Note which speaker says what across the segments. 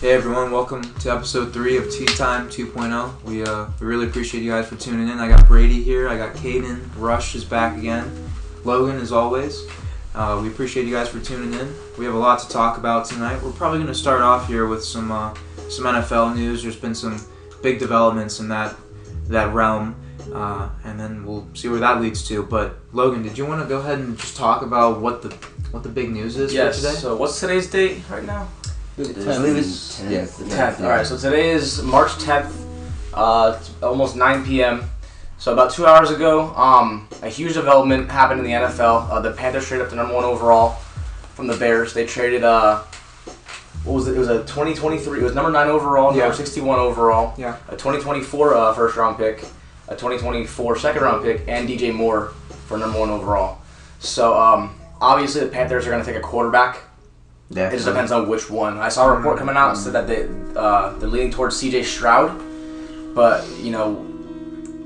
Speaker 1: Hey everyone, welcome to episode three of Tea Time 2.0. We uh, we really appreciate you guys for tuning in. I got Brady here, I got Caden, Rush is back again, Logan as always. Uh, we appreciate you guys for tuning in. We have a lot to talk about tonight. We're probably going to start off here with some uh, some NFL news. There's been some big developments in that that realm, uh, and then we'll see where that leads to. But Logan, did you want to go ahead and just talk about what the what the big news is
Speaker 2: yes.
Speaker 1: for today?
Speaker 2: So what's today's date right now?
Speaker 3: I believe it's yeah, it's the tenth.
Speaker 2: All right. So today is March 10th, uh, it's almost 9 p.m. So about two hours ago, um, a huge development happened in the NFL. Uh, the Panthers traded up to number one overall from the Bears. They traded uh, what was it? It was a 2023. It was number nine overall,
Speaker 1: Yeah.
Speaker 2: number 61 overall,
Speaker 1: Yeah.
Speaker 2: a 2024 uh, first round pick, a 2024 second round pick, and DJ Moore for number one overall. So um, obviously the Panthers are going to take a quarterback. It just depends on which one. I saw a report coming out that said that they uh, they're leaning towards C.J. Stroud, but you know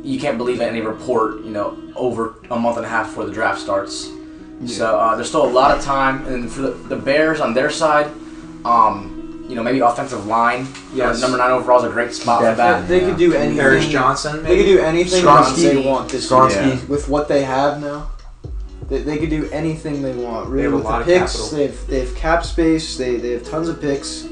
Speaker 2: you can't believe any report you know over a month and a half before the draft starts. So uh, there's still a lot of time, and for the, the Bears on their side, um, you know maybe offensive line. Yeah,
Speaker 1: Yes.
Speaker 2: number nine overall is a great spot for
Speaker 1: Yeah,
Speaker 2: that.
Speaker 4: They could do anything.
Speaker 1: Harris Johnson,
Speaker 4: They could
Speaker 1: maybe?
Speaker 4: do anything
Speaker 2: Skronsky.
Speaker 4: they want this year.
Speaker 3: Skronsky.
Speaker 4: with what they have now. They, they could do anything they want. Really,
Speaker 1: have a
Speaker 4: with
Speaker 1: lot of
Speaker 4: the picks,
Speaker 1: capital.
Speaker 4: they've they've cap space. They they have tons of picks.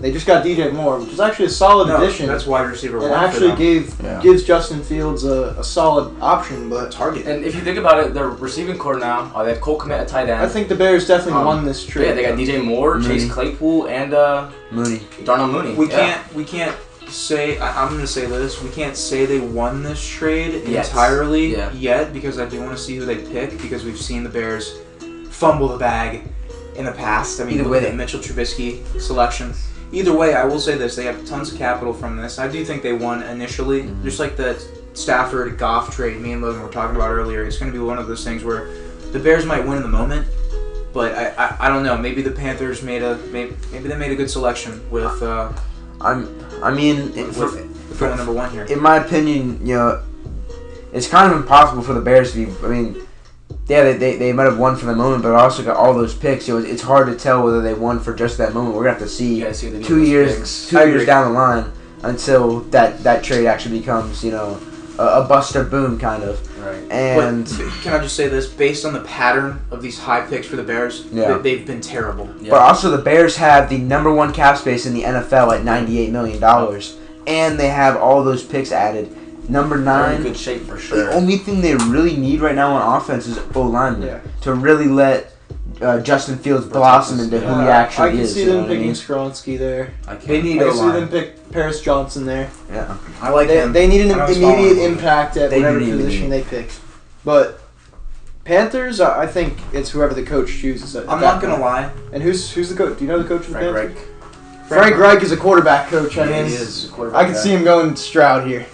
Speaker 4: They just got DJ Moore, which is actually a solid
Speaker 1: No,
Speaker 4: addition.
Speaker 1: that's wide receiver
Speaker 4: It
Speaker 1: one. for
Speaker 4: actually
Speaker 1: them.
Speaker 4: gave
Speaker 3: Yeah.
Speaker 4: gives Justin Fields a, a solid option, but
Speaker 1: target.
Speaker 2: And if you think about it, their receiving core now uh, they have Cole Komet at tight end.
Speaker 4: I think the Bears definitely
Speaker 2: Um,
Speaker 4: won this trade.
Speaker 2: yeah, they got DJ Moore, Chase
Speaker 3: Mooney.
Speaker 2: Claypool, and uh,
Speaker 3: Mooney.
Speaker 2: Darnell Mooney.
Speaker 1: we
Speaker 2: Yeah.
Speaker 1: can't we can't say I, I'm gonna say this. We can't say they won this trade
Speaker 2: Yes.
Speaker 1: entirely
Speaker 2: Yeah.
Speaker 1: yet because I do want to see who they pick because we've seen the Bears fumble the bag in the past. I mean,
Speaker 3: Either
Speaker 1: look
Speaker 3: way.
Speaker 1: at the Mitchell Trubisky selection. Either way, I will say this: they have tons of capital from this. I do think they won initially,
Speaker 2: Mm-hmm.
Speaker 1: just like the Stafford Goff trade. Me and Logan were talking about earlier. It's going to be one of those things where the Bears might win in the moment, but I, I, I don't know. Maybe the Panthers made a maybe, maybe they made a good selection with uh,
Speaker 3: I'm. I mean, in, for,
Speaker 1: with going number one here.
Speaker 3: in my opinion, you know, it's kind of impossible for the Bears to be. I mean, yeah, they, they, they might have won for the moment, but also got all those picks. So it's, it's hard to tell whether they won for just that moment. We're gonna have to see
Speaker 2: You guys see what they do
Speaker 3: two
Speaker 2: with those
Speaker 3: years
Speaker 2: picks.
Speaker 3: two
Speaker 1: I agree.
Speaker 3: years down the line until that that trade actually becomes you know a, a bust or boom kind of.
Speaker 2: Right.
Speaker 3: And
Speaker 1: but can I just say this? Based on the pattern of these high picks for the Bears,
Speaker 3: Yeah.
Speaker 1: they, have been terrible.
Speaker 2: Yeah.
Speaker 3: But also, the Bears have the number one cap space in the NFL at ninety-eight million dollars, and they have all those picks added. Number
Speaker 2: They're in
Speaker 3: nine.
Speaker 2: good shape for
Speaker 3: The
Speaker 2: sure.
Speaker 3: only thing they really need right now on offense is O lineman
Speaker 4: Yeah.
Speaker 3: to really let uh, Justin Fields blossom into who he
Speaker 4: Uh,
Speaker 3: actually
Speaker 4: I can
Speaker 3: is.
Speaker 4: see
Speaker 3: you know
Speaker 4: them
Speaker 3: what I
Speaker 4: picking
Speaker 3: mean?
Speaker 4: Skronsky there.
Speaker 2: I
Speaker 1: They
Speaker 4: I
Speaker 1: need
Speaker 4: can
Speaker 1: a
Speaker 4: see
Speaker 1: line.
Speaker 4: them pick Paris Johnson there.
Speaker 3: Yeah.
Speaker 1: I like
Speaker 4: They,
Speaker 1: him.
Speaker 4: they need an
Speaker 1: I was following
Speaker 4: immediate
Speaker 1: him.
Speaker 4: impact at
Speaker 3: They
Speaker 4: whatever
Speaker 3: need an
Speaker 4: position they pick. But Panthers, I I think it's whoever the coach chooses. At
Speaker 1: I'm
Speaker 4: that
Speaker 1: not gonna
Speaker 4: point.
Speaker 1: lie.
Speaker 4: And who's who's the coach? Do you know the coach of the
Speaker 2: Frank
Speaker 4: Panthers?
Speaker 2: Reich.
Speaker 4: Frank Reich is a quarterback coach. I
Speaker 1: Yeah,
Speaker 4: mean,
Speaker 1: he is.
Speaker 4: I could see him going Stroud here.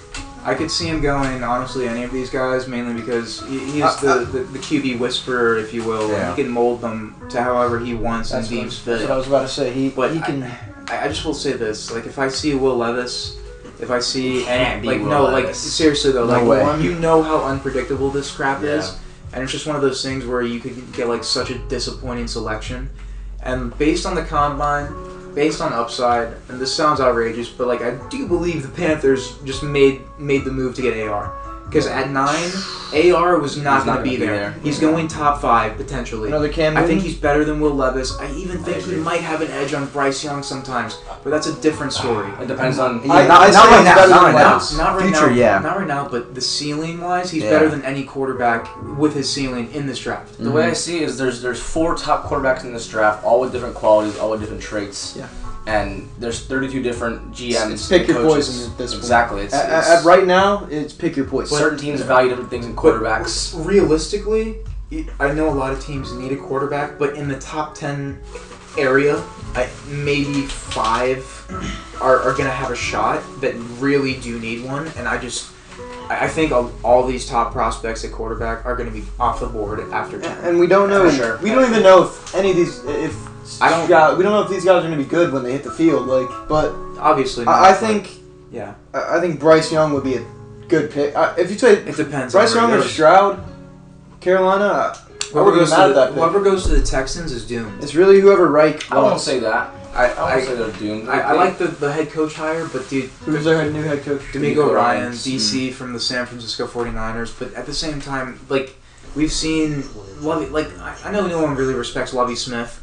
Speaker 1: I could see him going honestly any of these guys mainly because he, he's
Speaker 4: I-
Speaker 1: the, the, the QB whisperer, if you will.
Speaker 3: Yeah.
Speaker 1: He can mold them to however he wants and
Speaker 4: That's what,
Speaker 1: deems
Speaker 4: that's
Speaker 1: fit.
Speaker 4: what I was about to say. He
Speaker 1: But
Speaker 4: he
Speaker 1: I-
Speaker 4: can.
Speaker 1: I, I just will say this: like, if I see Will Levis, if I see
Speaker 2: It can't
Speaker 1: any,
Speaker 2: be
Speaker 1: like,
Speaker 2: Will
Speaker 1: no, like,
Speaker 2: Levis.
Speaker 1: seriously though,
Speaker 3: No
Speaker 1: like,
Speaker 3: way.
Speaker 1: one, you know how unpredictable this crap
Speaker 2: Yeah.
Speaker 1: is, and it's just one of those things where you could get like such a disappointing selection, and based on the combine, based on upside, and this sounds outrageous, but like, I do believe the Panthers just made made the move to get AR. Because at nine, AR was not
Speaker 2: He's
Speaker 1: going to be, there. He's going top five potentially.
Speaker 4: Another Cam.
Speaker 1: I think
Speaker 4: Newton?
Speaker 1: he's better than Will Levis. I even think he
Speaker 2: agree.
Speaker 1: might have an edge on Bryce Young sometimes, but that's a different story.
Speaker 2: It depends on.
Speaker 3: Yeah,
Speaker 4: I-
Speaker 3: not,
Speaker 4: I
Speaker 3: not
Speaker 4: say
Speaker 3: right
Speaker 4: he's
Speaker 3: now.
Speaker 4: better
Speaker 3: Not
Speaker 4: than
Speaker 3: right now.
Speaker 4: Wentz.
Speaker 1: Not right
Speaker 3: Future,
Speaker 1: now,
Speaker 3: yeah.
Speaker 1: not right now, but the ceiling wise, he's
Speaker 3: Yeah.
Speaker 1: better than any quarterback with his ceiling in this draft.
Speaker 2: The way I see it is there's there's four top quarterbacks in this draft, all with different qualities, all with different traits.
Speaker 4: Yeah.
Speaker 2: And there's 32 different GMs.
Speaker 4: It's pick
Speaker 2: and
Speaker 4: your
Speaker 2: coaches.
Speaker 4: poison at this point.
Speaker 2: Exactly. It's,
Speaker 4: At- at-
Speaker 2: it's,
Speaker 4: at right now, it's pick your poison.
Speaker 2: certain teams value different things in quarterbacks.
Speaker 1: Realistically, I know a lot of teams need a quarterback, but in the top 10 area, I, maybe five are, are going to have a shot that really do need one. And I just, I I think all, all these top prospects at quarterback are going to be off the board after 10.
Speaker 4: and we don't know.
Speaker 2: For sure.
Speaker 4: We don't even know if any of these if.
Speaker 1: I don't-
Speaker 4: Stroud- we don't know if these guys are going to be good when they hit the field. Like, but
Speaker 1: Obviously, not,
Speaker 4: I, I
Speaker 1: but-
Speaker 4: think
Speaker 1: yeah,
Speaker 4: I I think Bryce Young would be a good pick. I, if you say
Speaker 1: it depends.
Speaker 4: Bryce
Speaker 1: on
Speaker 4: Young
Speaker 1: where
Speaker 4: or
Speaker 1: he goes.
Speaker 4: Stroud, Carolina, I- I
Speaker 1: whoever
Speaker 4: wouldn't be
Speaker 1: goes
Speaker 4: mad
Speaker 1: to
Speaker 4: at
Speaker 1: the,
Speaker 4: that pick.
Speaker 1: whoever goes to the Texans is doomed.
Speaker 4: It's really whoever Reich
Speaker 2: I won't
Speaker 4: wants.
Speaker 2: say that.
Speaker 1: I
Speaker 2: I would
Speaker 1: I,
Speaker 2: say they're doomed.
Speaker 1: I, I like the, the head coach hire, but dude,
Speaker 4: Who's their new head coach?
Speaker 1: D'Amico
Speaker 2: D'Amico
Speaker 1: Ryan,
Speaker 2: Ryan's-
Speaker 3: mm.
Speaker 1: DC from the San Francisco 49ers, but at the same time, like, we've seen Lovey, like, I, I know no one really respects Lovey Smith,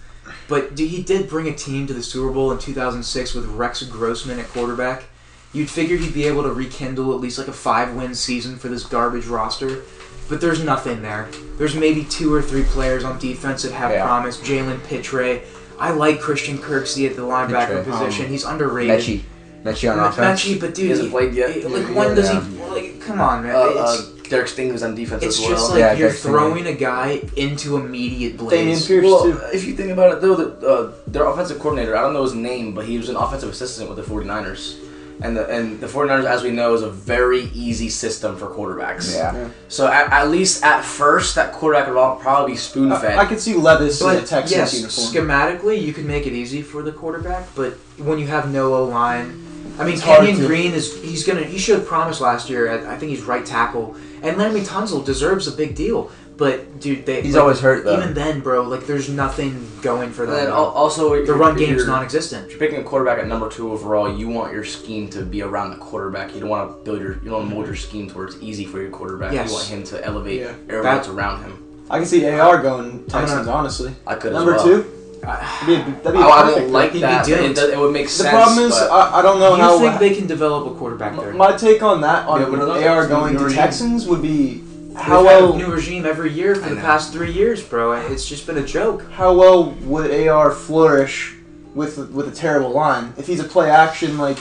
Speaker 1: but dude, he did bring a team to the Super Bowl in 2006 with Rex Grossman at quarterback. You'd figure he'd be able to rekindle at least like a five win season for this garbage roster, but there's nothing there. There's maybe two or three players on defense that have
Speaker 3: Yeah.
Speaker 1: promise. Jalen Pitre. I like Christian Kirksey at the linebacker
Speaker 3: Pitre, um,
Speaker 1: position. He's underrated.
Speaker 3: Mechie. Mechie on
Speaker 1: Not-
Speaker 3: offense.
Speaker 1: Not cheap, but dude,
Speaker 2: He hasn't played yet.
Speaker 1: it- Like when does he? Like come on, man.
Speaker 2: uh, uh,
Speaker 1: it's
Speaker 2: Derek Stingley's on defense
Speaker 1: it's
Speaker 2: as well.
Speaker 1: just like
Speaker 3: Yeah,
Speaker 1: you're
Speaker 3: Derek Stingley.
Speaker 1: throwing a guy into immediate
Speaker 4: Damian
Speaker 1: blaze.
Speaker 4: Pierce
Speaker 2: well,
Speaker 4: too.
Speaker 2: if you think about it, though, the, uh, their offensive coordinator, I don't know his name, but he was an offensive assistant with the 49ers. And the, and the 49ers, as we know, is a very easy system for quarterbacks.
Speaker 3: Yeah.
Speaker 2: So at, at least at first, that quarterback would all probably be spoon fed.
Speaker 4: I, I could see Levis in a
Speaker 1: But
Speaker 4: Texas
Speaker 1: yes,
Speaker 4: uniform.
Speaker 1: schematically you can make it easy for the quarterback, but when you have no O line, I mean
Speaker 4: It's hard
Speaker 1: Kenyon
Speaker 4: to-
Speaker 1: Green is he's gonna he showed promise last year. At, I think he's right tackle, and Laramie Tunzel deserves a big deal. But dude, they
Speaker 3: He's
Speaker 1: like,
Speaker 3: always hurt though.
Speaker 1: even then, bro. Like there's nothing going for
Speaker 2: and then
Speaker 1: them.
Speaker 2: al- also,
Speaker 1: The run
Speaker 2: game's
Speaker 1: game's non-existent.
Speaker 2: If you're picking a quarterback at number two overall, you want your scheme to be around the quarterback. You don't want to build your, you don't want to mold your scheme towards easy for your quarterback.
Speaker 1: Yes.
Speaker 2: You want him to elevate
Speaker 4: Yeah.
Speaker 2: everyone
Speaker 1: That-
Speaker 2: that's around him.
Speaker 4: I can see AR going Texans, honestly.
Speaker 2: I could
Speaker 4: Number
Speaker 2: as well. Oh,
Speaker 4: two?
Speaker 1: I-
Speaker 4: That'd be, that'd be
Speaker 2: I, I
Speaker 4: perfect.
Speaker 2: don't like
Speaker 1: He'd be
Speaker 2: that. but
Speaker 1: doomed.
Speaker 2: It, does, it would make
Speaker 4: The
Speaker 2: sense.
Speaker 4: problem is,
Speaker 2: but-
Speaker 4: I, I don't know
Speaker 1: Do
Speaker 4: how.
Speaker 1: you think they can develop a quarterback there?
Speaker 4: my take on that, on
Speaker 2: Yeah, but another-
Speaker 4: AR going to
Speaker 2: Noreen.
Speaker 4: Texans, would be how
Speaker 1: We've had a
Speaker 4: well
Speaker 1: new regime every year for
Speaker 2: I
Speaker 1: the
Speaker 2: know.
Speaker 1: past three years, bro. It's just been a joke.
Speaker 4: how well would AR flourish with with a terrible line if he's a play action like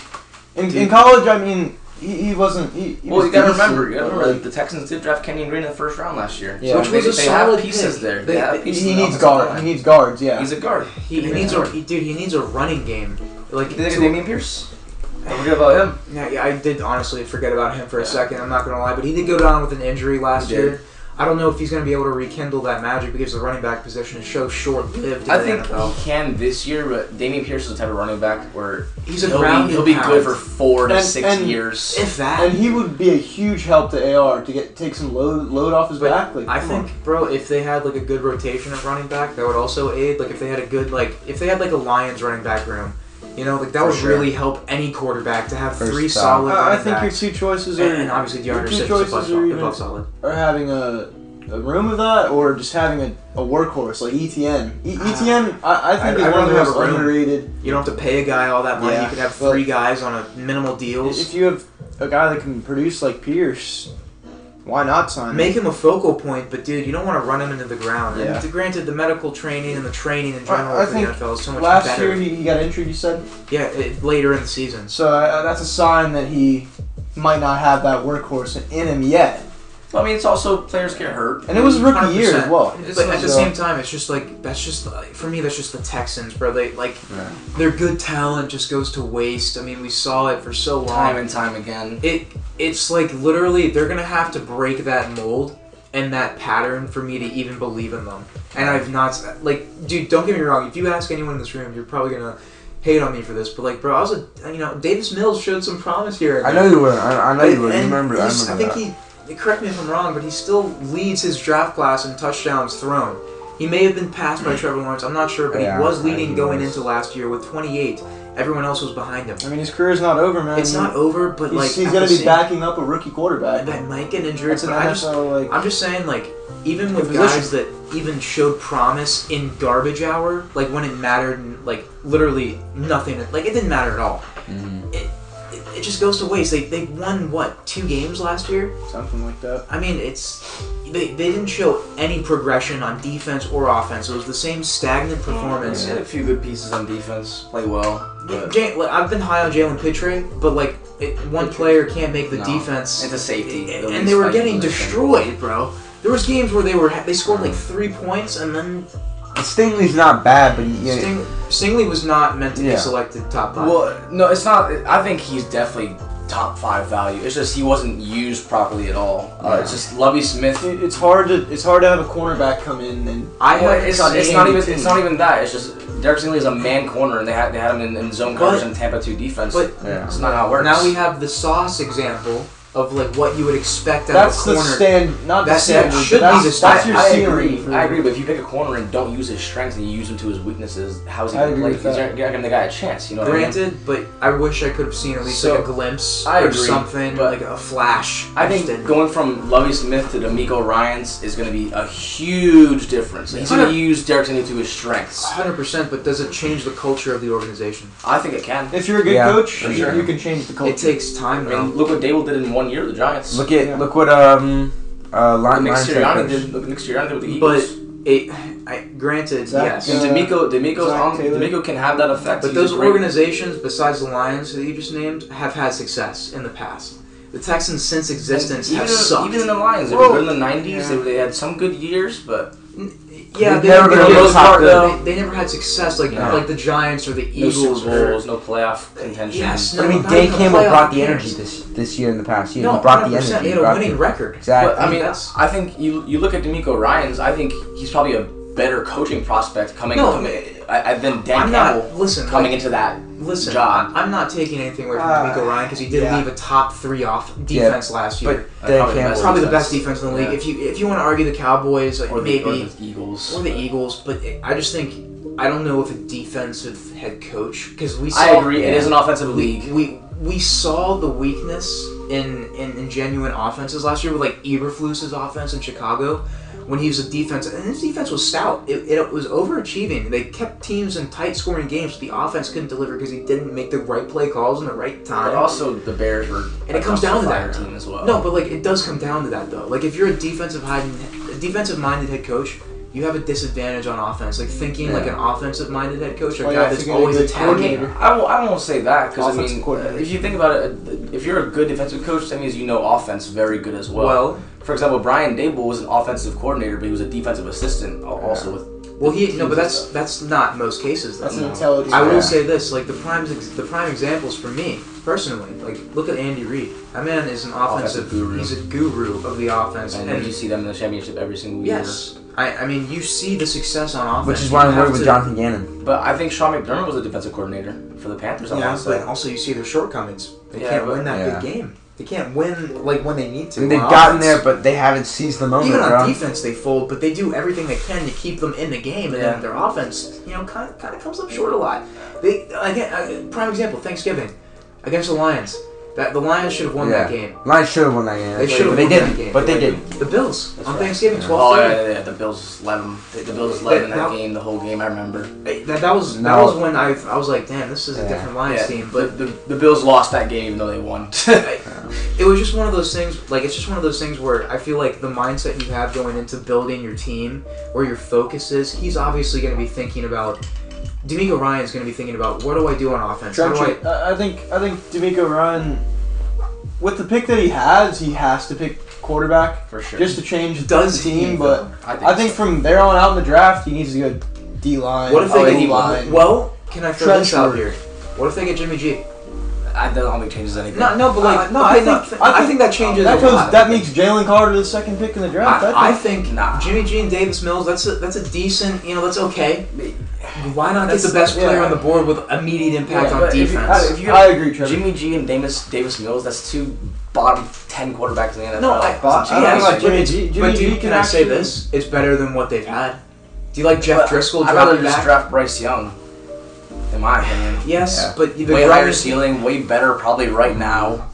Speaker 4: in, in
Speaker 1: Dude.
Speaker 4: college? I mean, he, he wasn't. He, he
Speaker 2: well,
Speaker 4: was
Speaker 2: you gotta
Speaker 4: decent,
Speaker 2: remember, you gotta
Speaker 4: but,
Speaker 2: remember,
Speaker 4: like,
Speaker 2: the Texans did draft Kenyon Green in the first round last year.
Speaker 4: Yeah.
Speaker 1: Which
Speaker 2: They-
Speaker 1: was a
Speaker 2: they
Speaker 1: solid
Speaker 2: have pieces
Speaker 1: pick.
Speaker 2: there.
Speaker 1: They-
Speaker 2: They, have
Speaker 1: they-
Speaker 2: pieces
Speaker 4: he
Speaker 2: on the
Speaker 4: needs
Speaker 2: offensive
Speaker 4: guard.
Speaker 2: line.
Speaker 4: He needs guards. Yeah.
Speaker 2: He's a guard.
Speaker 1: He, he
Speaker 2: Yeah.
Speaker 1: needs a he, dude. He needs a running game. Like
Speaker 2: You think of
Speaker 1: to-
Speaker 2: Damian Pierce? Don't forget about him.
Speaker 1: yeah, yeah, I did honestly forget about him for a
Speaker 2: Yeah.
Speaker 1: second. I'm not gonna lie, but he did go down with an injury last
Speaker 2: He did.
Speaker 1: year. I don't know if he's gonna be able to rekindle that magic because the running back position is so short-lived. In
Speaker 2: I
Speaker 1: the
Speaker 2: think
Speaker 1: NFL.
Speaker 2: he can this year, but Damian Pierce is the type of running back where
Speaker 1: he's a
Speaker 2: he'll
Speaker 1: ground.
Speaker 2: be, he'll be good for four to
Speaker 4: And-
Speaker 2: six
Speaker 4: and-
Speaker 2: years.
Speaker 1: if that.
Speaker 4: and he would be a huge help to AR to get take some load load off his
Speaker 1: But
Speaker 4: back. Like,
Speaker 1: I
Speaker 4: come
Speaker 1: think,
Speaker 4: on.
Speaker 1: bro, if they had like a good rotation at running back, that would also aid. Like if they had a good like if they had like a Lions running back room, you know, like that
Speaker 2: For
Speaker 1: would
Speaker 2: sure.
Speaker 1: really help any quarterback to have
Speaker 3: First
Speaker 1: three
Speaker 3: down.
Speaker 1: solid.
Speaker 4: Uh, I, I
Speaker 1: running
Speaker 4: think your
Speaker 1: backs.
Speaker 4: two choices
Speaker 1: and,
Speaker 4: are
Speaker 1: and obviously
Speaker 4: your
Speaker 1: DeAndre
Speaker 4: two
Speaker 1: Swift is above,
Speaker 4: choices are,
Speaker 1: sol-
Speaker 4: even,
Speaker 1: above solid.
Speaker 4: are having a. A room of that, or just having a, a workhorse like ETN. E-
Speaker 1: Ah.
Speaker 4: ETN, I, I
Speaker 1: I'd-
Speaker 4: think is
Speaker 1: I'd
Speaker 4: one of
Speaker 1: rather
Speaker 4: the
Speaker 1: have
Speaker 4: most
Speaker 1: a room.
Speaker 4: underrated
Speaker 1: You don't have to pay a guy all that money.
Speaker 4: Yeah,
Speaker 1: you could have
Speaker 4: but-
Speaker 1: three guys on a minimal
Speaker 4: If
Speaker 1: deals.
Speaker 4: you have a guy that can produce like Pierce, why not sign? him?
Speaker 1: Make him a focal point, but dude, you don't want to run him into the ground.
Speaker 4: Yeah.
Speaker 1: And th- granted, the medical training and the training in
Speaker 4: I-
Speaker 1: general
Speaker 4: I
Speaker 1: for
Speaker 4: think
Speaker 1: the NFL is so much
Speaker 4: Last
Speaker 1: better.
Speaker 4: year he, he got injured. You said
Speaker 1: yeah, it, later in the season.
Speaker 4: so. Uh, that's a sign that he might not have that workhorse in him yet.
Speaker 2: I mean, it's also players get hurt.
Speaker 4: And it was rookie year as
Speaker 1: 100%.
Speaker 4: well.
Speaker 1: But at the
Speaker 4: So-
Speaker 1: same time, it's just like that's just like, for me. That's just the Texans, bro. They like
Speaker 3: Yeah.
Speaker 1: their good talent just goes to waste. I mean, we saw it for so
Speaker 2: Time
Speaker 1: long.
Speaker 2: and time again.
Speaker 1: It it's like literally they're gonna have to break that mold and that pattern for me to even believe in them. And I've not s- like, dude, don't get me wrong. If you ask anyone in this room, you're probably gonna hate on me for this. But like, bro, I was a you know Davis Mills showed some promise here.
Speaker 3: I know you were. I, I know you were. You
Speaker 1: And
Speaker 3: remember? I
Speaker 1: he's-
Speaker 3: remember that.
Speaker 1: think he. Correct me if I'm wrong, but he still leads his draft class in touchdowns thrown. He may have been passed by Trevor Lawrence. I'm not sure, but
Speaker 3: Yeah,
Speaker 1: he was
Speaker 3: I
Speaker 1: leading
Speaker 3: think he
Speaker 1: going
Speaker 3: was.
Speaker 1: into last year with 28. Everyone else was behind him.
Speaker 4: I mean, his career's not over, man.
Speaker 1: It's not over, but
Speaker 4: Um, He's,
Speaker 1: like
Speaker 4: he's
Speaker 1: at
Speaker 4: gonna
Speaker 1: the
Speaker 4: be
Speaker 1: same-
Speaker 4: backing up a rookie quarterback.
Speaker 1: That might get injured,
Speaker 4: That's an
Speaker 1: but I just
Speaker 4: NFL like.
Speaker 1: I'm just saying, like, even with
Speaker 4: Position.
Speaker 1: guys that even showed promise in garbage hour, like when it mattered, and, like literally nothing, like it didn't matter at all.
Speaker 3: Mm-hmm.
Speaker 1: It, it, it just goes to waste. They they won what two games last year?
Speaker 4: Something like that.
Speaker 1: I mean, it's they, they didn't show any progression on defense or offense. It was the same stagnant
Speaker 2: They
Speaker 1: performance.
Speaker 2: had a few good pieces on defense. Play well. But
Speaker 1: Ja- like, I've been high on Jalen Pitre, but like it, one player can't make the
Speaker 2: No.
Speaker 1: defense,
Speaker 2: It's a safety.
Speaker 1: A-
Speaker 2: The
Speaker 1: and
Speaker 2: least
Speaker 1: they were
Speaker 2: valuable
Speaker 1: getting
Speaker 2: position.
Speaker 1: destroyed, bro. There was games where they were ha- they scored like three points, and then
Speaker 3: Stingley's not bad, but he, yeah,
Speaker 1: Sting- Stingley was not meant to
Speaker 3: Yeah.
Speaker 1: be selected top five.
Speaker 2: Well, no, it's not. I think he's definitely top five value. It's just he wasn't used properly at all. Uh, it's just Lovey Smith.
Speaker 4: It, it's hard to it's hard to have a cornerback come in and
Speaker 1: I
Speaker 2: Well,
Speaker 1: had
Speaker 2: it's,
Speaker 1: the
Speaker 2: it's
Speaker 1: same
Speaker 2: not even.
Speaker 1: team.
Speaker 2: It's not even that. It's just Derek Stingley is a man corner, and they had they had him in, in zone
Speaker 1: But-
Speaker 2: coverage in Tampa two defense.
Speaker 1: but-
Speaker 3: yeah.
Speaker 2: it's not how it works.
Speaker 1: Now we have the Sauce example of like what you would expect out
Speaker 4: That's
Speaker 1: of a
Speaker 4: the
Speaker 1: corner.
Speaker 4: stand. Not
Speaker 1: That's-
Speaker 4: the
Speaker 1: that
Speaker 4: standard. but
Speaker 1: should be
Speaker 4: that's,
Speaker 1: the
Speaker 4: That's
Speaker 1: standard.
Speaker 4: your
Speaker 2: I
Speaker 4: scenery.
Speaker 2: agree.
Speaker 4: for-
Speaker 2: I agree, but if you pick a corner and don't use his strengths and you use him to his weaknesses, how's he
Speaker 4: I
Speaker 2: gonna
Speaker 4: agree
Speaker 2: like?
Speaker 4: with
Speaker 2: He's not
Speaker 4: that.
Speaker 2: gonna give the guy a chance. You know what I mean?
Speaker 1: Granted, but um, I wish I could have seen at least
Speaker 2: So,
Speaker 1: like a glimpse
Speaker 2: I
Speaker 1: or
Speaker 2: agree,
Speaker 1: something,
Speaker 2: but
Speaker 1: like a flash.
Speaker 2: I
Speaker 1: just
Speaker 2: think
Speaker 1: didn't.
Speaker 2: going from Lovey Smith to D'Amico Ryan's is going to be a huge difference. He's going to
Speaker 1: Hundred-
Speaker 2: use Derrick Henry to his strengths.
Speaker 4: Ah.
Speaker 1: 100%, but does it change the culture of the organization?
Speaker 2: I think it can.
Speaker 4: If you're a good
Speaker 3: Yeah,
Speaker 4: coach,
Speaker 2: for
Speaker 4: you,
Speaker 2: sure.
Speaker 4: you can change the culture.
Speaker 1: It takes
Speaker 2: I
Speaker 1: time,
Speaker 2: mean,
Speaker 1: though.
Speaker 2: look what Dable did in one year with the Giants.
Speaker 3: Look at
Speaker 4: Yeah.
Speaker 3: look what um uh
Speaker 2: what
Speaker 3: line,
Speaker 2: Nick
Speaker 3: line
Speaker 2: Sirianni
Speaker 3: coach.
Speaker 2: did. Look what Nick Sirianni did with the
Speaker 1: But
Speaker 2: Eagles.
Speaker 1: it, I, granted,
Speaker 4: Zach,
Speaker 1: yes.
Speaker 2: and
Speaker 4: uh,
Speaker 2: D'Amico, D'Amico's
Speaker 4: Zach
Speaker 2: on,
Speaker 4: Taylor.
Speaker 2: D'Amico can have that effect.
Speaker 1: But
Speaker 2: He's
Speaker 1: those
Speaker 2: a great-
Speaker 1: organizations, besides the Lions that you just named, have had success in the past. The Texans, since existence,
Speaker 2: even,
Speaker 1: have sucked.
Speaker 2: even in the Lions, they
Speaker 1: Well,
Speaker 2: were good in the '90s. They,
Speaker 4: yeah.
Speaker 2: they had some good years, but
Speaker 1: yeah,
Speaker 3: They've
Speaker 1: they,
Speaker 3: never
Speaker 1: they,
Speaker 3: been
Speaker 2: on the
Speaker 1: those
Speaker 2: top
Speaker 1: part,
Speaker 2: good.
Speaker 1: though, they, they never had success like
Speaker 2: No.
Speaker 1: like the Giants or the
Speaker 2: no
Speaker 1: Eagles.
Speaker 2: Super
Speaker 1: Or,
Speaker 2: Bowls, no playoff contention.
Speaker 1: yes,
Speaker 3: But I
Speaker 1: no,
Speaker 3: mean,
Speaker 1: not
Speaker 3: Dan
Speaker 1: even a
Speaker 3: Campbell
Speaker 1: playoff
Speaker 3: brought the
Speaker 1: appearance.
Speaker 3: energy this this year and the past year.
Speaker 1: No,
Speaker 3: he brought the
Speaker 1: 100%. He
Speaker 3: energy.
Speaker 1: had
Speaker 3: he
Speaker 1: a
Speaker 3: brought the-
Speaker 1: winning record.
Speaker 3: Exactly.
Speaker 2: But I mean,
Speaker 1: that's-
Speaker 2: I think you you look at D'Amico Ryan's. I think he's probably a better coaching prospect coming
Speaker 1: No,
Speaker 2: coming I, I, than Dan
Speaker 1: I'm not-
Speaker 2: Campbell.
Speaker 1: listen,
Speaker 2: coming
Speaker 1: like-
Speaker 2: into that.
Speaker 1: Listen,
Speaker 2: John.
Speaker 1: I'm not taking anything away from
Speaker 4: Uh,
Speaker 1: D'Amico Ryan because he did
Speaker 4: yeah.
Speaker 1: leave a top three off defense last
Speaker 3: but
Speaker 1: year.
Speaker 2: Uh,
Speaker 3: Dan
Speaker 2: probably the
Speaker 1: It's
Speaker 2: best-
Speaker 3: Campbell.
Speaker 1: probably the best defense in the league.
Speaker 2: Yeah.
Speaker 1: If you if you want to argue the Cowboys, like
Speaker 2: Or the,
Speaker 1: maybe
Speaker 2: or the Eagles.
Speaker 1: or the Eagles, but it, I just think I don't know if a defensive head coach because we saw
Speaker 2: I agree. It
Speaker 3: Yeah.
Speaker 2: is an offensive
Speaker 1: we,
Speaker 2: league.
Speaker 1: we we saw the weakness in, in in genuine offenses last year with like Eberflus's offense in Chicago when he was a defense and his defense was stout. It, it was overachieving. They kept teams in tight scoring games, but the offense couldn't deliver because he didn't make the right play calls in the right time.
Speaker 2: But also, the Bears were
Speaker 1: And it
Speaker 2: a
Speaker 1: comes down to
Speaker 2: dumpster
Speaker 1: that.
Speaker 2: fire team as well.
Speaker 1: No, but like it does come down to that though. Like if you're a defensive minded, defensive minded head coach, you have a disadvantage on offense. Like thinking like an offensive minded head coach, or a
Speaker 4: Well, you
Speaker 1: guy
Speaker 4: have to
Speaker 1: that's
Speaker 4: get a
Speaker 1: always
Speaker 4: good
Speaker 1: attacking.
Speaker 4: coordinator.
Speaker 2: I won't, I won't say that because I
Speaker 4: Offensive
Speaker 2: mean,
Speaker 4: coordinator.
Speaker 2: if you think about it, if you're a good defensive coach, that means you know offense very good as well.
Speaker 1: Well-
Speaker 2: for example, Brian Dable was an offensive coordinator, but he was a defensive assistant al- also with.
Speaker 1: Well, he no, but
Speaker 2: Teams
Speaker 1: that's
Speaker 2: and
Speaker 1: that's not most cases. Though.
Speaker 4: That's an intelligent.
Speaker 1: I will
Speaker 3: Yeah.
Speaker 1: say this: like the prime ex- the prime examples for me personally, like look at Andy Reid. That man is an
Speaker 3: Oh,
Speaker 1: offensive.
Speaker 2: Offensive guru.
Speaker 1: He's a guru of the offense,
Speaker 2: And
Speaker 1: and,
Speaker 2: you see them in the championship every single year.
Speaker 1: yes, I, I mean you see the success on offense,
Speaker 3: Which is
Speaker 1: You
Speaker 3: why I'm
Speaker 1: have
Speaker 3: worried with
Speaker 1: to-
Speaker 3: Jonathan Gannon.
Speaker 2: But I think Sean McDermott was a defensive coordinator for the Panthers. I
Speaker 1: Yeah,
Speaker 2: wanna say.
Speaker 1: but also you see their shortcomings. They
Speaker 2: Yeah,
Speaker 1: can't
Speaker 2: but-
Speaker 1: win that
Speaker 3: yeah.
Speaker 1: big game. They can't win like when they need
Speaker 3: I
Speaker 1: to.
Speaker 3: mean, they've
Speaker 1: on
Speaker 3: gotten there,
Speaker 1: offense.
Speaker 3: but they haven't seized the moment,
Speaker 1: even on
Speaker 3: bro.
Speaker 1: defense they fold, but they do everything they can to keep them in the game, and
Speaker 2: Yeah.
Speaker 1: then their offense, you know, kind of, kind of comes up short a lot. They again, uh, prime example, Thanksgiving against the Lions. That the Lions should have won
Speaker 3: yeah.
Speaker 1: that game.
Speaker 3: Lions should have won that game.
Speaker 1: They
Speaker 3: That's
Speaker 1: should
Speaker 3: right,
Speaker 1: have won
Speaker 3: but they
Speaker 1: that
Speaker 3: didn't.
Speaker 1: game.
Speaker 3: But they
Speaker 2: They
Speaker 3: did.
Speaker 1: The Bills
Speaker 2: That's
Speaker 1: on
Speaker 2: right.
Speaker 1: Thanksgiving, twelve
Speaker 2: Oh
Speaker 1: thirty.
Speaker 2: yeah, yeah, yeah, the Bills just let him. The, the Bills just let him in that
Speaker 1: That-
Speaker 2: game the whole game. I remember.
Speaker 1: That, that was that
Speaker 3: No.
Speaker 1: was when I I was like, damn, this is a
Speaker 3: Yeah.
Speaker 1: different Lions
Speaker 2: Yeah,
Speaker 1: team. But
Speaker 2: But the, the Bills lost that game even though they won.
Speaker 1: it was just one of those things like it's just one of those things where i feel like the mindset you have going into building your team where your focus is he's obviously going to be thinking about D'Amico Ryan's going to be thinking about what do i do on offense how do I,
Speaker 4: I, I think I think D'Amico Ryan, with the pick that he has, he has to pick quarterback
Speaker 2: For sure.
Speaker 4: just to change
Speaker 1: Does
Speaker 4: the
Speaker 1: he,
Speaker 4: team.
Speaker 1: though?
Speaker 4: But
Speaker 2: I think
Speaker 4: I think from there on out in the draft, he needs to go D line.
Speaker 1: what if they
Speaker 4: D
Speaker 1: get
Speaker 4: line?
Speaker 1: well can i throw this
Speaker 4: Trench
Speaker 1: out
Speaker 4: work.
Speaker 1: here what if they get jimmy g
Speaker 2: I don't think it changes anything.
Speaker 1: no no but like
Speaker 4: Uh, no,
Speaker 1: okay,
Speaker 4: I think- I
Speaker 1: I
Speaker 4: think-
Speaker 1: think that changes
Speaker 4: That
Speaker 1: a
Speaker 4: goes.
Speaker 1: lot.
Speaker 4: That makes Jalen Carter the second pick in the draft.
Speaker 1: I, I
Speaker 4: I,
Speaker 1: think
Speaker 2: Nah.
Speaker 1: Jimmy G and Davis Mills. That's a that's a decent. You know, that's okay. Why not get
Speaker 2: That's-
Speaker 1: the best player
Speaker 4: yeah.
Speaker 1: on the board with immediate impact
Speaker 2: Yeah,
Speaker 1: on
Speaker 2: but if you-
Speaker 1: defense?
Speaker 2: if
Speaker 4: think,
Speaker 2: you-
Speaker 4: I, I agree, Trevor.
Speaker 2: Jimmy G and Davis Davis Mills, that's two bottom ten quarterbacks in the NFL.
Speaker 1: No, I,
Speaker 2: That's
Speaker 4: but-
Speaker 2: not
Speaker 4: I
Speaker 1: yeah,
Speaker 4: don't like
Speaker 1: but
Speaker 4: Jimmy
Speaker 1: it's-
Speaker 4: G. Jimmy
Speaker 1: but do
Speaker 4: G
Speaker 1: you-
Speaker 4: can
Speaker 1: can I say
Speaker 4: actually-
Speaker 1: this? It's better than what they've had. Do you like Jeff
Speaker 2: But
Speaker 1: Driscoll
Speaker 2: I'd rather
Speaker 1: dropping
Speaker 2: just
Speaker 1: back?
Speaker 2: draft Bryce Young, in my opinion.
Speaker 1: yes,
Speaker 3: Yeah.
Speaker 1: but the
Speaker 2: way
Speaker 1: Grimes-
Speaker 2: higher ceiling, way better probably right now.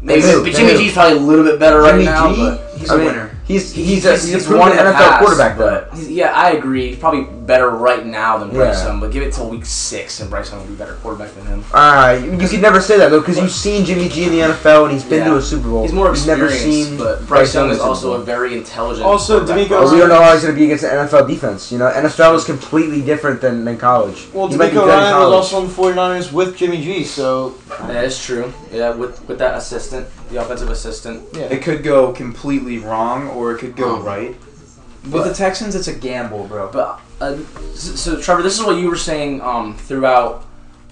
Speaker 2: Maybe
Speaker 3: They do,
Speaker 2: but
Speaker 3: they
Speaker 2: Jimmy
Speaker 3: do.
Speaker 2: G's probably a little bit better right
Speaker 3: Jimmy
Speaker 2: now.
Speaker 3: G?
Speaker 2: But
Speaker 1: He's
Speaker 3: I
Speaker 1: a
Speaker 3: mean,
Speaker 1: winner.
Speaker 3: He's he's a he's a
Speaker 2: one
Speaker 3: proven
Speaker 2: in the
Speaker 3: NFL
Speaker 2: past,
Speaker 3: quarterback, though.
Speaker 2: but he's- yeah, I agree. Probably better right now than Bryce
Speaker 3: Yeah.
Speaker 2: Young, but give it till week six, and Bryce Young will be a better quarterback than him.
Speaker 3: Uh, you you could never say that though, because you've seen Jimmy G in the NFL and he's been
Speaker 2: Yeah.
Speaker 3: to a Super Bowl.
Speaker 2: He's more
Speaker 3: You've
Speaker 2: experienced,
Speaker 3: never seen
Speaker 2: but Bryce Young is
Speaker 3: in the
Speaker 2: also
Speaker 3: Super
Speaker 2: a
Speaker 3: Bowl.
Speaker 2: very intelligent.
Speaker 4: Also,
Speaker 2: quarterback.
Speaker 4: D'Amico-
Speaker 3: But we don't know how he's going to be against an NFL defense. You know, NFL is completely different than, than college.
Speaker 4: well,
Speaker 3: He might be
Speaker 4: D'Amico
Speaker 3: good in
Speaker 4: Ryan was
Speaker 3: college.
Speaker 4: also on the 49ers with Jimmy G, so
Speaker 2: That is true. Yeah, with with that assistant, the offensive assistant.
Speaker 4: yeah.
Speaker 1: It could go completely wrong, or it could go right. With the Texans, it's a gamble, bro.
Speaker 2: But uh, so, so Trevor, this is what you were saying um, throughout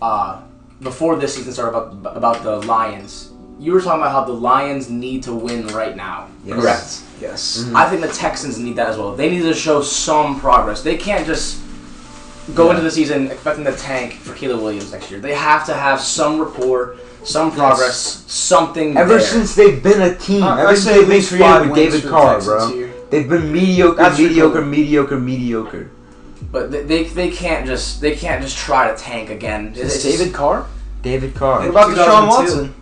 Speaker 2: uh, before this season started about about the Lions. You were talking about how the Lions need to win right now.
Speaker 3: Yes.
Speaker 1: Correct. Yes.
Speaker 2: I think the Texans need that as well. They need to show some progress. They can't just go
Speaker 1: Yeah.
Speaker 2: into the season expecting the tank for Keeler Williams next year. They have to have some rapport, some progress, something.
Speaker 3: Ever
Speaker 2: there.
Speaker 3: since they've been a team,
Speaker 4: I- I'd
Speaker 3: ever
Speaker 4: say
Speaker 3: since
Speaker 4: at
Speaker 3: they've been
Speaker 4: least five
Speaker 3: created with
Speaker 4: wins
Speaker 3: David
Speaker 4: for the
Speaker 3: Carr,
Speaker 4: Texans
Speaker 3: bro,
Speaker 4: here.
Speaker 3: they've been mediocre,
Speaker 4: That's
Speaker 3: mediocre,
Speaker 4: ridiculous.
Speaker 3: mediocre, mediocre.
Speaker 2: But they, they, they can't just they can't just try to tank again. It's,
Speaker 3: Is it David
Speaker 2: Carr?
Speaker 3: David
Speaker 4: What
Speaker 3: Carr.
Speaker 4: about Deshaun
Speaker 1: 2002?
Speaker 4: Watson?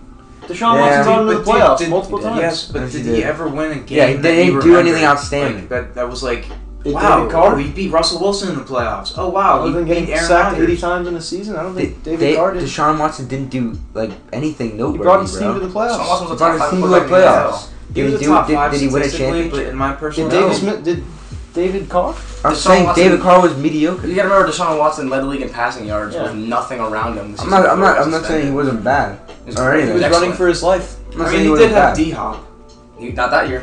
Speaker 4: Deshaun
Speaker 3: Yeah.
Speaker 4: Watson's on to the
Speaker 1: But did-
Speaker 4: playoffs
Speaker 1: did-
Speaker 4: multiple times.
Speaker 1: Yes, but
Speaker 3: Yes, he
Speaker 1: did he
Speaker 3: did.
Speaker 1: ever win a game?
Speaker 3: Yeah, he
Speaker 1: that
Speaker 3: didn't
Speaker 1: you
Speaker 3: do anything
Speaker 1: remember?
Speaker 3: outstanding.
Speaker 1: Like, that that was like,
Speaker 4: Did
Speaker 1: wow,
Speaker 4: David Carr?
Speaker 1: he beat Russell Wilson in the playoffs. Oh wow,
Speaker 4: Other
Speaker 1: he
Speaker 4: than
Speaker 1: beat
Speaker 4: getting
Speaker 1: Aaron
Speaker 4: sacked
Speaker 1: Rodgers.
Speaker 4: 80 times in a season, I don't
Speaker 3: They-
Speaker 4: think David
Speaker 3: they-
Speaker 4: Carr did.
Speaker 3: Deshaun Watson didn't do like anything
Speaker 4: He
Speaker 3: noteworthy,
Speaker 4: brought his team
Speaker 3: bro.
Speaker 4: to the
Speaker 2: Deshaun
Speaker 4: playoffs.
Speaker 2: Watson was a
Speaker 3: He brought
Speaker 2: top
Speaker 3: his
Speaker 2: five
Speaker 3: team to the
Speaker 2: quarterback in the
Speaker 3: playoffs.
Speaker 2: NFL.
Speaker 1: He
Speaker 3: Did
Speaker 1: was
Speaker 3: he
Speaker 1: a
Speaker 3: do?
Speaker 1: top
Speaker 3: Did,
Speaker 1: five
Speaker 3: did he win a
Speaker 1: statistically,
Speaker 3: championship?
Speaker 1: But in my
Speaker 4: Did
Speaker 1: personal,
Speaker 4: David
Speaker 1: No.
Speaker 4: Smith? Did David Carr?
Speaker 3: I'm
Speaker 2: Deshaun
Speaker 3: saying
Speaker 2: Watson-
Speaker 3: David Carr was mediocre.
Speaker 2: You gotta remember Deshaun Watson led the league in passing yards
Speaker 4: Yeah.
Speaker 2: with nothing around him. the
Speaker 3: I'm
Speaker 2: season
Speaker 3: not. I'm
Speaker 2: before
Speaker 3: not.
Speaker 2: he
Speaker 3: I'm not
Speaker 2: was
Speaker 3: saying he
Speaker 2: suspended.
Speaker 3: wasn't bad.
Speaker 2: He was-
Speaker 3: or anything.
Speaker 4: He was running
Speaker 2: excellent.
Speaker 4: for his life.
Speaker 3: I'm not
Speaker 1: I
Speaker 3: saying
Speaker 1: mean,
Speaker 3: he
Speaker 1: he
Speaker 3: wasn't
Speaker 1: did have
Speaker 3: bad.
Speaker 1: D Hop.
Speaker 2: He- not that year.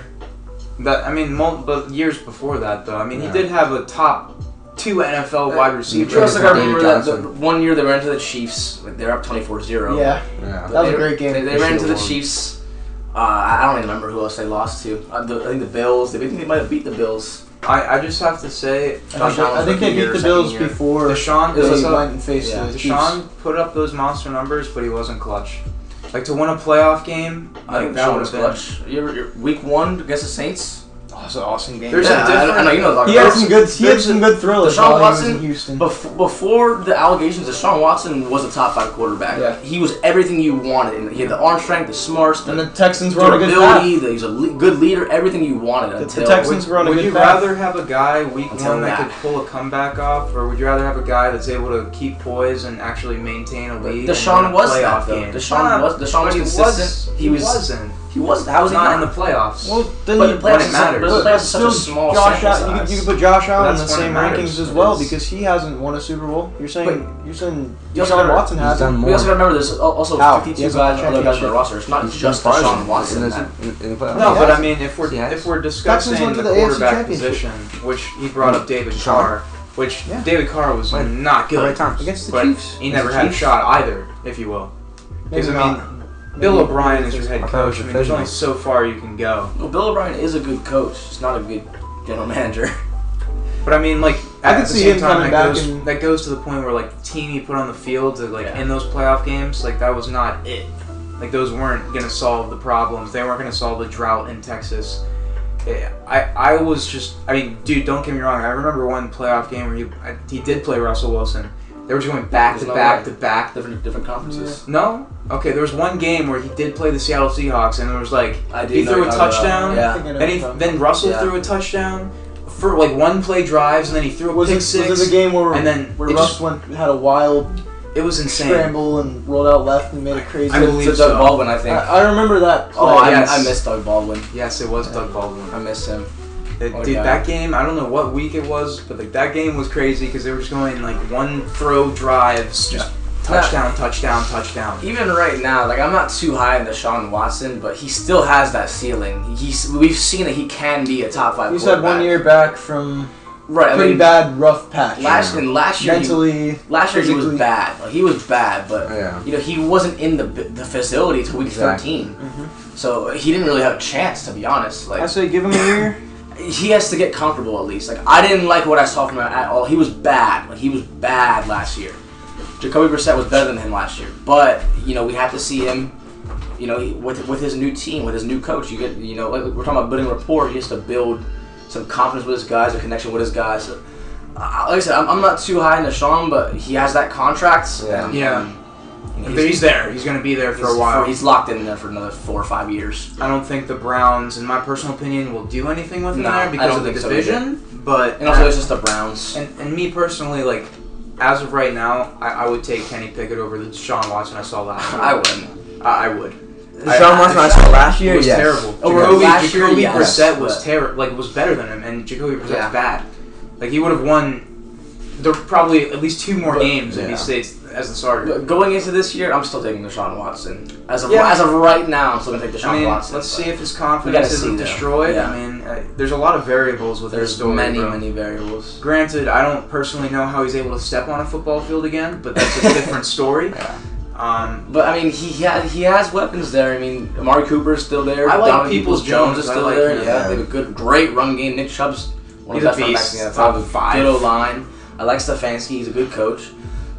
Speaker 1: That I mean, mul- but years before that, though. I mean,
Speaker 3: Yeah.
Speaker 1: he did have a top two NFL wide receiver.
Speaker 2: You also gotta
Speaker 3: David
Speaker 2: remember that the,
Speaker 3: Johnson.
Speaker 2: one year they ran to the Chiefs. Like they're up 24-0.
Speaker 4: Yeah,
Speaker 3: Yeah.
Speaker 4: That was a
Speaker 2: They-
Speaker 4: great game.
Speaker 2: They, they
Speaker 3: They
Speaker 2: ran into
Speaker 3: should've
Speaker 2: the
Speaker 3: won.
Speaker 2: Chiefs. Uh, I I don't even remember who else they lost to. Uh, the, I think the Bills. They, I think they might have beat the Bills.
Speaker 1: I, I just have to say, uh,
Speaker 4: I think, I think they beat the Bills before
Speaker 1: Deshaun
Speaker 4: they
Speaker 1: put up,
Speaker 4: went and faced
Speaker 2: Yeah.
Speaker 4: the Chiefs.
Speaker 1: Deshaun put up those monster numbers, but he wasn't clutch. Like to win a playoff game,
Speaker 2: I
Speaker 1: like,
Speaker 2: think that one was
Speaker 1: would've been-
Speaker 2: clutch. You're, you're week one against the Saints.
Speaker 1: Oh, it's an awesome game.
Speaker 2: There's
Speaker 1: There's
Speaker 2: yeah,
Speaker 1: a
Speaker 2: I- I,
Speaker 1: different.
Speaker 2: know you know. what I'm
Speaker 4: He
Speaker 2: talking
Speaker 4: had
Speaker 2: about.
Speaker 4: some good. He had some good thrillers.
Speaker 2: Deshaun
Speaker 4: while he was
Speaker 2: Watson-
Speaker 4: in Houston.
Speaker 2: Bef- before the allegations, Deshaun Watson was a top five quarterback.
Speaker 4: Yeah.
Speaker 2: He was everything you wanted. And He had the arm strength, the smarts,
Speaker 4: and
Speaker 2: the,
Speaker 4: the Texans were on a good path.
Speaker 2: durability. The, he was a le- good leader. Everything you wanted.
Speaker 4: The
Speaker 2: until
Speaker 4: Texans were on a
Speaker 1: would
Speaker 4: good
Speaker 1: you
Speaker 4: path.
Speaker 1: rather have a guy week
Speaker 2: Until
Speaker 1: one that
Speaker 2: that.
Speaker 1: could pull a comeback off, or would you rather have a guy that's able to keep poise and actually maintain a lead?
Speaker 2: Deshaun
Speaker 1: and win a
Speaker 2: was
Speaker 1: playoff
Speaker 2: that, though.
Speaker 1: Game?
Speaker 2: Deshaun
Speaker 1: Nah,
Speaker 2: was- Deshaun
Speaker 1: but
Speaker 2: was
Speaker 1: Uh, he
Speaker 2: consistent.
Speaker 1: He,
Speaker 2: He was-
Speaker 1: wasn't.
Speaker 2: he was. How was he
Speaker 1: not in
Speaker 2: not
Speaker 1: the playoffs.
Speaker 4: Well, then
Speaker 2: But
Speaker 4: you
Speaker 2: the playoffs
Speaker 1: is- but the
Speaker 2: playoffs is such a
Speaker 4: still
Speaker 2: small
Speaker 4: Josh
Speaker 2: sample
Speaker 4: Allen- you, could,
Speaker 2: size.
Speaker 4: you could put Josh Allen in the
Speaker 1: That's when it
Speaker 4: same
Speaker 1: matters.
Speaker 4: rankings as
Speaker 1: It
Speaker 4: well
Speaker 1: is.
Speaker 4: because he hasn't won a Super Bowl. You're saying you're saying
Speaker 2: You also
Speaker 4: Deshaun
Speaker 2: gotta-
Speaker 4: Watson
Speaker 3: He's
Speaker 4: hasn't.
Speaker 3: done more.
Speaker 2: We also gotta remember there's al- also
Speaker 4: How?
Speaker 2: 52
Speaker 4: He has
Speaker 2: guys
Speaker 4: a
Speaker 2: on other guys on
Speaker 4: championship.
Speaker 2: the roster. It's not
Speaker 3: He's
Speaker 2: just
Speaker 3: done
Speaker 2: Deshaun
Speaker 3: fine
Speaker 2: Watson.
Speaker 3: in,
Speaker 2: in
Speaker 3: this-
Speaker 2: that.
Speaker 3: in, in the playoffs.
Speaker 1: No, but
Speaker 4: Yes.
Speaker 1: I mean, if we're
Speaker 3: Yes.
Speaker 1: if we're
Speaker 4: Texans
Speaker 1: discussing
Speaker 4: went
Speaker 1: the,
Speaker 4: to the AFC
Speaker 1: quarterback
Speaker 4: Championship.
Speaker 1: position, which he brought up David
Speaker 3: Deshaun.
Speaker 1: Carr, which
Speaker 4: Yeah.
Speaker 1: David Carr was
Speaker 3: Right.
Speaker 1: not
Speaker 3: Good
Speaker 1: good,
Speaker 3: right times.
Speaker 4: Against the
Speaker 1: but
Speaker 4: Chiefs.
Speaker 1: he
Speaker 3: Against
Speaker 1: never
Speaker 3: the
Speaker 1: had a
Speaker 3: Chiefs.
Speaker 1: shot either, if you will. Because I
Speaker 4: Maybe
Speaker 1: mean,
Speaker 4: not.
Speaker 1: Bill
Speaker 4: Maybe-
Speaker 1: O'Brien is your head
Speaker 3: I thought it was
Speaker 1: coach. I mean, there's
Speaker 3: divisional.
Speaker 1: only so far you can go.
Speaker 2: Well, Bill O'Brien is a good coach. He's not a good general manager.
Speaker 1: But I mean, like
Speaker 4: I
Speaker 1: at
Speaker 4: could
Speaker 1: the
Speaker 4: see
Speaker 1: same
Speaker 4: him
Speaker 1: time,
Speaker 4: coming
Speaker 1: that
Speaker 4: back
Speaker 1: goes,
Speaker 4: and-
Speaker 1: that goes to the point where like the team he put on the field to like
Speaker 2: Yeah.
Speaker 1: in those playoff games, like that was not it. Like those weren't gonna solve the problems. They weren't gonna solve the drought in Texas. Yeah, I I was just I mean, dude, don't get me wrong. I remember one playoff game where he I, he did play Russell Wilson. They were just going back to
Speaker 2: There's no
Speaker 1: back to
Speaker 2: way.
Speaker 1: back. To,
Speaker 2: Different different conferences.
Speaker 1: no, okay. There was one game where he did play the Seattle Seahawks, and it was like
Speaker 2: I do
Speaker 1: he
Speaker 2: know
Speaker 1: threw a
Speaker 2: you're talking about-
Speaker 1: touchdown.
Speaker 4: I
Speaker 2: Yeah.
Speaker 4: think I know
Speaker 1: Then he,
Speaker 4: what you're talking
Speaker 1: then Russell
Speaker 2: Yeah.
Speaker 1: threw a touchdown for like one play drives, and then he threw a
Speaker 4: about. was
Speaker 1: pick
Speaker 4: it,
Speaker 1: six.
Speaker 4: was it the game where
Speaker 1: and then
Speaker 4: where
Speaker 1: it
Speaker 4: Russ
Speaker 1: just-
Speaker 4: went had a wild
Speaker 1: It was insane.
Speaker 4: scramble and rolled out left and made a crazy.
Speaker 1: I believe-
Speaker 2: To Doug
Speaker 1: so.
Speaker 2: Baldwin, I
Speaker 4: I,
Speaker 2: think.
Speaker 4: I remember that. Play.
Speaker 2: oh, I,
Speaker 1: yes.
Speaker 2: I miss Doug Baldwin.
Speaker 1: Yes, it was Doug Baldwin.
Speaker 2: I miss him.
Speaker 1: It-
Speaker 2: Oh,
Speaker 1: dude,
Speaker 2: yeah.
Speaker 1: that game. I don't know what week it was, but like that game was crazy because they were just going like one throw drives, just touchdown, touchdown, touchdown.
Speaker 2: Even right now, like I'm not too high on Deshaun Watson, but he still has that ceiling. He's we've seen that he can be a top five.
Speaker 4: He's had one
Speaker 2: quarterback.
Speaker 4: year back from
Speaker 2: right? I
Speaker 4: pretty
Speaker 2: mean,
Speaker 4: bad rough patch.
Speaker 2: last and last year, he,
Speaker 4: mentally,
Speaker 2: last year he was
Speaker 4: physically.
Speaker 2: bad. Like he was bad, but
Speaker 3: Yeah.
Speaker 2: you know he wasn't in the the facility till week
Speaker 3: Exactly.
Speaker 2: 13,
Speaker 4: Mm-hmm.
Speaker 2: so he didn't really have a chance to be honest. Like
Speaker 4: I say give him a year.
Speaker 2: he has to get comfortable at least. Like I didn't like what I saw from him at all. He was bad. Like he was bad last year. Jacoby Brissett was better than him last year, but you know we have to see him. You know, he- with with his new team, with his new coach, you get you know like we're talking about building rapport. He has to build some confidence with his guys, a connection with his guys. So, uh, like I said, I'm, I'm not too high in Deshaun, but he has that contract.
Speaker 3: Yeah.
Speaker 2: and,
Speaker 1: Yeah.
Speaker 2: um, you know,
Speaker 1: But he's there. He's gonna be there for a
Speaker 2: he's-
Speaker 1: while.
Speaker 2: He's locked in there for another four or five years.
Speaker 1: I don't think the Browns, in my personal opinion, will do anything with him
Speaker 2: No,
Speaker 1: there
Speaker 2: I
Speaker 1: because
Speaker 2: don't
Speaker 1: of the
Speaker 2: think so either.
Speaker 1: division. but
Speaker 2: And also, there's just the Browns.
Speaker 1: And, and me personally, like, as of right now, I, I would take Kenny Pickett over the Deshaun Watson I saw last year.
Speaker 2: I wouldn't.
Speaker 1: I, I would. I-
Speaker 3: Deshaun Watson I saw last year.
Speaker 1: It was
Speaker 3: yes.
Speaker 1: terrible.
Speaker 2: Oh,
Speaker 1: Jacoby,
Speaker 2: last year,
Speaker 1: Jacoby
Speaker 2: yes,
Speaker 1: Brissett was
Speaker 2: but-
Speaker 1: terrible. Like, was better than him, and Jacoby Brissett's
Speaker 2: Yeah.
Speaker 1: bad. Like, he would have won there were probably at least two more
Speaker 2: But-
Speaker 1: games if
Speaker 3: yeah.
Speaker 1: he stays as the starter.
Speaker 2: But Going into this year, I'm still taking Deshaun Watson. As of
Speaker 1: Yeah.
Speaker 2: as of right now, I'm still gonna take Deshaun
Speaker 1: I mean,
Speaker 2: Watson.
Speaker 1: let's
Speaker 2: but
Speaker 1: see if his
Speaker 2: We gotta
Speaker 1: confidence
Speaker 2: see,
Speaker 1: isn't
Speaker 2: though.
Speaker 1: destroyed.
Speaker 2: Yeah.
Speaker 1: I mean, uh, there's a lot of variables with
Speaker 2: there's
Speaker 1: his story.
Speaker 2: many
Speaker 1: bro.
Speaker 2: many variables.
Speaker 1: Granted, I don't personally know how he's able to step on a football field again, but that's a different story.
Speaker 3: Yeah.
Speaker 1: Um,
Speaker 2: But I mean, he he has, he has weapons there. I mean, Amari Cooper's still there.
Speaker 1: I like
Speaker 2: Donovan
Speaker 1: Peoples
Speaker 2: Peoples-Jones is
Speaker 1: Jones. I
Speaker 2: still
Speaker 1: like
Speaker 2: there.
Speaker 1: him.
Speaker 2: Yeah, they have a good, great run game. Nick Chubb's one
Speaker 1: He's
Speaker 2: of
Speaker 1: a
Speaker 2: the best running backs
Speaker 1: beast.
Speaker 2: in the NFL.
Speaker 1: Top five.
Speaker 2: Good O line. I like Stefanski. He's a good coach.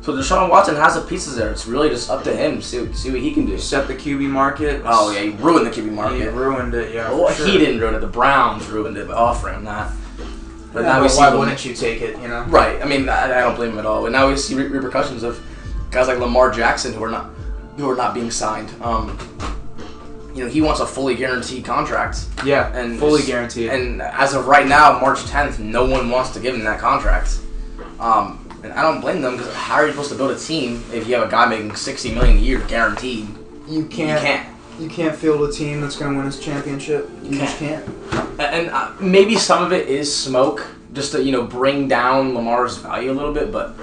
Speaker 2: So Deshaun Watson has the pieces there. It's really just up to him. See what, see what he can do.
Speaker 1: Set the QB market.
Speaker 2: Oh yeah, he ruined the QB
Speaker 1: He
Speaker 2: market.
Speaker 1: ruined it. Yeah.
Speaker 2: Well,
Speaker 1: for sure.
Speaker 2: he didn't ruin it. The Browns ruined it by offering him that. But
Speaker 1: Yeah,
Speaker 2: now we
Speaker 1: but
Speaker 2: see
Speaker 1: why
Speaker 2: the-
Speaker 1: wouldn't you take it? You know.
Speaker 2: Right. I mean, I, I don't blame him at all. But now we see re- repercussions of guys like Lamar Jackson who are not who are not being signed. Um, you know, he wants a fully guaranteed contract,
Speaker 1: Yeah.
Speaker 2: And-
Speaker 1: And fully guaranteed.
Speaker 2: and as of right now, March 10th, no one wants to give him that contract. Um, and I don't blame them because how are you supposed to build a team if you have a guy making 60 million a year guaranteed?
Speaker 1: you
Speaker 2: You can't.
Speaker 1: You can't field a team that's going to win this championship. You just can't.
Speaker 2: A- And uh, maybe some of it is smoke, just to you know bring down Lamar's value a little bit, but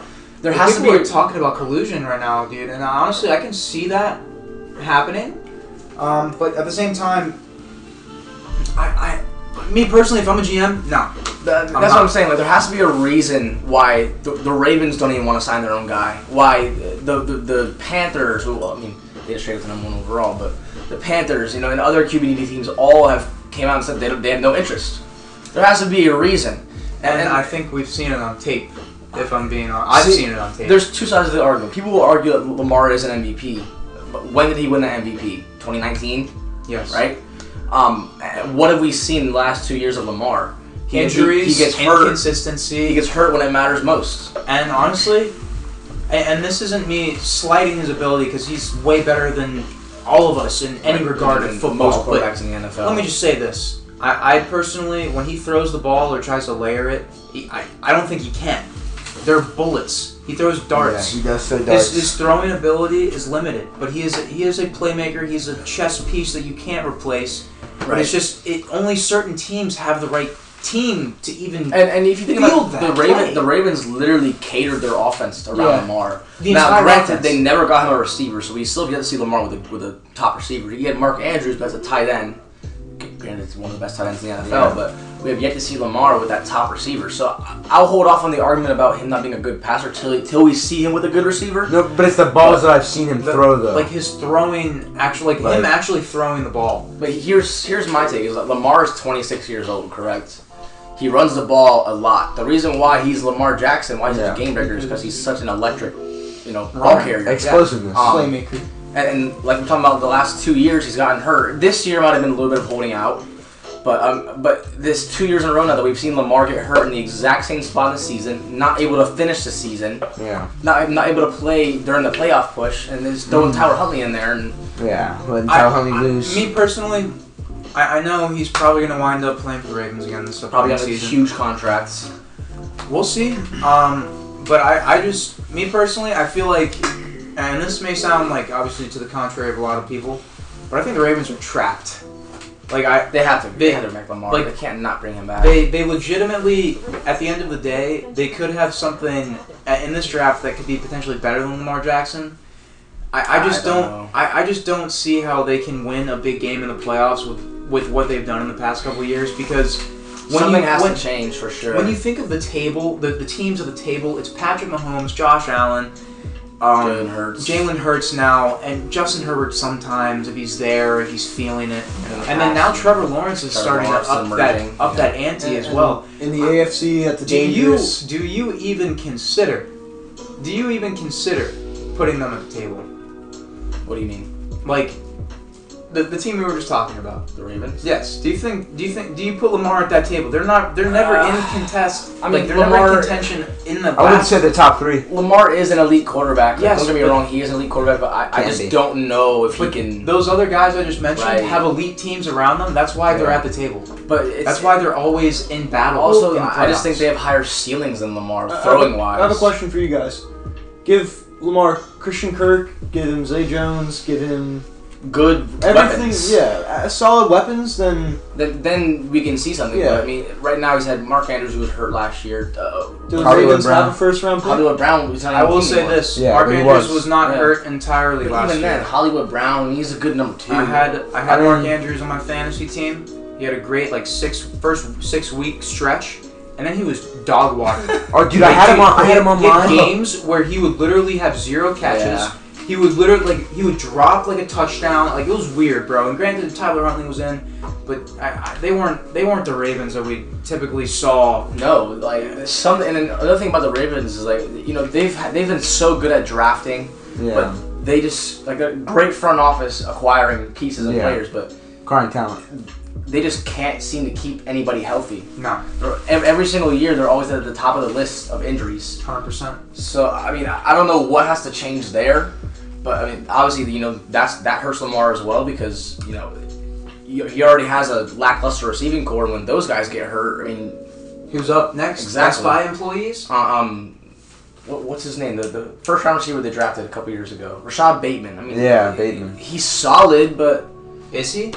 Speaker 2: there has to
Speaker 1: People are
Speaker 2: be
Speaker 1: talking about collusion right now, dude, and honestly, I can see that happening. Um, but at the same time, I, I, me personally, if I'm a GM, no.
Speaker 2: That, that's
Speaker 1: I'm
Speaker 2: what
Speaker 1: not-
Speaker 2: I'm saying. Like, there has to be a reason why the, the Ravens don't even want to sign their own guy. Why the the, the Panthers? Who, well, I mean, they just traded the number one overall, but the Panthers, you know, and other QBD teams all have came out and said they don't, they have no interest. There has to be a reason.
Speaker 1: And, I think we've seen it on tape. If I'm being honest, I've
Speaker 2: See,
Speaker 1: seen it on tape.
Speaker 2: There's two sides of the argument. People will argue that Lamar is an MVP, but when did he win the MVP? 2019,
Speaker 1: yes,
Speaker 2: right? Um, what have we seen in the last two years of Lamar? He- he-
Speaker 1: Injuries,
Speaker 2: he gets hurt.
Speaker 1: inconsistency,
Speaker 2: He gets hurt when it matters most.
Speaker 1: And honestly, a- and this isn't me slighting his ability because he's way better than all of us in any regard of
Speaker 2: Than
Speaker 1: football.
Speaker 2: Most
Speaker 1: but
Speaker 2: quarterbacks in the NFL.
Speaker 1: let me just say this: I, I personally, when he throws the ball or tries to layer it, he, I, I don't think he can. They're bullets. He throws darts.
Speaker 3: Yeah, he does so darts.
Speaker 1: his, his throwing ability is limited, but he is he is a playmaker. He's a chess piece that you can't replace. But it's just it only certain teams have the right team to even
Speaker 2: and, and if you think
Speaker 1: Field
Speaker 2: about
Speaker 1: that
Speaker 2: the
Speaker 1: play.
Speaker 2: Ravens, the Ravens literally catered their offense around
Speaker 1: Yeah.
Speaker 2: Lamar.
Speaker 1: The
Speaker 2: now,
Speaker 1: entire
Speaker 2: granted,
Speaker 1: offense.
Speaker 2: they never got him a receiver, so we still have yet to see Lamar with a, with a top receiver. He had Mark Andrews, but as a tight end. Granted, it's one of the best tight ends in the NFL,
Speaker 3: Yeah.
Speaker 2: but we have yet to see Lamar with that top receiver. So I- I'll hold off on the argument about him not being a good passer till, till we see him with a good receiver.
Speaker 3: no, but it's the balls that I've seen him
Speaker 1: But,
Speaker 3: throw though.
Speaker 1: Like his throwing, actually, like, him
Speaker 3: Like-
Speaker 1: actually throwing the ball.
Speaker 2: But here's here's my take is that Lamar is 26 years old, correct? He runs the ball a lot. The reason why he's Lamar Jackson, why he's such a
Speaker 3: Yeah.
Speaker 2: game breaker, is because he's such an electric, you know, ball carrier.
Speaker 3: Explosiveness.
Speaker 2: Um,
Speaker 4: playmaker.
Speaker 2: and, and like we're talking about the last two years, he's gotten hurt. This year might have been a little bit of holding out, but um, but this two years in a row now that we've seen Lamar get hurt in the exact same spot in the season, not able to finish the season,
Speaker 3: yeah,
Speaker 2: not not able to play during the playoff push, and there's throwing
Speaker 1: Hmm.
Speaker 2: Tyler Huntley in there, and
Speaker 3: yeah. Letting Tyler
Speaker 1: I-
Speaker 3: Huntley
Speaker 1: I-
Speaker 3: loose.
Speaker 1: Me personally, I, I know he's probably going to wind up playing for the Ravens again this
Speaker 2: probably
Speaker 1: upcoming
Speaker 2: got a
Speaker 1: season.
Speaker 2: huge contract.
Speaker 1: We'll see. Um, but I, I just, me personally, I feel like, and this may sound like obviously to the contrary of a lot of people, but I think the Ravens are trapped. Like I,
Speaker 2: They have to.
Speaker 1: They-
Speaker 2: They, have to bring back Lamar.
Speaker 1: like-
Speaker 2: they can't not bring him back.
Speaker 1: They they legitimately, at the end of the day, they could have something uh, in this draft that could be potentially better than Lamar Jackson. I, I just
Speaker 2: I don't
Speaker 1: don't,
Speaker 2: know.
Speaker 1: I, I just don't see how they can win a big game in the playoffs with, with what they've done in the past couple of years because when
Speaker 2: Something
Speaker 1: you,
Speaker 2: has
Speaker 1: when,
Speaker 2: to change for sure.
Speaker 1: when you think of the table, the, the teams of the table, it's Patrick Mahomes, Josh Allen, um,
Speaker 2: Jalen Hurts.
Speaker 1: Jalen Hurts now, and Justin Herbert sometimes if he's there, if he's feeling it,
Speaker 2: Yeah.
Speaker 1: and then now Trevor Lawrence is
Speaker 2: Trevor
Speaker 1: starting
Speaker 2: Lawrence
Speaker 1: to up
Speaker 2: is emerging,
Speaker 1: that up
Speaker 2: yeah.
Speaker 1: that ante as
Speaker 4: And
Speaker 1: well.
Speaker 4: in the AFC at the
Speaker 1: Do you
Speaker 4: dangerous.
Speaker 1: do you even consider? Do you even consider putting them at the table?
Speaker 2: what do you mean?
Speaker 1: Like the, the team we were just talking about.
Speaker 2: The Ravens?
Speaker 1: Yes. Do you think? Do you think? Do you put Lamar at that table? They're not. They're never
Speaker 2: Uh,
Speaker 1: in contest.
Speaker 2: I mean,
Speaker 1: like they're never in
Speaker 2: Lamar-
Speaker 1: contention in the.
Speaker 3: I would
Speaker 1: basket.
Speaker 3: say the top three.
Speaker 2: Lamar is an elite quarterback. Like,
Speaker 1: Yes,
Speaker 2: don't get me
Speaker 1: but-
Speaker 2: wrong, he is an elite quarterback, but I, I
Speaker 3: Can
Speaker 2: just
Speaker 3: be.
Speaker 2: don't know if he can.
Speaker 1: Those other guys I just mentioned
Speaker 2: Right.
Speaker 1: have elite teams around them. That's why they're
Speaker 3: Yeah.
Speaker 1: at the table.
Speaker 2: but it's,
Speaker 1: That's why they're always in battle.
Speaker 2: Also,
Speaker 1: in the
Speaker 2: I just
Speaker 1: playoffs.
Speaker 2: think they have higher ceilings than Lamar
Speaker 4: I- I have a-
Speaker 2: throwing wise.
Speaker 4: I have a question for you guys. Give Lamar Christian Kirk. Give him Zay Jones. Give him
Speaker 2: Good
Speaker 4: everything.
Speaker 2: weapons.
Speaker 4: Yeah, uh, solid weapons. Then
Speaker 2: Then, then we can see something.
Speaker 4: Yeah.
Speaker 2: But, I mean, right now he's had Mark Andrews who was hurt last year. Uh,
Speaker 4: do the
Speaker 3: Hollywood
Speaker 4: Ravens
Speaker 3: Brown.
Speaker 4: have a first round pick?
Speaker 2: Hollywood Brown was not
Speaker 1: I
Speaker 2: on the
Speaker 1: will
Speaker 2: team
Speaker 1: say
Speaker 2: anymore.
Speaker 1: this:
Speaker 3: Yeah,
Speaker 1: Mark
Speaker 3: but he
Speaker 1: Andrews
Speaker 3: was.
Speaker 1: was not
Speaker 2: Yeah.
Speaker 1: hurt entirely
Speaker 2: But
Speaker 1: last
Speaker 2: even
Speaker 1: year.
Speaker 2: then, Hollywood Brown, he's a good number two.
Speaker 1: I had I had
Speaker 3: I mean-
Speaker 1: Mark Andrews on my fantasy team. He had a great like six first six week stretch, and then he was dog walking.
Speaker 3: Oh, dude, I had him on. I had him on
Speaker 1: He had
Speaker 3: mine.
Speaker 1: games where he would literally have zero catches, He would literally like he would drop like a touchdown. Like it was weird, bro. And granted, Tyler Huntley was in, but I, I, they weren't they weren't the Ravens that we typically saw.
Speaker 2: No, like something. And then another thing about the Ravens is like you know they've had- they've been so good at drafting,
Speaker 3: Yeah.
Speaker 2: but they just like a great front office acquiring pieces and
Speaker 3: Yeah.
Speaker 2: players, but
Speaker 3: Crying talent.
Speaker 2: they just can't seem to keep anybody healthy.
Speaker 1: No,
Speaker 2: They're- ev- Every single year, they're always at the top of the list of injuries.
Speaker 1: hundred percent.
Speaker 2: So I mean, I I don't know what has to change there, but I mean, obviously, you know, that's that hurts Lamar as well because you know he he already has a lackluster receiving core. When those guys get hurt, I mean,
Speaker 1: Who's up next? Best
Speaker 2: Exactly.
Speaker 1: Buy employees.
Speaker 2: uh, um, what, what's his name? The, the first round receiver they drafted a couple years ago, Rashad Bateman. I mean,
Speaker 3: Yeah, Bateman.
Speaker 2: He's solid, but
Speaker 1: Is he?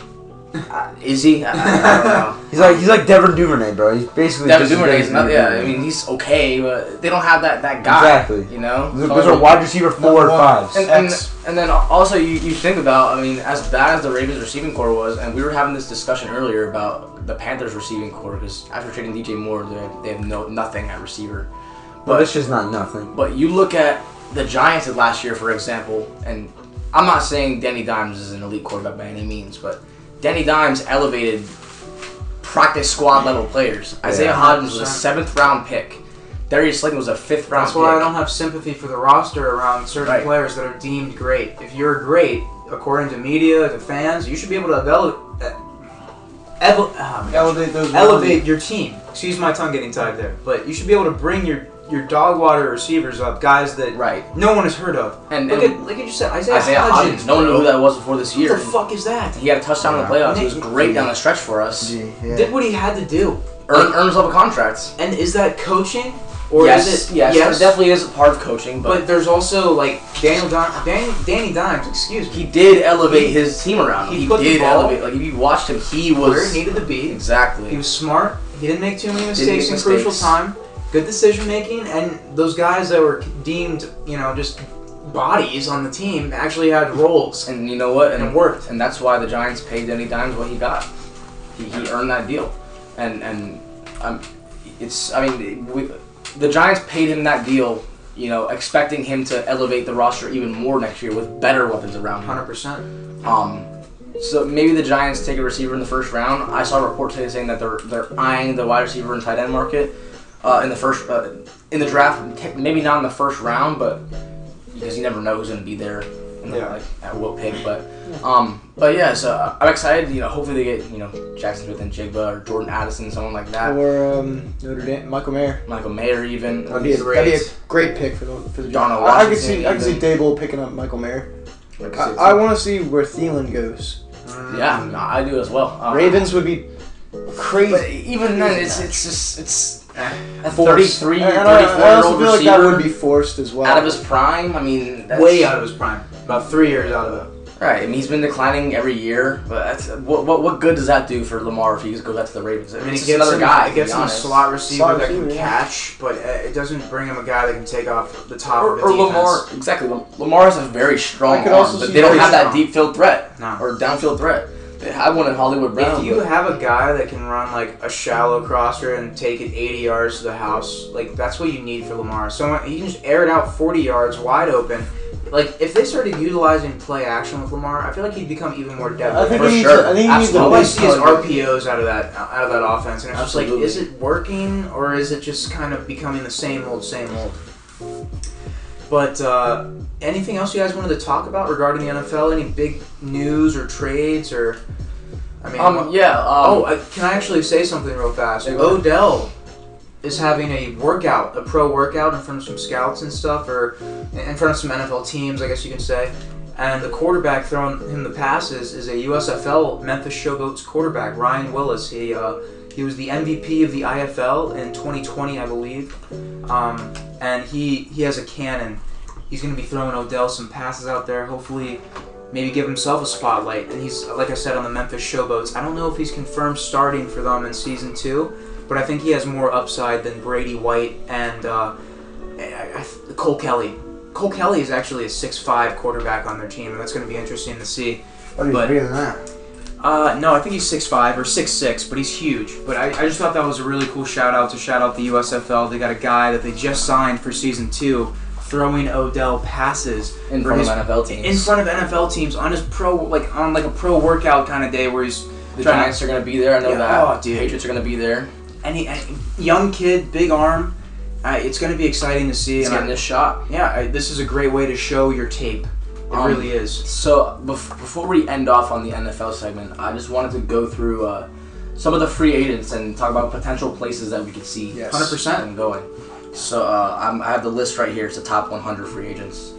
Speaker 2: uh, is he? I, I don't know.
Speaker 3: He's like he's like Devin Duvernay, bro. He's basically
Speaker 2: Devin
Speaker 3: just as
Speaker 2: Duvernay
Speaker 3: good
Speaker 2: is
Speaker 3: as
Speaker 2: not. Yeah,
Speaker 3: Devin
Speaker 2: I
Speaker 3: Duvernay.
Speaker 2: mean, he's okay, but they don't have that that guy.
Speaker 3: Exactly.
Speaker 2: You know,
Speaker 3: Those are- those are wide receiver four and
Speaker 4: Number one.
Speaker 3: fives.
Speaker 2: And, and,
Speaker 4: X.
Speaker 2: and then also you, you think about I mean as bad as the Ravens receiving core was and we were having this discussion earlier about the Panthers receiving core because after trading DJ Moore they have, they have no nothing at receiver
Speaker 3: Well, this is not nothing.
Speaker 2: but you look at the Giants of last year for example and I'm not saying Danny Dimes is an elite quarterback by any means but Danny Dimes elevated practice squad level players Isaiah Hodgins was a
Speaker 1: 100%.
Speaker 2: seventh round pick Darius Slayton was a fifth round
Speaker 1: That's why I
Speaker 2: pick.
Speaker 1: don't have sympathy for the roster around certain
Speaker 2: Right.
Speaker 1: players that are deemed great. If you're great, according to media, to fans, you should be able to evalu- uh, ev- oh my gosh.
Speaker 4: Elevate those.
Speaker 1: elevate your team. Excuse my tongue getting tied there, but you should be able to bring your your dog water receivers up, guys that
Speaker 2: right
Speaker 1: no one has heard of.
Speaker 2: and,
Speaker 1: Look
Speaker 2: and
Speaker 1: at look at you said Isaiah,
Speaker 2: Isaiah Hodgins no one knew who that was before this
Speaker 1: What
Speaker 2: year
Speaker 1: the fuck is that?
Speaker 2: He had a touchdown in the
Speaker 3: Yeah.
Speaker 2: playoffs. He was great down the stretch for us.
Speaker 3: Gee, yeah.
Speaker 1: Did what he had to do,
Speaker 2: Earn, earn himself a contract.
Speaker 1: and is that coaching or
Speaker 2: yes,
Speaker 1: is it
Speaker 2: yes, It definitely is a part of coaching, but,
Speaker 1: But there's also like Daniel Don- Danny, Danny Dimes, excuse me,
Speaker 2: he did elevate
Speaker 1: He-
Speaker 2: his team around.
Speaker 1: he
Speaker 2: He,
Speaker 1: put the
Speaker 2: did
Speaker 1: ball-
Speaker 2: elevate. Like if you watched him, he
Speaker 1: where it
Speaker 2: was
Speaker 1: needed to be.
Speaker 2: exactly.
Speaker 1: He was smart. He didn't make too many mistakes in
Speaker 2: make
Speaker 1: crucial
Speaker 2: mistakes.
Speaker 1: time. Good decision making, and those guys that were deemed, you know, just bodies on the team actually had roles,
Speaker 2: and you know what?
Speaker 1: and it
Speaker 2: And
Speaker 1: worked.
Speaker 2: and that's why the Giants paid Danny Dimes what he got. He, he earned that deal, and and um, it's I mean we, the Giants paid him that deal, you know, expecting him to elevate the roster even more next year with better weapons around him.
Speaker 1: Hundred percent.
Speaker 2: Um, so maybe the Giants take a receiver in the first round. I saw a report today saying that they're they're eyeing the wide receiver and tight end market uh, in the first uh, in the draft. Te- maybe not in the first round, but because you never know who's going to be there, in the,
Speaker 4: Yeah.
Speaker 2: like at what pick. But um, but yeah, so I- I'm excited. You know, hopefully they get you know Jackson Smith and Jigba or Jordan Addison, someone like that.
Speaker 4: Or um, Notre Dame, Michael Mayer.
Speaker 2: Michael Mayer even.
Speaker 4: That'd be, a,
Speaker 1: Great.
Speaker 4: that'd be a great pick for the for the
Speaker 2: Darnell
Speaker 4: I, I could see
Speaker 2: Washington,
Speaker 4: I could see
Speaker 2: even.
Speaker 4: Dable picking up Michael Mayer.
Speaker 2: Like,
Speaker 4: I, I want to see where Thielen goes.
Speaker 2: yeah, no, I do as well. Um,
Speaker 4: Ravens would be
Speaker 2: But
Speaker 4: crazy.
Speaker 2: even then, it's it's just it's
Speaker 1: Eh.
Speaker 2: a 33,
Speaker 4: And I,
Speaker 2: 34
Speaker 4: I
Speaker 2: year
Speaker 4: also
Speaker 2: old
Speaker 4: feel
Speaker 2: receiver.
Speaker 4: like that would be forced as well.
Speaker 2: out of his prime. I mean, that's,
Speaker 1: Way out of his prime. About three years out of it.
Speaker 2: Right. I mean, he's been declining every year. But that's, what, what what good does that do for Lamar if he just goes back to the Ravens?
Speaker 1: I
Speaker 2: I mean,
Speaker 1: mean,
Speaker 2: it's
Speaker 1: it
Speaker 2: just
Speaker 1: gets
Speaker 2: another
Speaker 1: him,
Speaker 2: guy.
Speaker 1: it gets him a slot receiver
Speaker 4: Slot
Speaker 1: that can
Speaker 4: receiver, yeah.
Speaker 1: catch, but uh, it doesn't bring him a guy that can take off the top of
Speaker 2: Or,
Speaker 1: the
Speaker 2: or
Speaker 1: defense.
Speaker 2: Lamar, exactly. Lam- Lamar has a very strong
Speaker 4: I could
Speaker 2: arm,
Speaker 4: also
Speaker 2: but
Speaker 4: see
Speaker 2: they don't
Speaker 1: very
Speaker 2: have that
Speaker 1: strong.
Speaker 2: deep field threat
Speaker 1: No.
Speaker 2: or downfield threat. They had one in Hollywood Brown.
Speaker 1: If you
Speaker 2: but-
Speaker 1: have a guy that can run like a shallow crosser and take it 80 yards to the house, like that's what you need for Lamar. Someone he can just air it out 40 yards wide open. Like if they started utilizing play action with Lamar, I feel like he'd become even more deadly.
Speaker 4: I think
Speaker 2: For
Speaker 4: he needs
Speaker 2: sure.
Speaker 4: to, I think he needs to
Speaker 1: all
Speaker 2: Absolutely.
Speaker 1: I
Speaker 4: base
Speaker 1: see is
Speaker 4: target.
Speaker 1: RPOs out of that out of that offense, and it's
Speaker 2: Absolutely.
Speaker 1: just like, is it working or is it just kind of becoming the same old, same old? But uh, anything else you guys wanted to talk about regarding the NFL? Any big news or trades or? I mean,
Speaker 2: um, yeah. Um,
Speaker 1: Oh, I, can I actually say something real fast?
Speaker 2: Yeah, go ahead.
Speaker 1: Odell is having a workout, a pro workout in front of some scouts and stuff, or in front of some NFL teams, I guess you can say. And the quarterback throwing him the passes is a USFL Memphis Showboats quarterback, Ryan Willis. He uh, he was the MVP of the IFL in 2020, I believe. Um, and he he has a cannon. He's going to be throwing Odell some passes out there. Hopefully, maybe give himself a spotlight. And he's, like I said, on the Memphis Showboats. I don't know if he's confirmed starting for them in season two, but I think he has more upside than Brady White and uh, I, I, Cole Kelly. Cole Kelly is actually a 6'5 quarterback on their team, and that's going to be interesting to see.
Speaker 3: What
Speaker 1: but-
Speaker 3: bigger than that?
Speaker 1: Uh, no, I think he's 6'5 or 6'6, but he's huge. But I, I just thought that was a really cool shout out to shout out the USFL. They got a guy that they just signed for season two
Speaker 5: throwing Odell passes
Speaker 2: in
Speaker 5: for
Speaker 2: front
Speaker 5: his-
Speaker 2: of NFL teams.
Speaker 5: in front of NFL teams on his pro like on like a pro workout kind of day where he's trying to-
Speaker 2: the Giants are going to be there. I know
Speaker 5: Yeah,
Speaker 2: that.
Speaker 5: oh, dude.
Speaker 2: Patriots are going to be there.
Speaker 5: and he and young kid, big arm. Uh, it's going to be exciting to see.
Speaker 2: He's
Speaker 5: and I-
Speaker 2: getting this shot.
Speaker 5: yeah, I, this is a great way to show your tape. It
Speaker 2: Um,
Speaker 5: really is.
Speaker 2: So bef- before we end off on the NFL segment, I just wanted to go through uh, some of the free agents and talk about potential places that we could see
Speaker 4: Yes.
Speaker 2: 100% them going. So uh, I'm, I have the list right here. It's the top 100 free agents.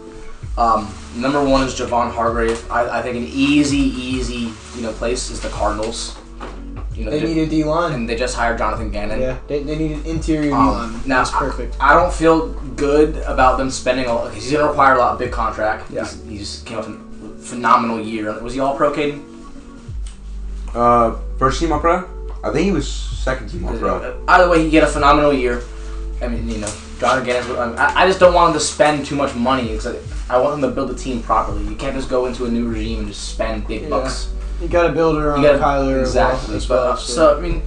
Speaker 2: Um, number one is Javon Hargrave. I, I think an easy, easy you know place is the Cardinals. You know,
Speaker 4: They
Speaker 2: ju-
Speaker 4: need a D line.
Speaker 2: and they just hired Jonathan Gannon.
Speaker 4: Yeah, they, they need an interior
Speaker 2: Um,
Speaker 4: D line.
Speaker 2: now-
Speaker 4: That's perfect.
Speaker 2: I don't feel good about them spending a lot because he's going to require a lot of big contract.
Speaker 4: Yeah.
Speaker 2: He's, he's came off a phenomenal year. Was he all pro, Caden?
Speaker 3: Uh, first team all pro. I think he was second team all pro.
Speaker 2: Uh, Either way, he get a phenomenal year. I mean, you know, John Gannis. I, I just don't want him to spend too much money because I, I want him to build a team properly. You can't just go into a new regime and just spend big
Speaker 4: Yeah.
Speaker 2: bucks.
Speaker 4: You got to build around
Speaker 2: You gotta-
Speaker 4: Kyler
Speaker 2: exactly.
Speaker 4: as
Speaker 2: but,
Speaker 4: well.
Speaker 2: uh, so I mean,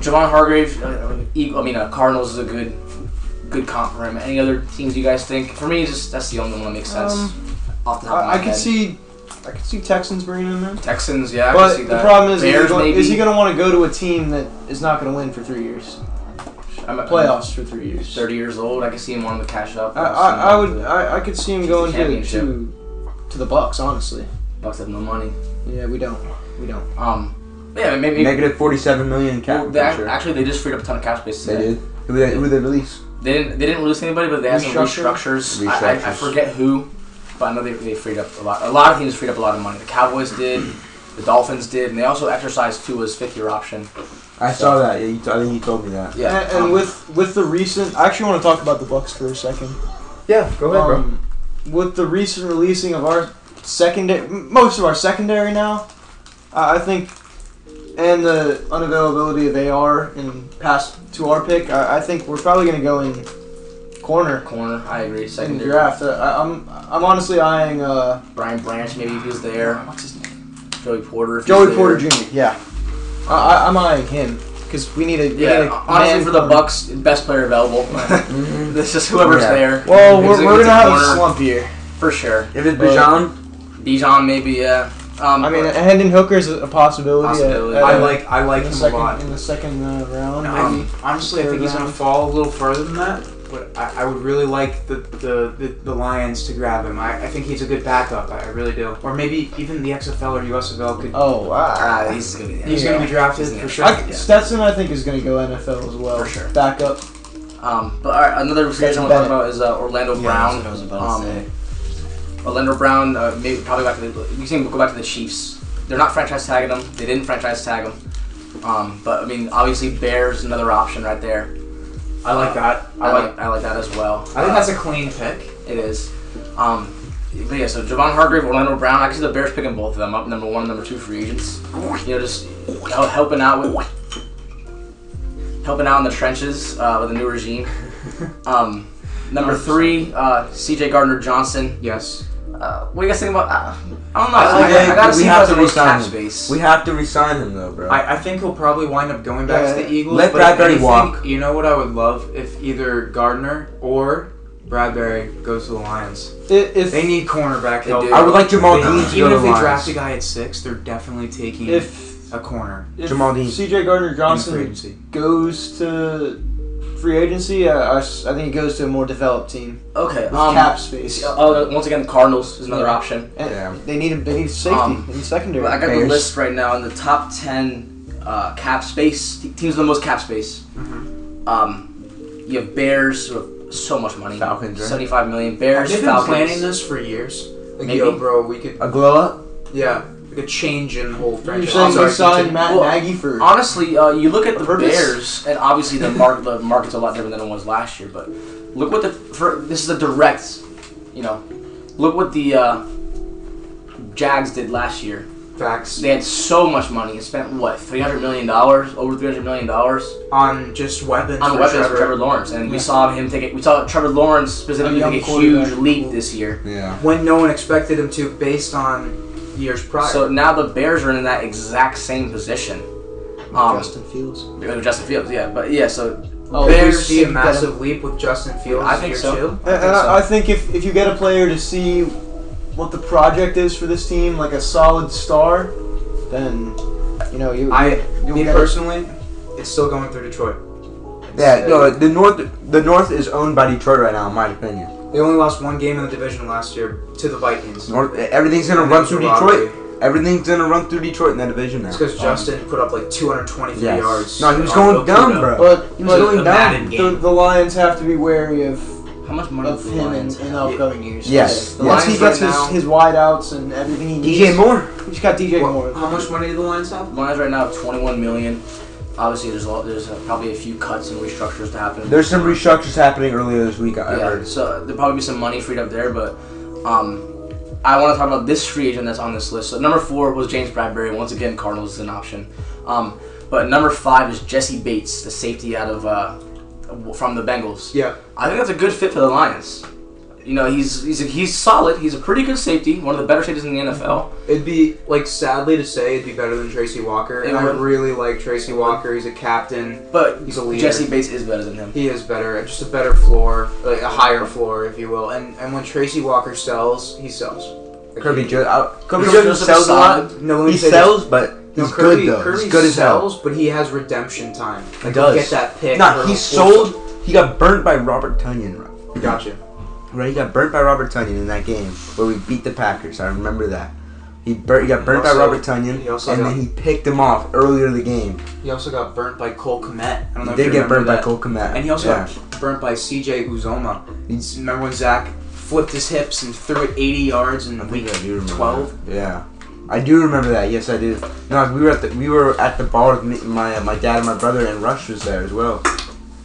Speaker 2: Javon Hargrave. Uh, Eagle, I mean, uh, Cardinals is a good, good comp for him. Any other teams you guys think? For me, just that's the only one that makes sense.
Speaker 4: Um,
Speaker 2: off the top of my
Speaker 4: I, I could
Speaker 2: head.
Speaker 4: see, I could see Texans bringing him in.
Speaker 2: Texans. Yeah, I could
Speaker 4: But
Speaker 2: see
Speaker 4: the
Speaker 2: that.
Speaker 4: problem is, is
Speaker 2: Bears
Speaker 4: he, going,
Speaker 2: maybe.
Speaker 4: is he going to want to go to a team that is not going to win for three years?
Speaker 2: I'm, I'm
Speaker 4: Playoffs for three years.
Speaker 2: Thirty years old. I could see him wanting to cash up.
Speaker 4: I, I, I would, I, I could see him
Speaker 2: Just
Speaker 4: going
Speaker 2: the
Speaker 4: to,
Speaker 2: championship.
Speaker 4: to to the Bucks. Honestly,
Speaker 2: Bucks have no money.
Speaker 4: yeah, we don't, we don't.
Speaker 2: Um, yeah, maybe.
Speaker 3: Negative forty-seven million cap.
Speaker 2: Well, they,
Speaker 3: I'm sure.
Speaker 2: Actually, they just freed up a ton of cap space.
Speaker 3: They
Speaker 2: today.
Speaker 3: did. Who they, who they release?
Speaker 2: They didn't. They didn't release anybody, but they had some
Speaker 4: Restructure?
Speaker 2: restructures. I, I, I
Speaker 3: Restructures.
Speaker 2: forget who, but I know they, they freed up a lot. A lot of teams freed up a lot of money. The Cowboys did. The Dolphins did, and they also exercised Tua's fifth-year option. Um,
Speaker 3: I saw that. Yeah, you t- I think you told me that.
Speaker 4: And, and with with the recent, I actually want to talk about the Bucks for a second.
Speaker 3: Yeah, go
Speaker 4: Um, with the recent releasing of our secondary, most of our secondary now, I I think, and the unavailability of AR and pass to our pick, I, I think we're probably going to go in corner
Speaker 2: corner. I agree.
Speaker 4: in the
Speaker 2: Secondary.
Speaker 4: draft. Uh, I, I'm I'm honestly eyeing uh,
Speaker 2: Brian Branch, maybe if he's there.
Speaker 4: what's his name?
Speaker 2: Joey Porter. If
Speaker 4: Joey
Speaker 2: he's
Speaker 4: Porter
Speaker 2: there.
Speaker 4: Jr. Yeah, I, I, I'm eyeing him because we need a we need
Speaker 2: Yeah,
Speaker 4: a
Speaker 2: honestly,
Speaker 4: man
Speaker 2: for the
Speaker 4: corner.
Speaker 2: Bucks, best player available.
Speaker 3: Mhm.
Speaker 2: It's just whoever's
Speaker 3: Yeah.
Speaker 2: there.
Speaker 4: Well,
Speaker 2: If
Speaker 4: we're,
Speaker 2: it's a-
Speaker 4: we're
Speaker 2: it's
Speaker 4: gonna have
Speaker 2: corner,
Speaker 4: a slump year.
Speaker 2: for sure.
Speaker 3: If it's
Speaker 4: But-
Speaker 3: Bijan,
Speaker 2: Bijan, maybe. Yeah. Um,
Speaker 4: I mean, Hendon Hooker is a possibility. at-
Speaker 2: Possibility.
Speaker 4: at
Speaker 1: I
Speaker 4: a-
Speaker 1: like I like
Speaker 4: in
Speaker 1: him a
Speaker 4: the
Speaker 1: lot.
Speaker 4: second, in the second uh, round.
Speaker 1: Um,
Speaker 4: maybe.
Speaker 1: honestly, I think he's gonna fall a little further than that. But I, I would really like the, the, the, the Lions to grab him. I, I think he's a good backup. I, I really do. Or maybe even the XFL or USFL could.
Speaker 4: oh, wow.
Speaker 2: ah, he's gonna be there.
Speaker 1: He's gonna be drafted for sure.
Speaker 4: I,
Speaker 2: yeah.
Speaker 4: Stetson, I think, is going to go NFL as well.
Speaker 2: For sure.
Speaker 4: Back up.
Speaker 2: Um, but all right, another situation I want
Speaker 4: Stetson
Speaker 2: to talk
Speaker 4: Bennett.
Speaker 2: about is uh, Orlando Brown. um, Orlando Brown, uh, maybe probably back to the. You can go back to the Chiefs. They're not franchise tagging them. They didn't franchise tag them. Um, but I mean, obviously, Bears another option right there.
Speaker 1: I like that.
Speaker 2: I like I like that as well.
Speaker 1: I think that's a clean pick.
Speaker 2: it is. Um, but yeah, so Javon Hargrave, Orlando Brown. I can see the Bears picking both of them up, number one, and number two free agents. You know, just hel- helping out with helping out in the trenches uh, with the new regime. Um, number three, uh, C.J. Gardner Johnson.
Speaker 1: Yes.
Speaker 2: Uh, what do you guys think about? Uh, I don't know.
Speaker 3: I
Speaker 2: I,
Speaker 3: think
Speaker 2: I, gotta
Speaker 3: we
Speaker 2: see
Speaker 3: have
Speaker 2: how
Speaker 3: to
Speaker 2: to
Speaker 3: resign
Speaker 2: cap
Speaker 3: him.
Speaker 2: space.
Speaker 3: we have to resign him though, bro.
Speaker 1: I, I think he'll probably wind up going back to
Speaker 4: Yeah.
Speaker 1: the Eagles.
Speaker 3: Let
Speaker 1: but if
Speaker 3: Bradbury
Speaker 1: anything,
Speaker 3: walk.
Speaker 1: You know what I would love if either Gardner or Bradbury goes to the Lions.
Speaker 4: I- If
Speaker 1: They need cornerback
Speaker 2: They
Speaker 1: help.
Speaker 2: do.
Speaker 3: I would like Jamal
Speaker 1: They-
Speaker 3: Dean to go
Speaker 1: even
Speaker 3: to
Speaker 1: if
Speaker 3: the
Speaker 1: they
Speaker 3: Lions.
Speaker 1: draft a guy at six, they're definitely taking
Speaker 4: if,
Speaker 1: a corner
Speaker 4: if
Speaker 3: Jamal Dean.
Speaker 4: C.J. Gardner
Speaker 1: in free
Speaker 4: Johnson
Speaker 1: agency.
Speaker 4: goes to free agency, uh, I, s- I think he goes to a more developed team
Speaker 2: okay.
Speaker 4: with
Speaker 2: Um,
Speaker 4: cap space.
Speaker 2: uh, once again, the Cardinals is another
Speaker 4: Yeah.
Speaker 2: option.
Speaker 4: And
Speaker 3: Yeah.
Speaker 4: They need a they need safety
Speaker 2: Um,
Speaker 4: in the secondary.
Speaker 2: I got the
Speaker 3: Bears.
Speaker 2: list right now in the top ten uh, cap space te- teams with the most cap space.
Speaker 3: Mm-hmm.
Speaker 2: Um, you have Bears with so much money,
Speaker 3: Falcons, right?
Speaker 2: seventy-five million.
Speaker 1: Have
Speaker 2: Bears,
Speaker 1: they been
Speaker 2: Falcons.
Speaker 1: planning this for years? Like,
Speaker 2: Maybe.
Speaker 1: yo, bro, we could,
Speaker 3: a glow up.
Speaker 1: yeah, like a change in whole
Speaker 4: You're
Speaker 1: franchise.
Speaker 4: saying
Speaker 1: I'm
Speaker 4: they
Speaker 1: sorry,
Speaker 4: signed Matt
Speaker 2: Well,
Speaker 4: Nagy for
Speaker 2: Honestly, uh, you look at the
Speaker 4: On purpose?
Speaker 2: Bears, and obviously the market the market's a lot different than it was last year. But look what the for, this is a direct, you know, look what the uh, Jags did last year.
Speaker 1: continue. facts
Speaker 2: They had so much money and spent what three hundred million dollars, over three hundred million dollars.
Speaker 1: on just weapons.
Speaker 2: on
Speaker 1: for
Speaker 2: weapons
Speaker 1: Trevor.
Speaker 2: for Trevor Lawrence, and we
Speaker 4: Yeah.
Speaker 2: saw him take it. We saw Trevor Lawrence specifically
Speaker 4: A young
Speaker 2: take a huge
Speaker 4: quarterback.
Speaker 2: leap this year.
Speaker 3: Yeah.
Speaker 1: when no one expected him to, based on years prior.
Speaker 2: So now the Bears are in that exact same position. Um,
Speaker 4: Justin Fields.
Speaker 2: Justin Fields, yeah, but yeah. So
Speaker 1: Oh, Bears see a massive leap with Justin Fields.
Speaker 2: I think
Speaker 1: year
Speaker 2: so.
Speaker 1: Two?
Speaker 4: And, and I, I think if, if you get a player to see what the project is for this team, like a solid star, then you know you.
Speaker 1: I,
Speaker 4: you
Speaker 1: me
Speaker 4: get it.
Speaker 1: personally, it's still going through Detroit. It's,
Speaker 3: Yeah,
Speaker 1: uh,
Speaker 3: no, the North, the North is owned by Detroit right now, in my opinion.
Speaker 1: They only lost one game in the division last year to the Vikings.
Speaker 3: North, everything's gonna
Speaker 1: And
Speaker 3: run
Speaker 1: it's a
Speaker 3: through
Speaker 1: robbery.
Speaker 3: Detroit. Everything's gonna run through Detroit in that division now.
Speaker 1: It's because Justin put up like 223
Speaker 3: Yes.
Speaker 1: yards.
Speaker 3: No, he was
Speaker 1: on
Speaker 3: going
Speaker 1: Okuda.
Speaker 3: dumb, bro.
Speaker 4: but
Speaker 3: He was
Speaker 4: but
Speaker 3: going
Speaker 5: a Madden
Speaker 3: down.
Speaker 5: game.
Speaker 4: the, the Lions have to be wary of
Speaker 2: How much money
Speaker 4: of
Speaker 2: do the
Speaker 4: him in,
Speaker 2: Lions
Speaker 4: in
Speaker 2: have?
Speaker 4: upcoming years.
Speaker 3: Yes.
Speaker 4: Once
Speaker 2: Lions
Speaker 4: he gets
Speaker 2: right
Speaker 4: his,
Speaker 2: now-
Speaker 4: his wideouts and everything he needs.
Speaker 3: DJ Moore.
Speaker 4: He's got DJ
Speaker 1: What-
Speaker 4: Moore.
Speaker 1: How much money do the Lions have?
Speaker 2: Lions right now have 21 million. Obviously, there's a lot, there's uh, probably a few cuts and restructures to happen.
Speaker 3: There's some restructures happening earlier this week. I
Speaker 2: yeah,
Speaker 3: heard.
Speaker 2: so there'll probably be some money freed up there, but um, I want to talk about this free agent that's on this list. So number four was James Bradbury. Once again, Cardinals is an option. Um, but number five is Jesse Bates, the safety out of uh, from the Bengals.
Speaker 1: Yeah.
Speaker 2: I think that's a good fit for the Lions. You know, he's he's he's solid. He's a pretty good safety, one of the better safeties in the NFL.
Speaker 1: It'd be like sadly to say it'd be better than Tracy Walker,
Speaker 2: It
Speaker 1: and I
Speaker 2: would.
Speaker 1: really like Tracy Walker. He's a captain.
Speaker 2: But
Speaker 1: He's a leader.
Speaker 2: Jesse Bates is better than him.
Speaker 1: He is better, just a better floor, like a higher floor, if you will. And and when Tracy Walker sells, he sells. Like,
Speaker 3: Kirby
Speaker 1: he-
Speaker 3: Joe. I- Kirby
Speaker 2: Kirby
Speaker 3: Joseph
Speaker 2: Joseph
Speaker 3: sells
Speaker 2: is
Speaker 3: a lot.
Speaker 1: No, let me
Speaker 3: He
Speaker 1: say this.
Speaker 3: sells, but
Speaker 1: No,
Speaker 3: he's
Speaker 1: Kirby-
Speaker 3: good though.
Speaker 1: Kirby
Speaker 3: he's good as hell.
Speaker 1: sells, but he has redemption time. Like, he'll
Speaker 3: does.
Speaker 1: Get that pick.
Speaker 3: Nah,
Speaker 1: or
Speaker 3: he
Speaker 1: he'll-
Speaker 3: sold. He got burnt by Robert Tunyon. right?
Speaker 1: Gotcha.
Speaker 3: Right, he got burnt by Robert Tunyon in that game where we beat the Packers. I remember that. He, bur- he got burnt
Speaker 1: also-
Speaker 3: by Robert Tunyon,
Speaker 1: he also
Speaker 3: and
Speaker 1: got-
Speaker 3: then he picked him off earlier in the game.
Speaker 1: He also got burnt by Cole Komet. I don't know
Speaker 3: He
Speaker 1: if
Speaker 3: did
Speaker 1: you
Speaker 3: get
Speaker 1: remember
Speaker 3: burnt
Speaker 1: that.
Speaker 3: by Cole Komet.
Speaker 1: And he also
Speaker 3: yeah.
Speaker 1: got burnt by CJ Uzoma.
Speaker 3: He's-
Speaker 1: Remember when Zach flipped his hips and threw it 80 yards in
Speaker 3: I think
Speaker 1: week
Speaker 3: I do remember
Speaker 1: 12?
Speaker 3: that. Yeah, I do remember that. Yes, I do. No, we were at the we were at the bar with me, my my dad and my brother, and Rush was there as well.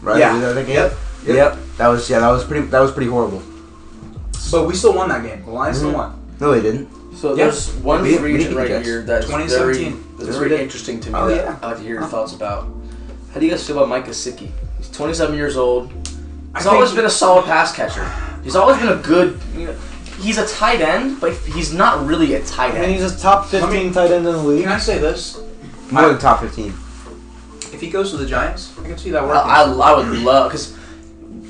Speaker 3: Right?
Speaker 1: Yeah.
Speaker 3: Was that the game?
Speaker 1: Yep.
Speaker 3: Yep. That was yeah. That was pretty. That was pretty horrible.
Speaker 1: But we still won that game. The Lions
Speaker 3: Mhm.
Speaker 1: still won.
Speaker 3: No, they didn't.
Speaker 2: So
Speaker 1: Yeah.
Speaker 2: there's one
Speaker 3: We- we
Speaker 2: free
Speaker 3: didn't
Speaker 2: agent right
Speaker 3: guess.
Speaker 2: here that's very
Speaker 1: 2017.
Speaker 2: that's
Speaker 1: Yes, we
Speaker 2: very
Speaker 1: did.
Speaker 2: interesting to me.
Speaker 1: Oh,
Speaker 2: that
Speaker 1: yeah.
Speaker 2: I'd like to hear your thoughts about. How do you guys feel about Mike Gesicki? He's 27 years old. He's
Speaker 1: think-
Speaker 2: always been a solid pass catcher. He's always been a good. You know, he's a tight end, but he's not really a tight
Speaker 4: And
Speaker 2: end.
Speaker 4: he's a top 15 tight end in the league.
Speaker 1: Can I say this?
Speaker 3: More
Speaker 1: I-
Speaker 3: than top fifteen.
Speaker 1: If he goes to the Giants, I can see that
Speaker 2: I,
Speaker 1: working.
Speaker 2: I, I would love because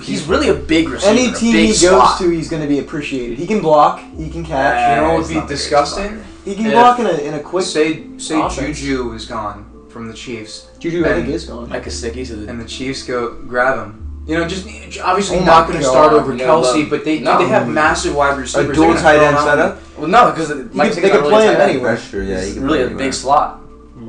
Speaker 2: he's really a big receiver.
Speaker 4: Any
Speaker 2: a
Speaker 4: team
Speaker 2: big
Speaker 4: he goes
Speaker 2: slot.
Speaker 4: to, he's going to be appreciated. He can block. He can catch.
Speaker 1: you know what
Speaker 2: it's
Speaker 1: would
Speaker 2: not
Speaker 1: be
Speaker 2: very
Speaker 1: disgusting?
Speaker 4: He can
Speaker 1: If-
Speaker 4: block in a, in a quick.
Speaker 1: Say say
Speaker 2: Offense.
Speaker 1: Juju is gone from the Chiefs,
Speaker 4: Juju, I think
Speaker 1: Ben-
Speaker 4: is going.
Speaker 2: Mike Gesicki to the
Speaker 1: and the Chiefs go grab him. You know, just obviously
Speaker 4: Oh
Speaker 1: not
Speaker 4: my
Speaker 1: going to
Speaker 4: God,
Speaker 1: start over
Speaker 2: you know,
Speaker 1: Kelsey,
Speaker 2: love-
Speaker 1: but they
Speaker 2: No.
Speaker 1: they have massive wide
Speaker 3: A
Speaker 1: receivers.
Speaker 3: dual
Speaker 1: They're gonna
Speaker 3: tight
Speaker 1: throw
Speaker 3: end
Speaker 1: him out.
Speaker 3: setup.
Speaker 2: Well, no, because Mike
Speaker 4: could-
Speaker 2: Gesicki's
Speaker 4: they
Speaker 2: not
Speaker 4: could
Speaker 2: really
Speaker 4: play
Speaker 2: a
Speaker 4: him
Speaker 2: tight end.
Speaker 4: anywhere.
Speaker 3: That's true. Yeah,
Speaker 2: He's
Speaker 3: can
Speaker 2: really
Speaker 3: play
Speaker 2: a
Speaker 3: anywhere.
Speaker 2: big slot.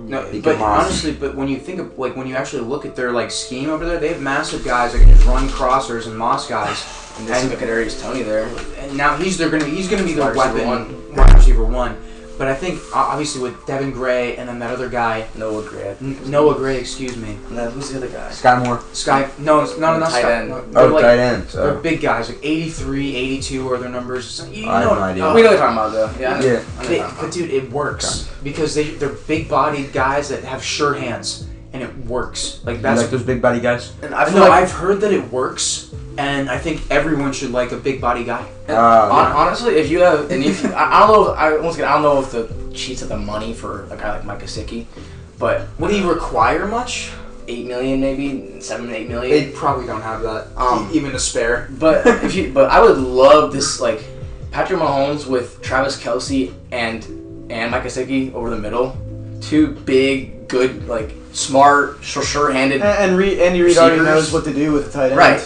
Speaker 1: No,
Speaker 3: He
Speaker 1: but
Speaker 3: can moss.
Speaker 1: honestly, but when you think of like when you actually look at their like scheme over there, they have massive guys that can just run crossers and moss guys.
Speaker 2: And they look at Aries Tony there.
Speaker 1: And now he's they're gonna he's gonna be their
Speaker 2: Wide receiver
Speaker 1: weapon
Speaker 2: one.
Speaker 1: wide receiver one. But I think o- obviously with Devin Gray and then that other guy
Speaker 2: Noah Gray. I think.
Speaker 1: N- Noah Gray, excuse me,
Speaker 2: And then who's the other guy?
Speaker 3: Sky Moore.
Speaker 1: Sky. No, it's not enough.
Speaker 2: Tight
Speaker 1: Sky.
Speaker 2: end.
Speaker 1: No, they're
Speaker 3: Oh,
Speaker 1: like,
Speaker 3: tight end.
Speaker 1: They're
Speaker 3: So.
Speaker 1: big guys, like 83, 82 are their numbers. So, You
Speaker 3: I have
Speaker 1: know,
Speaker 3: no idea.
Speaker 1: uh,
Speaker 2: We know what you're talking about though. Yeah. I know- I
Speaker 3: Yeah.
Speaker 1: They,
Speaker 2: know what you're talking
Speaker 1: but
Speaker 2: about.
Speaker 1: dude, it works because they they're big bodied guys that have sure hands, and it works. Like
Speaker 3: You
Speaker 1: that's
Speaker 3: like those big body guys?
Speaker 2: And I
Speaker 1: I
Speaker 2: feel
Speaker 1: know,
Speaker 2: like
Speaker 1: I've heard that it works, and I think everyone should like a big body guy.
Speaker 3: Oh,
Speaker 2: hon-
Speaker 3: yeah.
Speaker 2: honestly, if you have, and if I, I don't know, if, I once again I don't know if the Chiefs have the money for a guy like Mike Gesicki, but
Speaker 1: Would he require much?
Speaker 2: eight million maybe seven eight million.
Speaker 1: They probably don't have that,
Speaker 2: Um,
Speaker 1: e- even to spare.
Speaker 2: But if you, but I would love this like Patrick Mahomes with Travis Kelsey and and Mike Gesicki over the middle, two big, good, like smart, sure, sure-handed.
Speaker 4: And, and Re- Andy Reid already
Speaker 2: Receivers.
Speaker 4: knows what to do with the tight end.
Speaker 2: Right.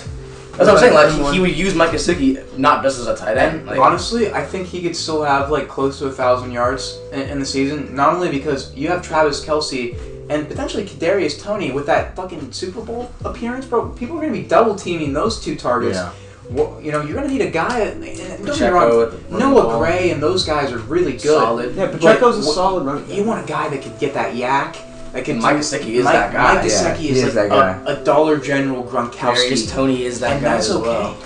Speaker 2: That's what I'm saying. Like
Speaker 4: Everyone.
Speaker 2: he, he would use Mike Gesicki not just as a tight end. Like,
Speaker 1: Honestly, I think he could still have like close to a thousand yards in, in the season. Not only because you have Travis Kelsey and potentially Kadarius Tony with that fucking Super Bowl appearance, bro. People are gonna be double teaming those two targets.
Speaker 3: Yeah.
Speaker 1: Wha- you know, you're gonna need a guy. And, and don't get me
Speaker 2: Pacheco
Speaker 1: wrong,
Speaker 2: at the running
Speaker 1: Noah
Speaker 2: ball.
Speaker 1: Gray and those guys are really good.
Speaker 2: Solid.
Speaker 4: Yeah, Pacheco's a
Speaker 1: But-
Speaker 4: solid running back.
Speaker 1: You want a guy that could get that yak. That can
Speaker 2: Mike Gesicki is
Speaker 1: Mike-
Speaker 2: that guy.
Speaker 1: Mike
Speaker 3: Yeah,
Speaker 1: Gesicki
Speaker 3: he
Speaker 1: is,
Speaker 3: is
Speaker 1: like
Speaker 3: that
Speaker 1: A, a Dollar General
Speaker 2: Kadarius
Speaker 1: Gronkowski,
Speaker 2: Tony is that
Speaker 1: and
Speaker 2: guy
Speaker 1: that's
Speaker 2: as
Speaker 1: okay.
Speaker 2: well.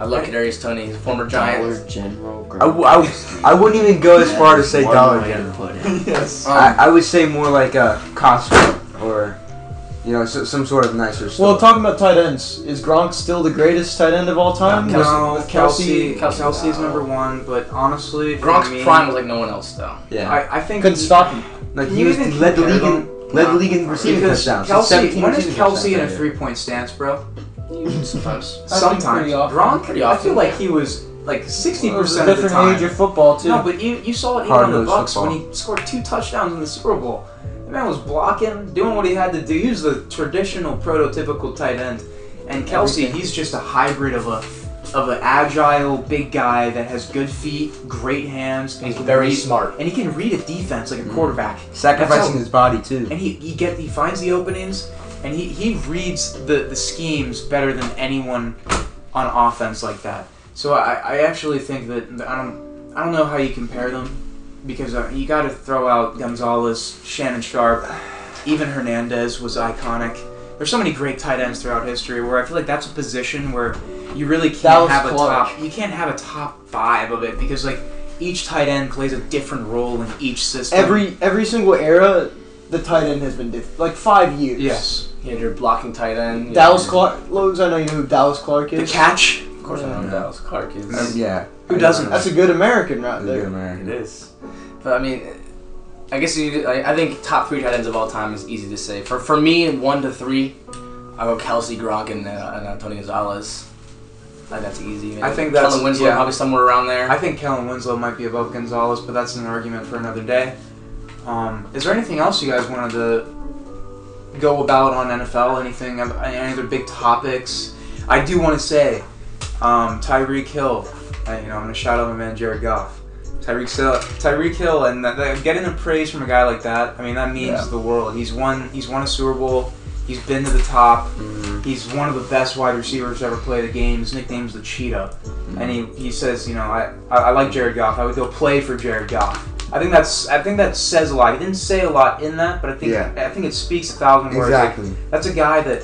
Speaker 2: I love Kadarius Tony. He's a former Um, Giant.
Speaker 6: General.
Speaker 3: I, w- I, w- I wouldn't even go as far to say Dollar General.
Speaker 1: yes.
Speaker 2: Um,
Speaker 3: I, I would say more like a Costco or, you know, so, some sort of nicer store.
Speaker 4: Well, talking about tight ends, is Gronk still the greatest tight end of all time?
Speaker 3: No,
Speaker 1: No,
Speaker 4: With
Speaker 1: Kelsey. Kelsey's
Speaker 2: Kelsey- Kelsey, no.
Speaker 1: number one, but honestly, for
Speaker 2: Gronk's
Speaker 1: me,
Speaker 2: prime was like no one else though.
Speaker 3: yeah.
Speaker 1: I, I think
Speaker 4: Couldn't stop him.
Speaker 3: Like
Speaker 1: Can
Speaker 3: he
Speaker 1: you
Speaker 3: was
Speaker 1: even
Speaker 3: led the
Speaker 1: compare
Speaker 3: league in
Speaker 1: them?
Speaker 3: Led the league in receiving
Speaker 1: Because
Speaker 3: touchdowns. It's
Speaker 1: Kelsey,
Speaker 3: 17
Speaker 1: when is
Speaker 3: receiving
Speaker 1: Kelsey in a
Speaker 3: touchdowns right
Speaker 1: three point stance, bro?
Speaker 2: Sometimes.
Speaker 4: think
Speaker 1: Sometimes.
Speaker 4: pretty often.
Speaker 1: Gronk,
Speaker 2: Pretty
Speaker 1: I feel
Speaker 2: often,
Speaker 1: like
Speaker 2: yeah.
Speaker 1: he was like
Speaker 4: It
Speaker 1: 60%
Speaker 4: was a
Speaker 1: of the time.
Speaker 4: different age of football too.
Speaker 1: No, but you, you saw it even on the
Speaker 3: Hard-nosed
Speaker 1: Bucks
Speaker 3: football.
Speaker 1: when he scored two touchdowns in the Super Bowl. The man was blocking, doing what he had to do. He was the traditional, prototypical tight end. And Kelsey, he's just a hybrid of a of an agile big guy that has good feet, great hands, and
Speaker 2: He's
Speaker 1: can
Speaker 2: very
Speaker 1: read-
Speaker 2: smart. Mm.
Speaker 1: and he can read a defense like a quarterback.
Speaker 3: there. Sacrificing
Speaker 1: That's
Speaker 3: his body too.
Speaker 1: And he, he get he finds the openings, and he, he reads the, the schemes better than anyone on offense like that. So I, I actually think that I don't I don't know how you compare them because uh, you got to throw out Gonzalez, Shannon Sharp, even Hernandez was iconic. There's so many great tight ends throughout history where I feel like that's a position where you really can't
Speaker 4: Dallas
Speaker 1: have a
Speaker 4: Clark.
Speaker 1: top you can't have a top five of it because like each tight end plays a different role in each system.
Speaker 4: every every single era, the tight end has been different. Like five years.
Speaker 1: yes,
Speaker 2: You had your blocking tight end. you
Speaker 4: Dallas
Speaker 2: had-
Speaker 4: Clark. Lowe's, I know you know who Dallas Clark
Speaker 1: the
Speaker 4: is.
Speaker 1: catch.
Speaker 2: Of course, I know who Dallas Clark is.
Speaker 3: And yeah.
Speaker 1: Who doesn't?
Speaker 4: That's a good American right
Speaker 3: He's a good
Speaker 4: there.
Speaker 2: It
Speaker 3: American.
Speaker 2: is. But I mean, I guess you. I, I think top three tight ends of all time is easy to say. For for me, one to three, I go Kelsey, Gronk, and, uh, and Antonio Gonzalez. Like that's easy. Maybe.
Speaker 1: I think that's-
Speaker 2: Kellen Winslow
Speaker 1: yeah.
Speaker 2: probably somewhere around there.
Speaker 1: I think Kellen Winslow might be above Gonzalez, but that's an argument for another day. Um, is there anything else you guys wanted to go about on NFL? Anything? Any other big topics? I do want to say um, Tyreek Hill. And, you know, I'm gonna shout out my man Jared Goff. Tyreek Hill, Tyreek Hill, and that, that- getting a praise from a guy like that. I mean, that means
Speaker 2: Yeah.
Speaker 1: the world. He's won. He's won a Super Bowl. He's been to the top.
Speaker 2: Mm-hmm.
Speaker 1: He's one of the best wide receivers to ever play the game. His nickname's the Cheetah.
Speaker 2: Mm-hmm.
Speaker 1: And he, he says, you know, I, I, I like Jared Goff. I would go play for Jared Goff. I think that's I think that says a lot. He didn't say a lot in that, but I think
Speaker 3: Yeah.
Speaker 1: I think it speaks a thousand words. Like,
Speaker 3: Exactly.
Speaker 1: that's a guy that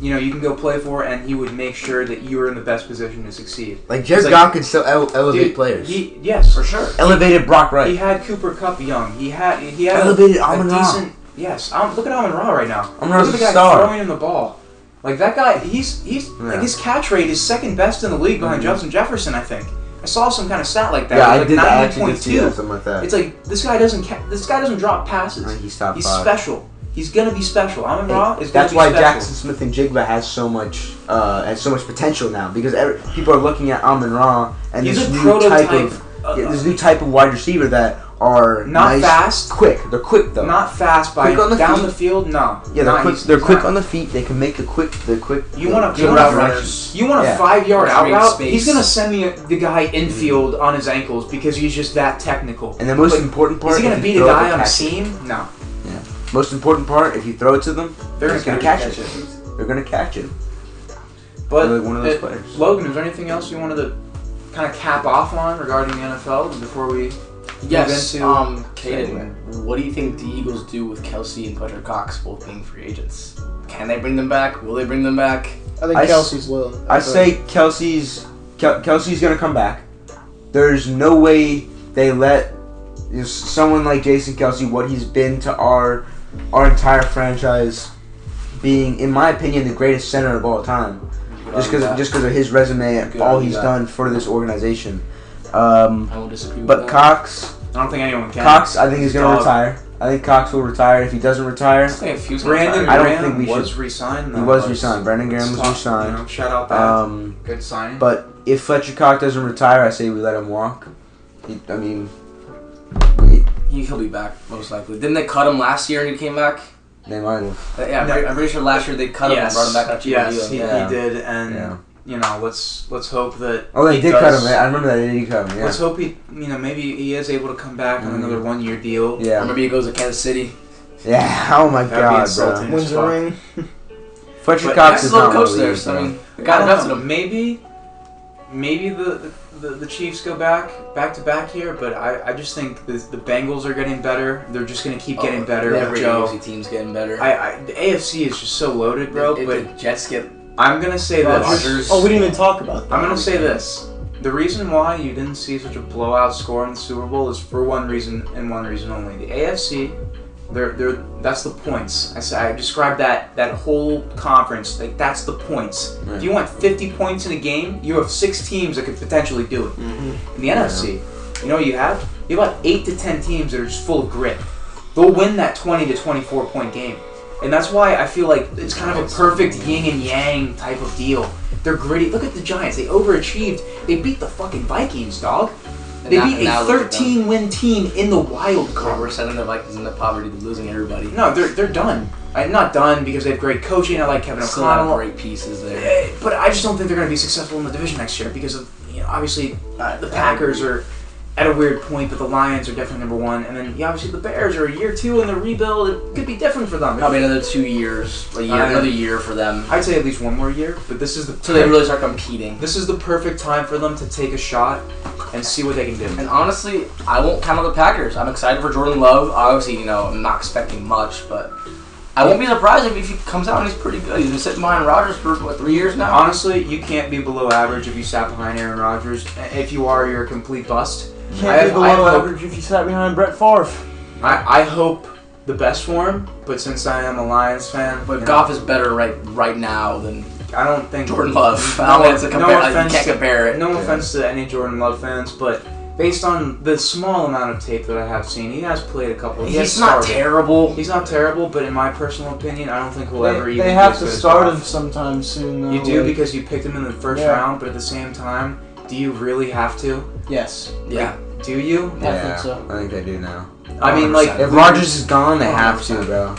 Speaker 1: you know you can go play for, and he would make sure that you are in the best position to succeed.
Speaker 3: Like Jared
Speaker 1: It's like-
Speaker 3: Goff could still ele- elevate
Speaker 1: Dude,
Speaker 3: players.
Speaker 1: He, yes,
Speaker 2: for sure.
Speaker 3: elevated Brock Wright.
Speaker 1: He had Cooper Cup young. He had he had
Speaker 3: Elevated
Speaker 1: a, a
Speaker 3: Amon-Ra.
Speaker 1: decent. Yes, um, look at Amon Ra right now.
Speaker 3: Amon Ra's
Speaker 1: look at
Speaker 3: a
Speaker 1: the guy
Speaker 3: star.
Speaker 1: throwing him the ball. Like that guy, he's he's like
Speaker 3: Yeah. Mm-hmm.
Speaker 1: his catch rate is second best in the league behind Justin Jefferson, I think. I saw some kind of stat like that.
Speaker 3: yeah, I
Speaker 1: It was
Speaker 3: did.
Speaker 1: like
Speaker 3: I actually did see
Speaker 1: 9.2.
Speaker 3: that, something like that.
Speaker 1: It's like this guy doesn't ca- this guy doesn't drop passes.
Speaker 3: I think he's top
Speaker 1: he's
Speaker 3: five.
Speaker 1: special. He's gonna be special. Amon Ra is gonna
Speaker 3: That's
Speaker 1: be
Speaker 3: why
Speaker 1: special.
Speaker 3: Jackson Smith and Jigba has so much uh, has so much potential now because every, people are looking at Amon Ra and
Speaker 1: He's
Speaker 3: this
Speaker 1: a
Speaker 3: new type
Speaker 1: prototype.
Speaker 3: of
Speaker 1: uh,
Speaker 3: yeah, this new type of wide receiver that are
Speaker 1: Not
Speaker 3: nice,
Speaker 1: fast.
Speaker 3: quick. They're quick though.
Speaker 1: Not fast, by
Speaker 3: Quick on the
Speaker 1: down
Speaker 3: feet.
Speaker 1: the field. No.
Speaker 3: yeah,
Speaker 1: No,
Speaker 3: they're quick.
Speaker 1: he's-
Speaker 3: They're
Speaker 1: he's
Speaker 3: quick
Speaker 1: not.
Speaker 3: on the feet. They can make the quick. The quick.
Speaker 1: You
Speaker 3: the
Speaker 1: want to
Speaker 3: quick
Speaker 1: you want
Speaker 2: route
Speaker 3: direction.
Speaker 2: runners.
Speaker 1: a, you want a
Speaker 3: Yeah.
Speaker 1: five yard
Speaker 2: Which
Speaker 1: out
Speaker 2: makes
Speaker 1: route.
Speaker 2: space.
Speaker 1: He's gonna send the the guy infield on his ankles because he's just that technical.
Speaker 3: And the most
Speaker 1: But
Speaker 3: important part
Speaker 1: Is he
Speaker 3: if
Speaker 1: gonna
Speaker 3: you
Speaker 1: beat a
Speaker 3: throw it,
Speaker 1: guy
Speaker 3: they
Speaker 1: on a
Speaker 3: catch it.
Speaker 1: seam? No.
Speaker 3: Most important part, if you throw it to them,
Speaker 1: They're
Speaker 3: they're just
Speaker 1: gonna
Speaker 3: gonna catch
Speaker 1: catch
Speaker 3: it. They're gonna catch it.
Speaker 1: But
Speaker 3: They're one of those
Speaker 1: uh,
Speaker 3: players.
Speaker 1: Logan, is there anything else you wanted to kind of cap off on regarding the NFL before we?
Speaker 2: Yes.
Speaker 1: into-
Speaker 2: Um, Caden, what do you think the Eagles do with Kelsey and Fletcher Cox both being free agents? Can they bring them back? Will they bring them back?
Speaker 4: I think
Speaker 3: I s-
Speaker 4: Kelsey's low.
Speaker 3: I say Kelsey's Kel- Kelsey's gonna come back. There's no way they let you know, s- someone like Jason Kelsey, what he's been to our our entire franchise, being, in my opinion, the greatest center of all time, just because just because of his resume and
Speaker 2: Good
Speaker 3: all
Speaker 2: on
Speaker 3: he's
Speaker 2: that.
Speaker 3: done for this organization. Um,
Speaker 2: I will disagree.
Speaker 3: but
Speaker 2: with that.
Speaker 3: Cox,
Speaker 1: I don't think anyone can.
Speaker 3: Cox, I think he's gonna
Speaker 1: Dog.
Speaker 3: retire. I think Cox will retire. If he doesn't retire,
Speaker 2: I think a few's gonna
Speaker 1: Brandon
Speaker 2: try
Speaker 3: I
Speaker 2: it.
Speaker 3: don't
Speaker 1: Graham
Speaker 3: think we
Speaker 1: was re-signed.
Speaker 3: he
Speaker 1: though.
Speaker 3: was
Speaker 1: Let's-
Speaker 3: resigned. Brandon Graham
Speaker 1: let's
Speaker 3: was
Speaker 1: talk,
Speaker 3: resigned.
Speaker 1: You know, shout out that
Speaker 3: Um,
Speaker 1: good signing.
Speaker 3: But if Fletcher Cox doesn't retire, I say we let him walk. He, I mean,
Speaker 2: He, he'll be back most likely. Didn't they cut him last year and he came back?
Speaker 3: they might have.
Speaker 2: Uh, Yeah, I'm,
Speaker 1: No.
Speaker 2: pretty, I'm pretty sure last year they cut
Speaker 1: yes,
Speaker 2: him and brought him back on cheap
Speaker 1: yes,
Speaker 2: deal.
Speaker 1: he,
Speaker 3: Yeah.
Speaker 1: he did, and
Speaker 3: Yeah.
Speaker 1: you know, let's let's hope that.
Speaker 3: Oh, they
Speaker 1: he
Speaker 3: did cut
Speaker 1: does-
Speaker 3: him. I remember that they did cut him. Yeah.
Speaker 1: Let's hope he, you know, maybe he is able to come back on
Speaker 3: Mhm.
Speaker 1: another one-year deal.
Speaker 2: Or
Speaker 3: Yeah.
Speaker 2: Maybe he goes to Kansas City.
Speaker 3: Yeah. Oh my
Speaker 1: That'd be
Speaker 3: God, bro.
Speaker 1: insulting.
Speaker 4: Wins the
Speaker 1: Fuck.
Speaker 4: ring.
Speaker 3: Fletcher
Speaker 1: But
Speaker 3: Cox
Speaker 2: Nice
Speaker 3: is
Speaker 2: little
Speaker 3: not
Speaker 2: coach
Speaker 3: gonna
Speaker 2: there.
Speaker 3: leave,
Speaker 2: So, I
Speaker 3: bro.
Speaker 2: mean, the
Speaker 1: I
Speaker 2: guy
Speaker 1: don't
Speaker 2: invested
Speaker 1: know.
Speaker 2: him.
Speaker 1: Maybe, maybe the, the the Chiefs go back back to back here, but I, I just think the, the Bengals are getting better. They're just gonna
Speaker 2: Oh,
Speaker 1: keep getting better with
Speaker 2: Every
Speaker 1: Joe.
Speaker 2: AFC team's getting better.
Speaker 1: I, I the AFC is just so loaded, bro.
Speaker 2: If
Speaker 1: but
Speaker 2: the Jets get
Speaker 1: I'm gonna say this.
Speaker 2: Rodgers.
Speaker 4: Oh, we didn't even talk about that.
Speaker 1: I'm gonna say this. The reason why you didn't see such a blowout score in the Super Bowl is for one reason and one reason only. The AFC, they're, they're, that's the points. I, sa- I described that that whole conference like that's the points. If you want 50 points in a game, you have six teams that could potentially do it. In the NFC, you know what you have? You have about eight to ten teams that are just full of grit. They'll win that 20 to 24 point game. And that's why I feel like it's kind of a perfect yin and yang type of deal. They're gritty. Look at the Giants. They overachieved. They beat the fucking Vikings, dog. They
Speaker 2: now-
Speaker 1: beat
Speaker 2: now
Speaker 1: a
Speaker 2: look at them.
Speaker 1: 13 win team in the wild
Speaker 2: We're-
Speaker 1: card.
Speaker 2: We're sending the Vikings into poverty, losing everybody.
Speaker 1: No, they're, they're done. I'm not done because they have great coaching. I like Kevin
Speaker 2: Still have
Speaker 1: O'Connell.
Speaker 2: great pieces there.
Speaker 1: Eh, But I just don't think they're going to be successful in the division next year because of you know, obviously uh, the Packers are at a weird point, but the Lions are definitely number one, and then yeah, obviously the Bears are year two in the rebuild. It could be different for them.
Speaker 2: Probably another two years, a year,
Speaker 1: Uh,
Speaker 2: another year for them.
Speaker 1: I'd say at least one more year, but this is the
Speaker 2: So they really start competing.
Speaker 1: this is the perfect time for them to take a shot and see what they can do.
Speaker 2: And honestly, I won't count on the Packers. I'm excited for Jordan Love. Obviously, you know, I'm not expecting much, but I won't be surprised if he comes out and he's pretty good. He's been sitting behind Rodgers for what three years now.
Speaker 1: Honestly, you can't be below average if you sat behind Aaron Rodgers. If you are, you're a complete bust. I
Speaker 4: Can't be
Speaker 1: have- I have
Speaker 4: below
Speaker 1: hope-
Speaker 4: average if you sat behind Brett Favre.
Speaker 1: I, I hope the best for him, but since I am a Lions fan,
Speaker 2: But
Speaker 1: you know,
Speaker 2: Goff is better right right now than
Speaker 1: I don't think
Speaker 2: Jordan Love.
Speaker 1: No,
Speaker 2: I don't think it's a compar-
Speaker 1: no
Speaker 2: like,
Speaker 1: offense
Speaker 2: you can't
Speaker 1: to-
Speaker 2: compare it.
Speaker 1: No offense to any Jordan Love fans, but based on the small amount of tape that I have seen, he has played a couple. He has
Speaker 2: He's not
Speaker 1: started.
Speaker 2: terrible.
Speaker 1: He's not terrible, but in my personal opinion, I don't think he'll ever
Speaker 4: They,
Speaker 1: even.
Speaker 4: they
Speaker 1: be
Speaker 4: have
Speaker 1: as
Speaker 4: to
Speaker 1: good as
Speaker 4: start
Speaker 1: Goff.
Speaker 4: him sometime soon. Though,
Speaker 1: You do
Speaker 4: like-
Speaker 1: because you picked him in the first
Speaker 4: Yeah.
Speaker 1: round, but at the same time, do you really have to?
Speaker 4: yes,
Speaker 2: Yeah,
Speaker 1: Do you?
Speaker 4: I think so.
Speaker 3: I think they do now.
Speaker 1: I mean, like,
Speaker 2: 100%.
Speaker 3: If Rogers is gone, they have to, bro.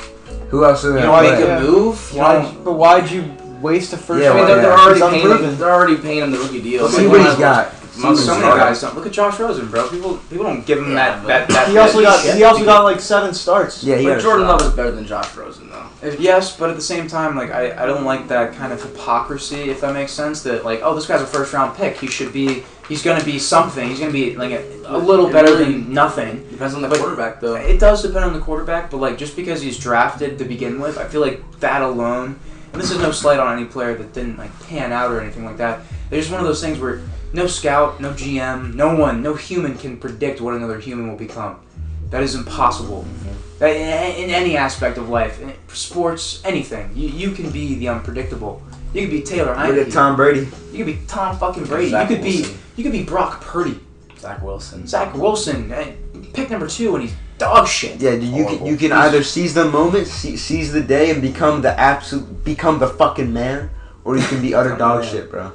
Speaker 3: Who else are they?
Speaker 1: you
Speaker 3: gonna
Speaker 1: make
Speaker 3: play?
Speaker 1: a
Speaker 4: Yeah.
Speaker 1: move. You
Speaker 4: Why?
Speaker 1: don't-
Speaker 4: But why'd you waste a first?
Speaker 3: Yeah,
Speaker 2: I mean,
Speaker 3: why-
Speaker 4: round?
Speaker 2: they're, they're already
Speaker 4: It's
Speaker 2: paying.
Speaker 4: unproven.
Speaker 2: Him, they're already paying him the rookie deal.
Speaker 1: Let's
Speaker 3: See
Speaker 1: Like,
Speaker 3: what
Speaker 1: when
Speaker 3: he's
Speaker 1: I-
Speaker 3: got. See what
Speaker 1: So many
Speaker 3: he's got.
Speaker 1: guys don't. Look at Josh Rosen, bro. People, people don't give him that. that, that
Speaker 4: He also
Speaker 1: that
Speaker 4: got.
Speaker 1: shit.
Speaker 4: He also got like seven starts.
Speaker 3: Yeah, he
Speaker 2: But
Speaker 3: got
Speaker 2: Jordan Love is better than Josh Rosen, though.
Speaker 1: If- Yes, but at the same time, like I, I don't like that kind of hypocrisy, if that makes sense. That like, oh, this guy's a first round pick. He should be. He's gonna be something. He's gonna be like a, a little
Speaker 2: It
Speaker 1: better
Speaker 2: really-
Speaker 1: than nothing.
Speaker 2: Depends on the
Speaker 1: But-
Speaker 2: quarterback, though.
Speaker 1: It does depend on the quarterback, but like just because he's drafted to begin with, I feel like that alone. And this is no slight on any player that didn't like pan out or anything like that. It's just one of those things where no scout, no GM, no one, no human can predict what another human will become. That is impossible. That- In in any aspect of life, in sports, anything, you, you can be the unpredictable. You could be Taylor
Speaker 3: Look at
Speaker 1: Heineke.
Speaker 3: Tom Brady.
Speaker 1: You could be Tom fucking Brady.
Speaker 2: Zach
Speaker 1: you could
Speaker 2: Wilson.
Speaker 1: be you could be Brock Purdy.
Speaker 2: Zach Wilson.
Speaker 1: Zach Wilson, eh, pick number two, and he's dog shit.
Speaker 3: Yeah, dude, you can
Speaker 2: Horrible.
Speaker 3: you can either seize the moment, see, seize the day, and become the absolute, become the fucking man, or you can be utter
Speaker 1: Become
Speaker 3: dog
Speaker 1: the man.
Speaker 3: shit, bro.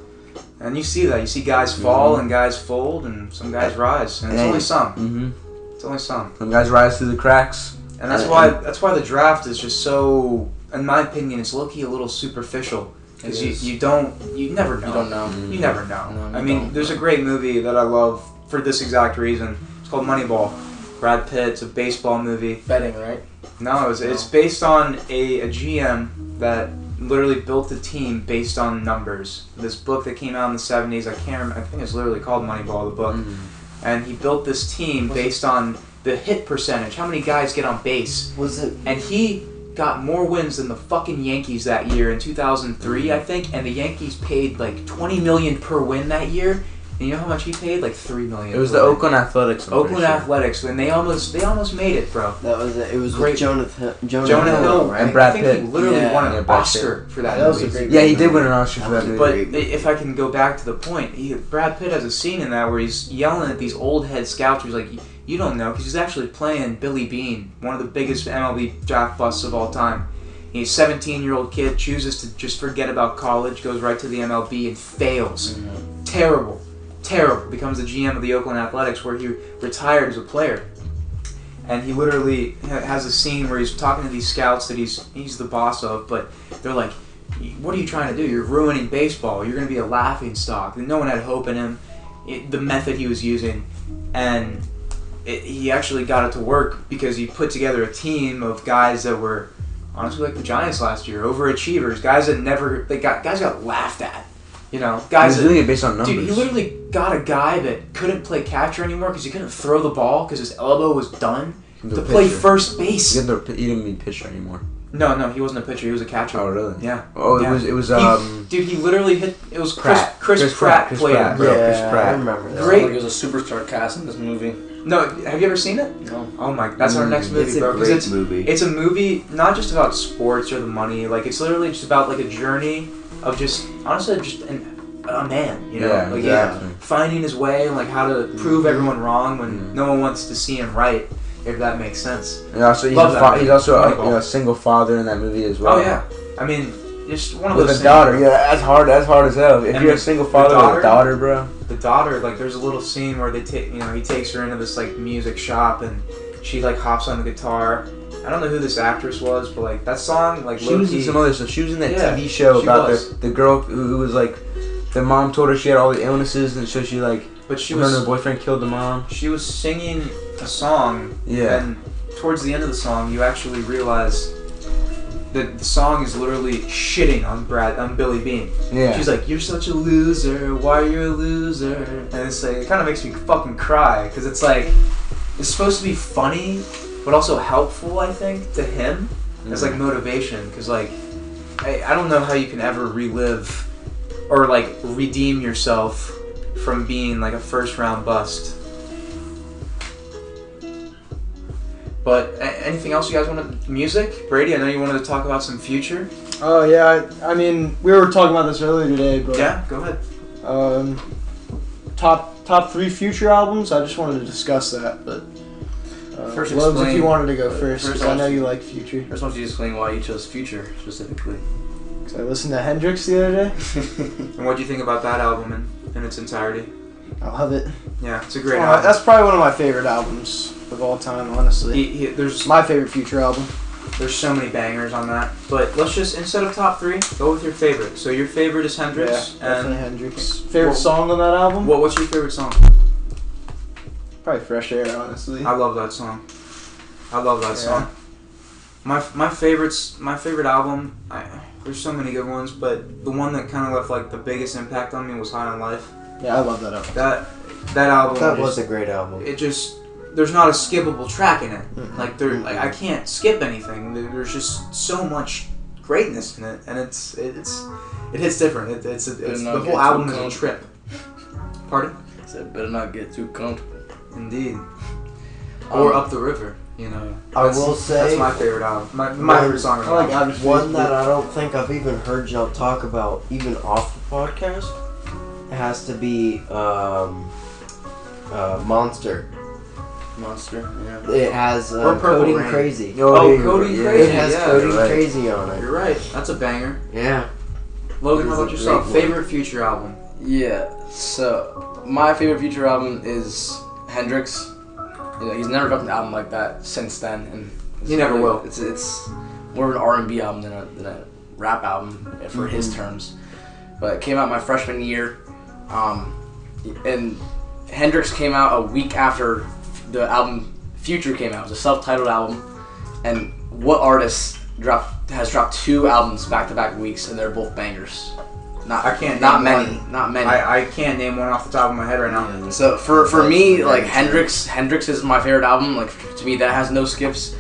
Speaker 1: And you see that. You see guys
Speaker 2: Mm-hmm.
Speaker 1: fall and guys fold and some guys rise. And it's
Speaker 3: Yeah.
Speaker 1: only some.
Speaker 3: Mm-hmm.
Speaker 1: It's only some.
Speaker 3: Some guys rise through the cracks.
Speaker 1: And that's
Speaker 3: Uh,
Speaker 1: why that's why the draft is just so in my opinion, it's low key a little superficial. Because
Speaker 2: It
Speaker 1: you,
Speaker 2: is.
Speaker 1: you don't you never know.
Speaker 2: You don't know.
Speaker 1: You never know.
Speaker 2: Mm-hmm. No, you
Speaker 1: I mean,
Speaker 2: don't.
Speaker 1: there's a great movie that I love for this exact reason. It's called Moneyball. Brad Pitt, it's a baseball movie.
Speaker 2: Betting, right?
Speaker 1: No, it's, it's based on a, a GM that literally built the team based on numbers. This book that came out in the 70s, I can't remember, I think it's literally called Moneyball, the book. And he built this team based on the hit percentage, how many guys get on base.
Speaker 2: Was it?
Speaker 1: And he got more wins than the fucking Yankees that year in 2003, I think. And the Yankees paid like 20 million per win that year. And you know how much he paid? Like 3 million.
Speaker 3: It was
Speaker 1: per
Speaker 3: the
Speaker 1: win.
Speaker 3: Oakland Athletics. I'm
Speaker 1: Oakland
Speaker 3: pretty sure.
Speaker 1: Athletics, and they almost they almost made it, bro.
Speaker 6: That was it. It was
Speaker 1: Great.
Speaker 6: with Jonah, Jonah,
Speaker 1: Jonah Hill
Speaker 6: right?
Speaker 3: And Brad
Speaker 1: I think
Speaker 3: Pitt.
Speaker 1: He literally
Speaker 6: Yeah.
Speaker 1: won
Speaker 3: Yeah,
Speaker 1: an
Speaker 3: Brad
Speaker 1: Oscar for that.
Speaker 6: That was
Speaker 1: movie.
Speaker 6: a great
Speaker 3: Yeah, he did win an Oscar for that movie.
Speaker 1: But
Speaker 6: movie.
Speaker 1: i- if I can go back to the point, he, Brad Pitt has a scene in that where he's yelling at these old head scouts. He's like, "You don't know," because he's actually playing Billy Bean, one of the biggest MLB draft busts of all time. He's a 17 year old kid chooses to just forget about college, goes right to the MLB and fails. Terrible, terrible. Becomes the GM of the Oakland Athletics, where he retired as a player and he literally ha- has a scene where he's talking to these scouts that he's he's the boss of, but they're like, "What are you trying to do? You're ruining baseball. You're going to be a laughing stock." And no one had hope in him. It, the method he was using, and it, he actually got it to work because he put together a team of guys that were honestly like the Giants last year, overachievers, guys that never they got guys got laughed at, you know,
Speaker 3: he
Speaker 1: guys
Speaker 3: was
Speaker 1: that
Speaker 3: doing it based on numbers.
Speaker 1: Dude, he literally got a guy that couldn't play catcher anymore because he couldn't throw the ball because his elbow was done
Speaker 3: He was
Speaker 1: to
Speaker 3: a
Speaker 1: play
Speaker 3: pitcher.
Speaker 1: first
Speaker 3: He
Speaker 1: base.
Speaker 3: didn't, throw- he didn't mean pitcher anymore.
Speaker 1: No, no, he wasn't a pitcher. He was a catcher.
Speaker 3: Oh really?
Speaker 1: Yeah.
Speaker 3: Oh, it
Speaker 1: Yeah.
Speaker 3: was it was
Speaker 1: He-
Speaker 3: um
Speaker 1: dude, he literally hit. It was Chris
Speaker 3: Pratt.
Speaker 1: Chris, Pratt,
Speaker 3: Chris
Speaker 1: played him,
Speaker 3: Pratt,
Speaker 1: bro.
Speaker 3: bro. Chris
Speaker 6: Yeah, I
Speaker 3: Praat.
Speaker 6: remember that.
Speaker 1: Great.
Speaker 2: Like it was a superstar cast in this movie.
Speaker 1: No, have you ever seen it?
Speaker 2: No.
Speaker 1: Oh my, that's our
Speaker 3: Mm,
Speaker 1: next movie,
Speaker 6: It's a
Speaker 1: bro. 'cause
Speaker 6: great
Speaker 1: it's
Speaker 6: movie.
Speaker 1: it's a movie not just about sports or the money. Like it's literally just about like a journey of just honestly just an, a man. You know,
Speaker 3: yeah
Speaker 1: like,
Speaker 3: exactly. Mm-hmm.
Speaker 1: finding his way and like how to prove everyone wrong when
Speaker 3: Mhm.
Speaker 1: no one wants to see him right. if that makes sense.
Speaker 3: And also, he's,
Speaker 1: Love
Speaker 3: a
Speaker 1: that
Speaker 3: fa-
Speaker 1: movie.
Speaker 3: he's also a,
Speaker 1: Moneyball.
Speaker 3: you know, a single father in that movie as well.
Speaker 1: Oh yeah, I mean, just one of
Speaker 3: With
Speaker 1: those
Speaker 3: a daughter, yeah, that's hard. That's hard as hell. If
Speaker 1: And
Speaker 3: you're a
Speaker 1: the-
Speaker 3: single
Speaker 1: the
Speaker 3: father with
Speaker 1: daughter?
Speaker 3: a daughter, bro.
Speaker 1: the daughter, like there's a little scene where they take, you know, he takes her into this like music shop and she like hops on the guitar. I don't know who this actress was, but like that song, like
Speaker 3: She was in
Speaker 1: low-key-
Speaker 3: some other stuff. She was in that
Speaker 1: Yeah,
Speaker 3: TV show
Speaker 1: she
Speaker 3: about
Speaker 1: was.
Speaker 3: the, the girl who who was like, the mom told her she had all the illnesses, and so she like,
Speaker 1: but she
Speaker 3: her and her
Speaker 1: was
Speaker 3: boyfriend killed the mom.
Speaker 1: she was singing a song,
Speaker 3: Yeah.
Speaker 1: and towards the end of the song, you actually realize that the song is literally shitting on Brad on Billy Bean.
Speaker 3: yeah.
Speaker 1: She's like, "You're such a loser. Why are you a loser?" And it's like it kind of makes me fucking cry because it's like it's supposed to be funny, but also helpful. I think to him, it's
Speaker 3: Mm-hmm.
Speaker 1: like motivation because like I, I don't know how you can ever relive or like redeem yourself from being like a first round bust. But a- anything else you guys want to music? Brady, I know you wanted to talk about some future.
Speaker 4: Oh yeah, I, I mean we were talking about this earlier today, but
Speaker 1: Yeah, go ahead.
Speaker 4: um, top top three future albums. I just wanted to discuss that, but uh,
Speaker 2: First
Speaker 4: Loves, if
Speaker 2: explain-
Speaker 4: you wanted
Speaker 1: Uh,
Speaker 4: to go first,
Speaker 2: first
Speaker 4: 'cause I know
Speaker 2: I'll-
Speaker 4: you like Future.
Speaker 2: First, I want you to explain why you chose Future specifically.
Speaker 4: 'Cause I listened to Hendrix the other day.
Speaker 1: And what do you think about that album in, in its entirety?
Speaker 4: I love it.
Speaker 1: Yeah, it's a great
Speaker 4: Oh,
Speaker 1: album.
Speaker 4: That's probably one of my favorite albums of all time, honestly.
Speaker 1: He- he- there's
Speaker 4: It's my favorite Future album.
Speaker 1: there's so many bangers on that. But let's just instead of top three, go with your favorite. So your favorite is Hendrix,
Speaker 4: definitely
Speaker 1: and
Speaker 4: Hendrix. Favorite
Speaker 1: Well-
Speaker 4: song on that album?
Speaker 1: what, what's your favorite song?
Speaker 4: Probably Fresh Air, honestly.
Speaker 1: I love that song. I love that
Speaker 4: Yeah.
Speaker 1: song. My my favorites my favorite album. I, there's so many good ones, but the one that kind of left like the biggest impact on me was High on Life.
Speaker 4: yeah, I love that album.
Speaker 1: That that album.
Speaker 6: That
Speaker 1: just-
Speaker 6: was a great album.
Speaker 1: it just there's not a skippable track in it.
Speaker 4: Mhm.
Speaker 1: Like there, like I can't skip anything. There- There's just so much greatness in it, and it's it's it hits different. It, it's, it's
Speaker 2: not
Speaker 1: the
Speaker 2: get too
Speaker 1: whole album is a
Speaker 2: close.
Speaker 1: trip. Pardon?
Speaker 2: Said better not get too comfortable.
Speaker 1: Indeed. or
Speaker 2: Um,
Speaker 1: up the river. You know.
Speaker 6: I
Speaker 1: That's-
Speaker 6: will
Speaker 1: that's
Speaker 6: say-
Speaker 1: my favorite album. My, my
Speaker 6: One-
Speaker 1: favorite song.
Speaker 4: I like Average
Speaker 6: One
Speaker 4: Days,
Speaker 6: that
Speaker 4: but
Speaker 6: I don't think I've even heard y'all talk about, even off the podcast, has to be um, uh, Monster.
Speaker 2: Monster. Yeah.
Speaker 6: It has
Speaker 1: Or
Speaker 6: uh,
Speaker 1: Purple
Speaker 6: Coding
Speaker 1: Rain.
Speaker 6: Crazy.
Speaker 1: Oh,
Speaker 3: yeah,
Speaker 1: Cody
Speaker 3: yeah.
Speaker 1: Crazy.
Speaker 6: It has
Speaker 1: yeah,
Speaker 6: Coding
Speaker 3: you're right.
Speaker 6: Crazy on it.
Speaker 1: You're right. That's a banger.
Speaker 6: Yeah.
Speaker 1: Logan,
Speaker 6: It
Speaker 1: how
Speaker 6: is
Speaker 1: about
Speaker 6: a
Speaker 1: yourself?
Speaker 6: great one.
Speaker 1: Favorite Future album?
Speaker 2: Yeah. So my favorite Future album is Hendrix. You know, he's never dropped an album like that since then, and it's
Speaker 1: He never
Speaker 2: really-
Speaker 1: will.
Speaker 2: It's it's more of an R and B album than a, than a rap album for his
Speaker 1: Mm-hmm.
Speaker 2: terms. But it came out my freshman year, um, and Hendrix came out a week after the album Future came out. It was a self-titled album, and what artist dropped has dropped two albums back-to-back weeks, and they're both bangers. Not
Speaker 1: I can't
Speaker 2: Not
Speaker 1: name
Speaker 2: many. Not many.
Speaker 1: I, I can't name one off the top of my head right now.
Speaker 2: So for for me, like Hendrix, Hendrix is my favorite album. Like to me, that has no skips.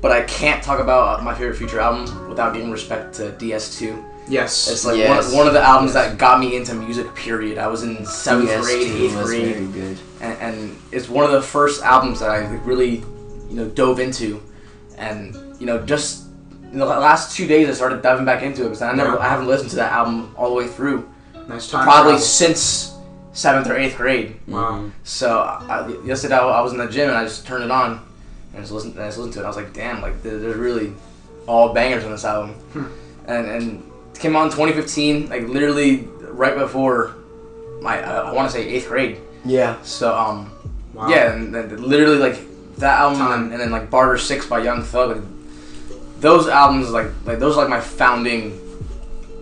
Speaker 2: But I can't talk about my favorite Future album without giving respect to DS2.
Speaker 1: Yes.
Speaker 2: It's like
Speaker 6: Yes.
Speaker 2: one, one of the albums that got me into music. Period. I was in seventh
Speaker 6: Yes,
Speaker 2: grade,
Speaker 6: too,
Speaker 2: eighth
Speaker 6: was
Speaker 2: grade,
Speaker 6: very good.
Speaker 2: and, and it's one of the first albums that I really, you know, dove into, and you know, just in the la- last two days I started diving back into it because I never,
Speaker 1: Yeah.
Speaker 2: I haven't listened to that album all the way through
Speaker 1: nice time.
Speaker 2: probably
Speaker 1: travel.
Speaker 2: since seventh or eighth grade.
Speaker 1: Wow.
Speaker 2: So I, yesterday I, I was in the gym and I just turned it on and I just listened, and I just listened to it. I was like, damn, like they're, they're really all bangers on this album. and and it came on 2015, like literally right before my I, I want to say eighth grade.
Speaker 6: Yeah.
Speaker 2: So um
Speaker 1: Wow.
Speaker 2: yeah, and, then literally like that album
Speaker 1: Time.
Speaker 2: and, and then like Barter Six by Young Thug. Like, those albums like like those are like my founding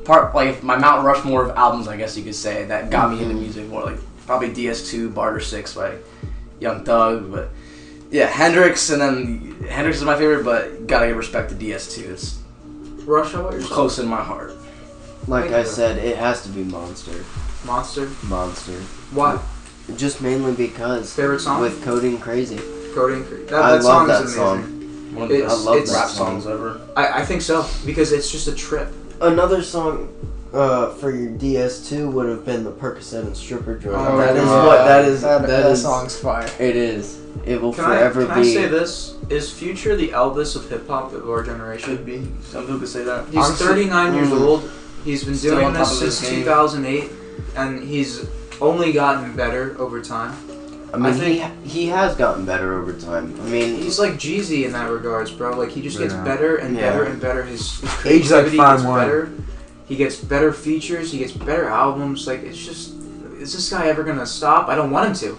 Speaker 2: part like my Mount Rushmore of albums I guess you could say that got me into music more like probably DS2 Barter Six by Young Thug but yeah Hendrix and then Hendrix is my favorite but gotta give respect to DS2 it's
Speaker 1: Rush, how about yourself?
Speaker 2: close in my heart
Speaker 6: Like
Speaker 1: Thank
Speaker 6: I
Speaker 1: you.
Speaker 6: said, it has to be Monster.
Speaker 1: Monster.
Speaker 6: Monster.
Speaker 1: What?
Speaker 6: Just mainly because.
Speaker 1: Favorite song?
Speaker 6: With Coding Crazy.
Speaker 1: Coding. Cre- That,
Speaker 6: I
Speaker 1: that
Speaker 6: love
Speaker 1: song
Speaker 6: that
Speaker 1: is
Speaker 6: song.
Speaker 1: amazing.
Speaker 2: one of the
Speaker 1: It's-
Speaker 2: best
Speaker 6: I love
Speaker 1: it's-
Speaker 6: that
Speaker 2: rap
Speaker 6: song.
Speaker 2: songs ever
Speaker 1: I, I think so because it's just a trip.
Speaker 6: Another song uh, for your DS2 would have been the Percocet and Stripper Joint.
Speaker 1: Oh
Speaker 6: that
Speaker 1: my
Speaker 6: is
Speaker 1: God.
Speaker 6: what that is.
Speaker 4: that,
Speaker 6: that
Speaker 4: that
Speaker 6: is.
Speaker 4: song's fire.
Speaker 6: It is. It will
Speaker 1: Can
Speaker 6: forever
Speaker 1: I can I
Speaker 6: be.
Speaker 1: say this? Is Future the Elvis of hip hop of our generation?
Speaker 2: should be some people could say that
Speaker 1: He's 39 years
Speaker 6: Mm.
Speaker 1: old. He's been
Speaker 2: Still
Speaker 1: doing
Speaker 2: on top
Speaker 1: this
Speaker 2: of his
Speaker 1: since
Speaker 2: game.
Speaker 1: 2008, and he's only gotten better over time.
Speaker 6: I mean,
Speaker 7: think-
Speaker 6: he, he has gotten better over time. I mean,
Speaker 1: He's like Jeezy in that regards, bro. Like he just gets
Speaker 7: Yeah.
Speaker 1: better and
Speaker 6: Yeah.
Speaker 1: better and better. His, his
Speaker 3: Age like
Speaker 1: creativity
Speaker 3: fine
Speaker 1: gets
Speaker 3: wine.
Speaker 1: better. He gets better features. He gets better albums. Like it's just, is this guy ever gonna stop? I don't want him to.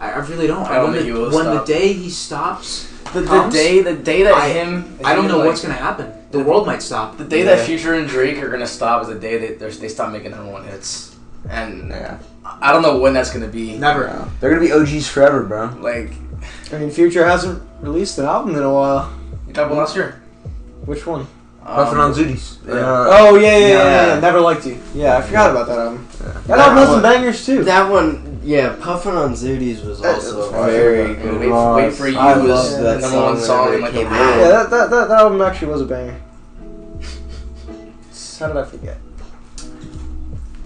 Speaker 1: I, I really don't.
Speaker 2: I don't
Speaker 1: when
Speaker 2: think
Speaker 1: the,
Speaker 2: he will
Speaker 1: when
Speaker 2: stop.
Speaker 1: the day he stops,
Speaker 2: The, the
Speaker 1: Comes?
Speaker 2: day, the day that
Speaker 1: I-
Speaker 2: him,
Speaker 1: I don't know
Speaker 2: like,
Speaker 1: what's gonna happen. The world might stop.
Speaker 2: The day
Speaker 6: Yeah.
Speaker 2: that Future and Drake are gonna stop is the day that they're- they stop making number one hits, and
Speaker 3: Yeah.
Speaker 2: I don't know when that's gonna be.
Speaker 1: Never.
Speaker 3: They're gonna be OGs forever, bro.
Speaker 2: Like,
Speaker 4: I mean, Future hasn't released an album in a while.
Speaker 2: you talked about last year.
Speaker 4: Which one?
Speaker 3: Nothing on
Speaker 2: Um,
Speaker 3: Zooties.
Speaker 2: yeah.
Speaker 3: Uh,
Speaker 4: Oh yeah, yeah, yeah,
Speaker 6: Yeah.
Speaker 4: yeah, yeah. Never liked you. Yeah, I forgot about that album. That
Speaker 6: That
Speaker 4: album has
Speaker 6: one-
Speaker 4: some bangers too.
Speaker 6: that one, yeah, Puffin on Zooties was
Speaker 4: That-
Speaker 6: also
Speaker 3: that's fine.
Speaker 6: very
Speaker 2: Wait,
Speaker 6: good.
Speaker 2: wait for you
Speaker 6: I
Speaker 2: was
Speaker 6: love
Speaker 2: the
Speaker 6: that
Speaker 2: number
Speaker 6: song
Speaker 2: one song in
Speaker 6: whenever it
Speaker 2: like
Speaker 6: came
Speaker 2: a
Speaker 6: out.
Speaker 4: yeah,
Speaker 2: world.
Speaker 4: that, that, that, that album actually was a banger. How did I forget?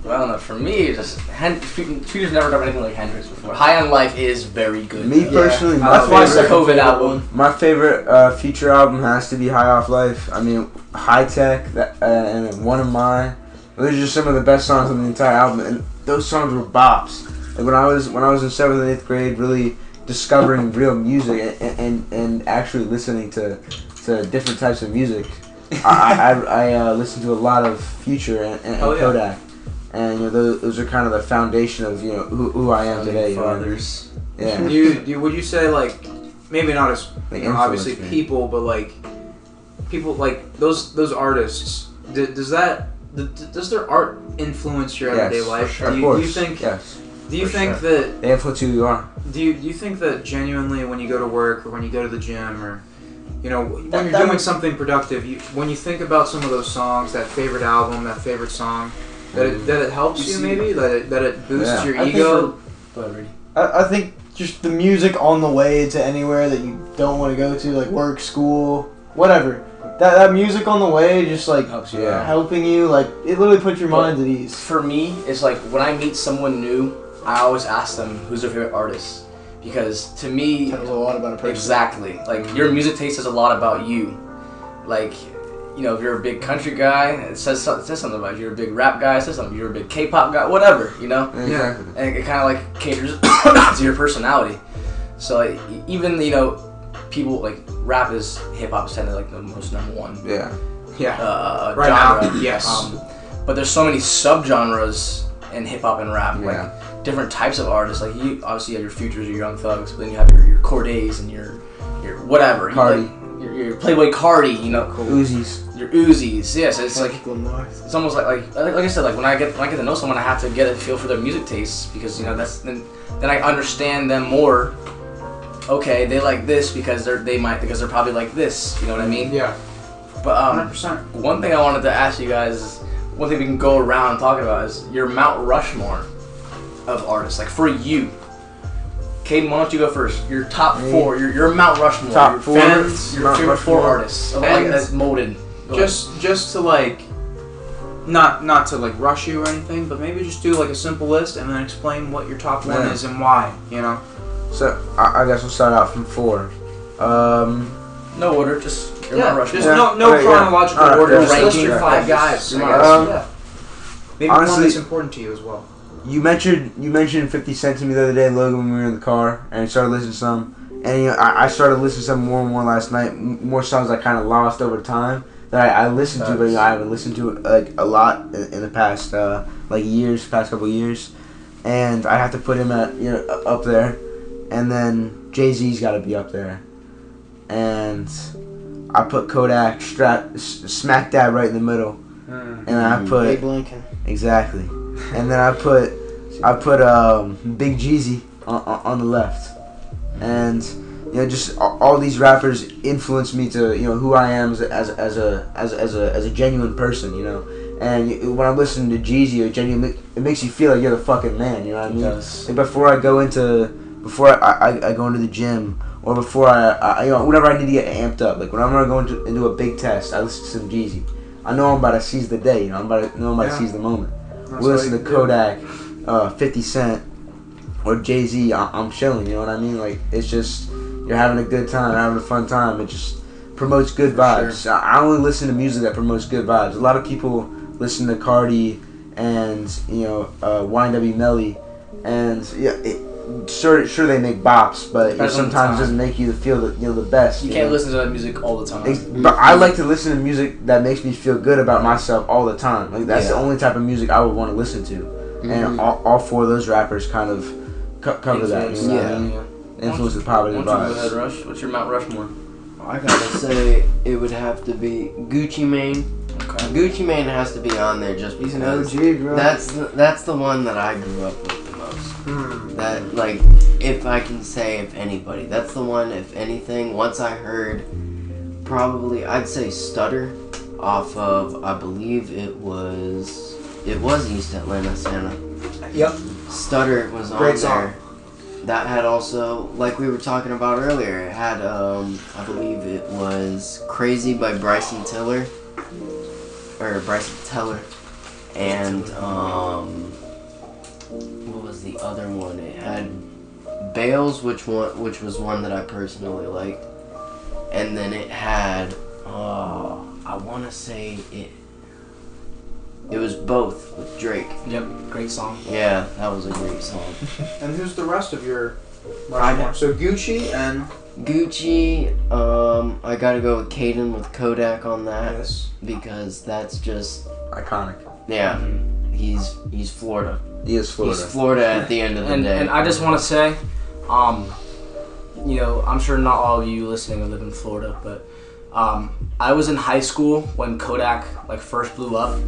Speaker 2: Well, no, for me, it's just Hen- Future's never done anything like Hendrix before. High on Life is very good.
Speaker 3: me personally, my
Speaker 2: That's why it's the
Speaker 3: favorite,
Speaker 2: COVID album.
Speaker 3: my favorite uh, future album has to be High Off Life. I mean, High Tech that, uh, and then One of My. Those are just some of the best songs on the entire album, and those songs were bops. Like when I was when I was in seventh and eighth grade, really discovering real music and and, and actually listening to to different types of music. I I, I, I uh, listened to a lot of Future and, and, and
Speaker 1: Oh, yeah.
Speaker 3: Kodak, and you know those, those are kind of the foundation of you know who, who I am today. You know? what I mean?
Speaker 1: Fathers.
Speaker 3: Yeah.
Speaker 1: you, you would you say like maybe not as
Speaker 3: They
Speaker 1: you know, obviously
Speaker 3: influenced me.
Speaker 1: people, but like people like those those artists. d does that th- does their art influence your everyday
Speaker 3: Yes, for
Speaker 1: life?
Speaker 3: sure.
Speaker 1: do,
Speaker 3: of
Speaker 1: you,
Speaker 3: course.
Speaker 1: do you think
Speaker 3: yes.
Speaker 1: do you
Speaker 3: for
Speaker 1: think
Speaker 3: sure.
Speaker 1: that
Speaker 3: They influence who you are.
Speaker 1: do you, do you think that genuinely when you go to work or when you go to the gym or you know when
Speaker 4: That-
Speaker 1: you're
Speaker 4: that
Speaker 1: doing
Speaker 4: would-
Speaker 1: something productive, you, when you think about some of those songs, that favorite album, that favorite song, that it, that it helps you, maybe that it, that it boosts
Speaker 3: Yeah.
Speaker 1: your
Speaker 4: I think
Speaker 1: ego.
Speaker 4: I, I think just the music on the way to anywhere that you don't want to go to, like work, school, whatever. That that music on the way, just like
Speaker 2: Helps
Speaker 3: you Yeah. out.
Speaker 4: helping you, like it literally puts your mind at ease.
Speaker 2: For me, it's like when I meet someone new, I always ask them who's their favorite artist because to me,
Speaker 4: Tells a lot about a person.
Speaker 2: Exactly. Like your music taste says a lot about you. Like, you know, if you're a big country guy, it says so- it says something about you. You're a big rap guy, it says something. You're a big K-pop guy, whatever. You know,
Speaker 3: Exactly.
Speaker 2: and it kind of like caters to your personality. So like, e- even you know, people like rap is hip hop is technically like the most number one
Speaker 3: Yeah.
Speaker 2: uh,
Speaker 1: Right now,
Speaker 2: genre.
Speaker 1: yes.
Speaker 2: Um, but there's so many subgenres in hip hop and rap.
Speaker 3: Yeah.
Speaker 2: Like different types of artists. Like you obviously you have your futures, your young thugs, but then you have your, your Cordays and your your whatever. You
Speaker 3: Cardi.
Speaker 2: like- your, your Playboy Cardi, you know,
Speaker 3: Uzis.
Speaker 2: your Uzis. Yes, it's like
Speaker 4: Kendrick Lamar.
Speaker 2: it's almost like, like like like I said, like when I get when I get to know someone, I have to get a feel for their music tastes because you know that's then then I understand them more. Okay, they like this because they're they might because they're probably like this. You know what I mean?
Speaker 1: Yeah,
Speaker 2: But
Speaker 1: hundred
Speaker 2: um,
Speaker 1: percent.
Speaker 2: one thing I wanted to ask you guys is one thing we can go around talking about is your Mount Rushmore of artists. Like for you, Caden, why don't you go first? Your top
Speaker 3: Me?
Speaker 2: four, your, your Mount Rushmore,
Speaker 3: Top
Speaker 2: your
Speaker 3: four?
Speaker 2: favorite- your
Speaker 3: Mount
Speaker 2: favorite four
Speaker 3: Rushmore.
Speaker 2: artists of like
Speaker 1: And-
Speaker 2: that's molded. Go ahead.
Speaker 1: Just just to like, not not to like rush you or anything, but maybe just do like a simple list and then explain what your top one
Speaker 3: Yeah.
Speaker 1: is and why. You know.
Speaker 3: So I, I guess we'll start out from four. Um,
Speaker 2: no order, just your Mount Rushmore.
Speaker 1: Just no no
Speaker 3: Yeah.
Speaker 1: chronological
Speaker 3: Alright,
Speaker 1: order.
Speaker 3: yeah.
Speaker 1: Just list your
Speaker 2: Ranking.
Speaker 1: five
Speaker 2: Yeah.
Speaker 1: guys. I
Speaker 2: Um,
Speaker 1: guess, yeah. Maybe one
Speaker 3: honestly-
Speaker 1: that's important to you as well.
Speaker 3: you mentioned you mentioned Fifty Cent to me the other day, Logan, when we were in the car, and I started listening to some. And you know, I, I started listening to some more and more last night. m- More songs I kind of lost over time that I, I listened to, but you know, I haven't listened to like a lot in, in the past uh, like years, past couple years. And I have to put him at you know u- up there, and then Jay Z's got to be up there, and I put Kodak strap s- smack dab right in the middle, and I
Speaker 6: Mm.
Speaker 3: put
Speaker 4: Abe Lincoln.
Speaker 3: Exactly. And then I put I put um, Big Jeezy on, on, on the left, and you know just all, all these rappers influence me to you know who I am as a, as, a- as a as a- as a as a genuine person, you know. And you- when I'm listening to Jeezy or genuine, it makes you feel like you're the fucking man. You know what I mean?
Speaker 2: Yes.
Speaker 3: Like before I go into before I, I, I go into the gym or before I, I you know whenever I need to get amped up like whenever I go into, into a big test I listen to some Jeezy. I know I'm about to seize the day. You know I'm about to know I'm about
Speaker 1: Yeah.
Speaker 3: to seize the moment.
Speaker 1: That's
Speaker 3: we
Speaker 1: all
Speaker 3: listen
Speaker 1: you
Speaker 3: to
Speaker 1: can do.
Speaker 3: Kodak, uh, 50 Cent, or Jay Z. I'm chilling. You know what I mean? Like it's just you're having a good time, you're having a fun time. It just promotes good vibes. I I only listen to music that promotes good vibes. A lot of people listen to Cardi and you know uh, YNW Melly, and yeah, it, sure sure they make bops, but it
Speaker 2: Depends on the
Speaker 3: sometimes
Speaker 2: time.
Speaker 3: doesn't make you feel the you know the best.
Speaker 2: You can't
Speaker 3: know?
Speaker 2: listen to that music all the time.
Speaker 3: Ex- But I like to listen to music that makes me feel good about myself all the time. Like that's the
Speaker 2: Yeah.
Speaker 3: only type of music I would want to listen to, and all, all four of those rappers kind of co- cover that. You know what I mean? Influence the
Speaker 2: Why
Speaker 3: positive
Speaker 2: don't you go ahead,
Speaker 3: vibes.
Speaker 2: Rush? What's your Mount Rushmore?
Speaker 6: I gotta say, it would have to be Gucci Mane.
Speaker 2: Okay.
Speaker 6: Gucci Mane has to be on there just
Speaker 4: He's
Speaker 6: because
Speaker 4: an OG, bro.
Speaker 6: that's the, that's the one that I grew up with the most.
Speaker 4: Hmm.
Speaker 6: That like, if I can say, if anybody, that's the one. If anything, once I heard, probably I'd say Stutter, off of I believe it was it was East Atlanta Santa.
Speaker 4: Yep.
Speaker 6: Stutter was on
Speaker 4: Great song.
Speaker 6: there. That had also, like we were talking about earlier, it had um, I believe it was "Crazy" by Bryson Tiller, or Bryson Teller, and um, what was the other one? It had Bales, which one, which was one that I personally liked, and then it had, oh, I want to say it. It was both with Drake.
Speaker 2: Yep. Great song.
Speaker 6: Yeah, that was a great song.
Speaker 5: And who's the rest of your
Speaker 6: I got-
Speaker 5: So Gucci and
Speaker 6: Gucci, um, I gotta go with Caden with Kodak on that
Speaker 5: yes,
Speaker 6: because that's just
Speaker 3: Iconic.
Speaker 6: yeah, he's he's Florida.
Speaker 3: He is Florida.
Speaker 6: He's Florida at the end of the
Speaker 2: And
Speaker 6: day.
Speaker 2: and I just want to say, um, you know, I'm sure not all of you listening live in Florida, but um, I was in high school when Kodak like first blew up.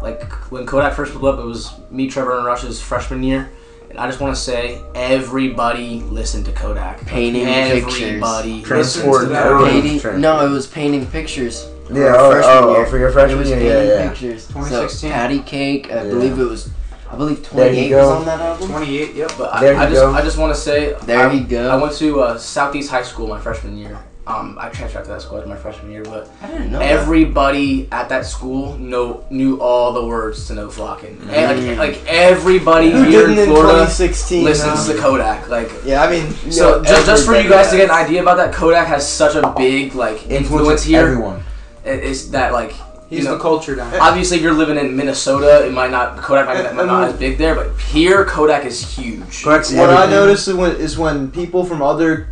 Speaker 2: Like when Kodak first blew up, it was me, Trevor, and Rush's freshman year. And I just want to say, everybody listened to Kodak.
Speaker 6: Painting
Speaker 2: everybody listened to
Speaker 3: Transport.
Speaker 2: that.
Speaker 3: everyone was
Speaker 6: painting,
Speaker 3: trans-
Speaker 6: no, it was painting pictures. for
Speaker 3: Yeah,
Speaker 6: our
Speaker 3: oh,
Speaker 6: freshman
Speaker 3: oh,
Speaker 6: year.
Speaker 3: for your freshman
Speaker 6: it was
Speaker 3: year, yeah,
Speaker 6: painting
Speaker 3: yeah.
Speaker 6: pictures.
Speaker 5: 2016.
Speaker 6: So, Patty Cake, I
Speaker 3: Yeah.
Speaker 6: believe it was, I believe
Speaker 3: There you
Speaker 6: 28 was
Speaker 3: go.
Speaker 6: on that album.
Speaker 5: 28. Yep.
Speaker 2: But I,
Speaker 3: There
Speaker 2: I
Speaker 3: you
Speaker 2: just
Speaker 3: go.
Speaker 2: I just want to say
Speaker 6: There
Speaker 2: I,
Speaker 6: you go.
Speaker 2: I went to uh, Southeast High School my freshman year. Um, I transferred out to that school my freshman year, but
Speaker 6: I didn't know that.
Speaker 2: everybody at that school know knew all the words to "No Flocking."
Speaker 6: Mm.
Speaker 2: And like, like everybody
Speaker 4: Who
Speaker 2: here
Speaker 4: didn't
Speaker 2: in
Speaker 4: in
Speaker 2: Florida
Speaker 4: 2016?
Speaker 2: listens
Speaker 4: huh?
Speaker 2: to Kodak. Like,
Speaker 4: Yeah, I mean,
Speaker 2: so
Speaker 4: no,
Speaker 2: just, just for you guys to get an
Speaker 4: everybody.
Speaker 2: idea about that, Kodak has such a big like influence
Speaker 3: Influence
Speaker 2: here.
Speaker 3: everyone.
Speaker 2: It- It's that like
Speaker 5: He's
Speaker 2: you know,
Speaker 5: the culture down.
Speaker 2: obviously if you're living in Minnesota, it might not Kodak might, might not as big there, but here Kodak is huge.
Speaker 3: Correct
Speaker 4: What I
Speaker 3: everything.
Speaker 4: noticed is when, is when people from other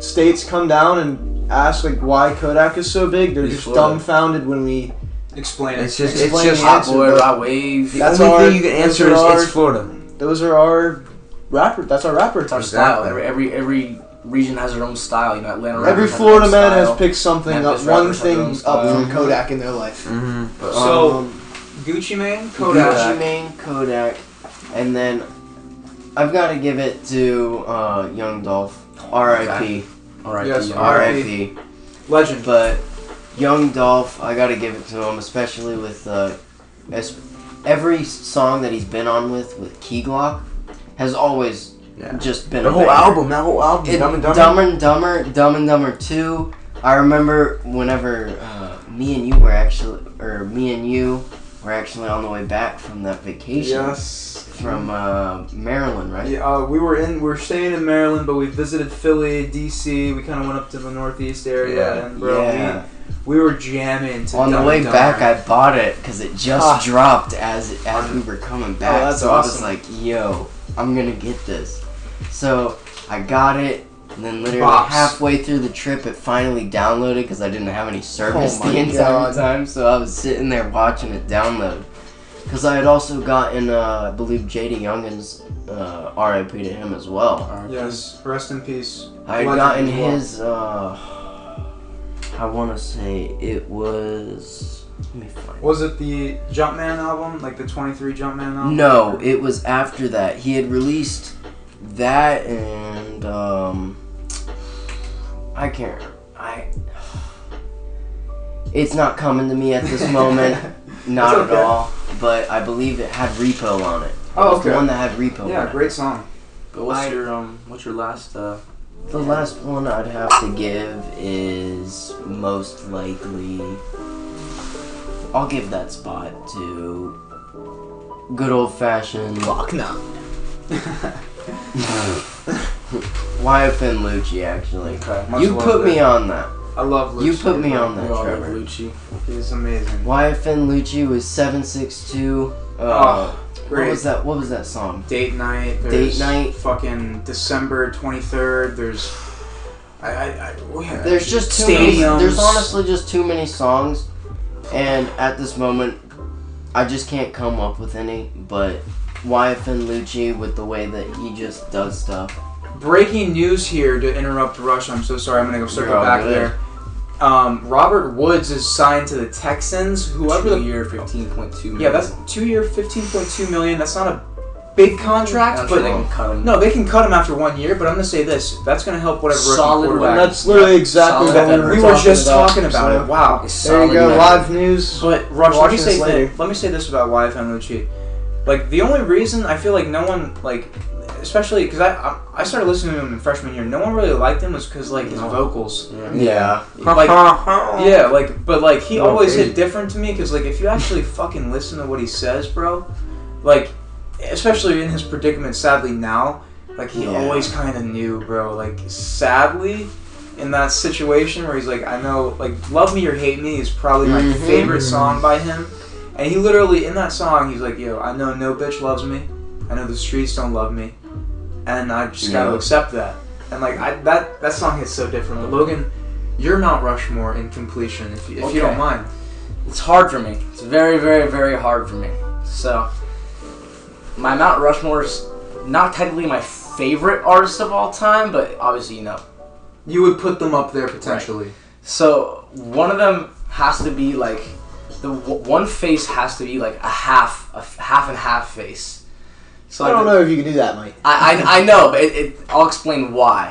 Speaker 4: states come down and ask like why Kodak is so big, they're
Speaker 2: He's
Speaker 4: just
Speaker 2: Florida.
Speaker 4: dumbfounded when we.
Speaker 5: Explain it.
Speaker 3: It's just it's
Speaker 4: Explain
Speaker 3: just
Speaker 4: the
Speaker 2: Hot
Speaker 4: answer,
Speaker 2: boy,
Speaker 4: bro.
Speaker 2: raw wave.
Speaker 3: the
Speaker 4: That's
Speaker 3: only
Speaker 4: our-
Speaker 3: thing you can
Speaker 4: that's
Speaker 3: answer is
Speaker 4: our-
Speaker 3: it's Florida.
Speaker 4: Those are our rapper. That's our rapper.
Speaker 2: It's our
Speaker 3: Exactly.
Speaker 2: style. Every, every every region has their own style. You know, Atlanta.
Speaker 4: Every
Speaker 2: rappers have
Speaker 4: Florida
Speaker 2: their own
Speaker 4: man has
Speaker 2: style.
Speaker 4: picked something
Speaker 2: Memphis
Speaker 4: up, one
Speaker 2: rappers have their
Speaker 4: thing
Speaker 2: own
Speaker 4: up from
Speaker 6: style.
Speaker 4: Kodak in their life.
Speaker 3: Mm-hmm.
Speaker 5: So-
Speaker 6: Um,
Speaker 5: Gucci Mane,
Speaker 6: Gucci
Speaker 5: Kodak.
Speaker 6: Mane, Kodak, and then I've got to give it to uh, Young Dolph, R.I.P.
Speaker 2: All right.
Speaker 5: Yes,
Speaker 2: yeah.
Speaker 5: all right.
Speaker 6: R.I.P.
Speaker 5: Legend.
Speaker 6: But Young Dolph, I got to give it to him, especially with uh, es- every song that he's been on with with Key Glock has always
Speaker 3: Yeah.
Speaker 6: just been
Speaker 3: The
Speaker 6: a
Speaker 3: whole
Speaker 6: banger.
Speaker 3: album, that whole album,
Speaker 6: It-
Speaker 3: Dumb and Dumber.
Speaker 6: and Dumber, Dumb and Dumber Two. I remember whenever uh, me and you were actually, or me and you were actually on the way back from that vacation
Speaker 5: Yes.
Speaker 6: from uh, Maryland, right?
Speaker 5: Yeah, uh, we were in. We were staying in Maryland, but we visited Philly, DC. We kind of went up to the Northeast area,
Speaker 3: Yeah.
Speaker 5: and bro,
Speaker 6: Yeah.
Speaker 5: we, we were jamming. To
Speaker 6: on the
Speaker 5: Dumb
Speaker 6: way
Speaker 5: and Dumber.
Speaker 6: back, I bought it because it just
Speaker 5: Ah. Oh,
Speaker 6: dropped as as we were coming back.
Speaker 5: that's
Speaker 6: so
Speaker 5: awesome.
Speaker 6: I was like, "Yo, I'm gonna get this." So I got it, and then literally
Speaker 5: Bops.
Speaker 6: halfway through the trip, it finally downloaded because I didn't have any service
Speaker 4: Oh my
Speaker 6: the entire
Speaker 4: God.
Speaker 6: time. So I was sitting there watching it download. Because I had also gotten, uh, I believe, J.D. Youngin's uh, RIP to him as well.
Speaker 5: Yes, rest in peace.
Speaker 6: I had
Speaker 5: Legend
Speaker 6: gotten
Speaker 5: as well.
Speaker 6: his. Uh, I want to say it was. Let me find.
Speaker 5: Was it the Jumpman album, like the 23 Jumpman album?
Speaker 6: No, it was after that. He had released that and um I can't I It's not coming to me at this moment. not
Speaker 5: That's okay.
Speaker 6: at all. But I believe it had repo on it. It
Speaker 5: Oh,
Speaker 6: was the
Speaker 5: okay.
Speaker 6: one that had repo on
Speaker 5: Yeah,
Speaker 6: it.
Speaker 5: great song.
Speaker 2: But what's
Speaker 6: I-
Speaker 2: your um? What's your last uh?
Speaker 6: The last one I'd have to give is most likely I'll give that spot to good old fashioned
Speaker 4: Fuck no.
Speaker 6: YFN Lucci actually.
Speaker 5: Okay,
Speaker 6: You put me on that.
Speaker 5: I love Luke.
Speaker 6: You put me on that,
Speaker 2: we all
Speaker 6: Trevor.
Speaker 2: Lucci.
Speaker 5: He's amazing.
Speaker 6: YFN Lucci was 762. Uh,
Speaker 5: Oh.
Speaker 6: What was that? What was that song?
Speaker 1: Date night.
Speaker 6: Date night.
Speaker 1: Fucking December twenty third. There's. I, I, I oh yeah.
Speaker 6: There's just too
Speaker 1: stadiums.
Speaker 6: many. There's honestly just too many songs, and at this moment, I just can't come up with any. But why offend Lucci with the way that he just does stuff?
Speaker 1: breaking news here to interrupt Rush. I'm so sorry. I'm gonna go circle
Speaker 6: You're all
Speaker 1: back
Speaker 6: good.
Speaker 1: there. Um, Robert Woods is signed to the Texans. Whoever
Speaker 2: Two
Speaker 1: the
Speaker 2: year, fifteen point two.
Speaker 1: yeah, that's two year, fifteen point two million. That's not a big contract,
Speaker 2: sure
Speaker 1: but
Speaker 2: they can cut him.
Speaker 1: no, they can cut him after one year. But I'm gonna say this: that's gonna help whatever rookie
Speaker 2: Solid
Speaker 1: quarterback.
Speaker 2: Right.
Speaker 4: That's literally exactly
Speaker 2: Solid
Speaker 4: what we
Speaker 2: effort.
Speaker 4: were,
Speaker 1: we were
Speaker 4: talking
Speaker 1: just
Speaker 4: about,
Speaker 1: talking about
Speaker 4: so-
Speaker 1: it. Wow.
Speaker 2: It's
Speaker 4: There you
Speaker 2: solid
Speaker 4: go,
Speaker 2: metal.
Speaker 4: live news.
Speaker 1: But Rush, let me
Speaker 4: watching
Speaker 1: say
Speaker 4: this later.
Speaker 1: this. Let me say this about why I found Lucci. Like the only reason I feel like no one like, especially because I, I I started listening to him in freshman year. No one really liked him was because like his vocals.
Speaker 3: Yeah.
Speaker 1: Like Yeah, like, but like he
Speaker 3: No,
Speaker 1: always
Speaker 3: crazy.
Speaker 1: hit different to me because like if you actually fucking listen to what he says, bro, like especially in his predicament, sadly now, like he
Speaker 6: Yeah.
Speaker 1: always kind of knew, bro. Like sadly, in that situation where he's like, I know, like "Love Me or Hate Me" is probably my
Speaker 6: Mhm.
Speaker 1: favorite song by him, and he literally in that song he's like, Yo, I know no bitch loves me, I know the streets don't love me, and I just gotta
Speaker 6: Yeah.
Speaker 1: accept that. And like I, that that song hits so different. But Logan, you're Mount Rushmore in completion, if, you- if you don't
Speaker 2: Okay.
Speaker 1: mind.
Speaker 2: It's hard for me. It's very, very, very hard for me. So, my Mount Rushmore's not technically my favorite artist of all time, but obviously you know.
Speaker 1: You would put them up there potentially.
Speaker 2: So one of them has to be like the w- one face has to be like a half, a f- half and half face. So
Speaker 4: I
Speaker 2: like,
Speaker 4: don't
Speaker 2: the-
Speaker 4: know if you can do that, Mike.
Speaker 2: I, I, I know, but it, it, I'll explain why.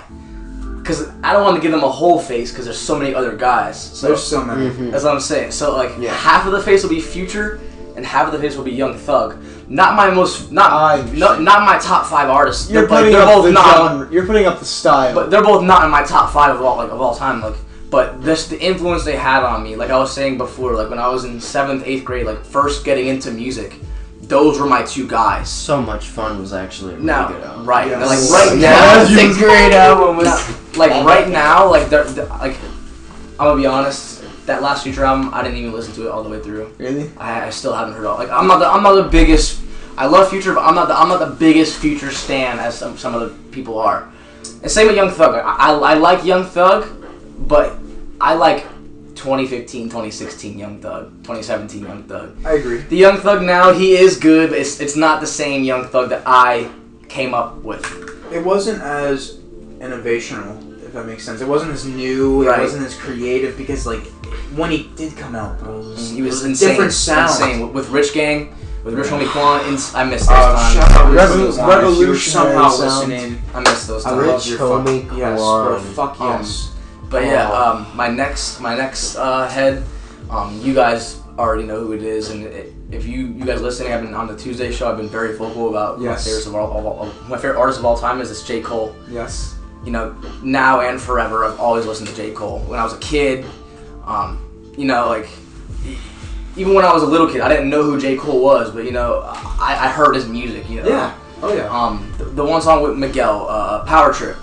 Speaker 2: Because I don't want to give them a whole face because there's so many other guys. So
Speaker 1: There's so many.
Speaker 2: that's what I'm saying. So like
Speaker 6: Yeah.
Speaker 2: half of the face will be Future, and half of the face will be Young Thug. Not my most,
Speaker 4: I
Speaker 2: not no,
Speaker 4: understand.
Speaker 2: not my top five artists.
Speaker 4: You're
Speaker 2: They're- but
Speaker 4: putting
Speaker 2: they're
Speaker 4: up the
Speaker 2: not,
Speaker 4: genre. You're putting up the style.
Speaker 2: but they're both not in my top five of all like of all time. Like, but this the influence they had on me. Like I was saying before, like when I was in seventh, eighth grade, like first getting into music, those were my two guys.
Speaker 6: So much fun was actually a really
Speaker 2: No,
Speaker 6: good album.
Speaker 2: right.
Speaker 1: Yeah.
Speaker 2: Like right
Speaker 6: Yeah,
Speaker 2: now,
Speaker 6: that was
Speaker 2: sixth
Speaker 6: a
Speaker 2: grade
Speaker 6: great
Speaker 2: album
Speaker 6: album.
Speaker 2: like right now, like they're, they're- like I'm gonna be honest. That last Future album, I didn't even listen to it all the way through.
Speaker 4: really,
Speaker 2: I, I still haven't heard all. Like I'm not the I'm not the biggest. I love Future, but I'm not the I'm not the biggest Future stan as some some other people are. And same with Young Thug. I, I, I like Young Thug, but I like 2015, 2016 Young Thug, 2017 Young Thug.
Speaker 1: I agree.
Speaker 2: The Young Thug now he is good, but it's it's not the same Young Thug that I came up with.
Speaker 1: It wasn't as innovational, if that makes sense. It wasn't as new.
Speaker 2: Right.
Speaker 1: It wasn't as creative because like when he did come out, bro, it
Speaker 3: Mm-hmm.
Speaker 1: was,
Speaker 2: He was
Speaker 1: it a
Speaker 2: insane.
Speaker 1: different sound.
Speaker 2: Insane with, with Rich Gang, with Rich Homie Quan. ins- I missed those
Speaker 1: Uh,
Speaker 2: times.
Speaker 1: shout out
Speaker 4: Revo-
Speaker 1: Rich Homie Quan if you were somehow
Speaker 4: revolutionary sound.
Speaker 1: listening.
Speaker 2: I missed those
Speaker 1: I
Speaker 2: times.
Speaker 1: love
Speaker 3: Rich
Speaker 1: your
Speaker 3: Homie
Speaker 1: fuck, yes, bro,
Speaker 3: Quan.
Speaker 1: fuck
Speaker 2: Um,
Speaker 1: yes.
Speaker 2: But yeah, um, my next my next uh, head, um, you guys already know who it is, and it, if you you guys listening, I've been on the Tuesday show. I've been very vocal about
Speaker 1: Yes.
Speaker 2: my favorites of all, all, all- my favorite artist of all time is this J Cole.
Speaker 1: yes.
Speaker 2: You know, now and forever, I've always listened to J Cole. When I was a kid, um, you know, like e- even when I was a little kid, I didn't know who J Cole was, but you know, I, I heard his music. You know,
Speaker 1: Yeah. Oh yeah.
Speaker 2: um, the, the one song with Miguel, uh, Power Trip.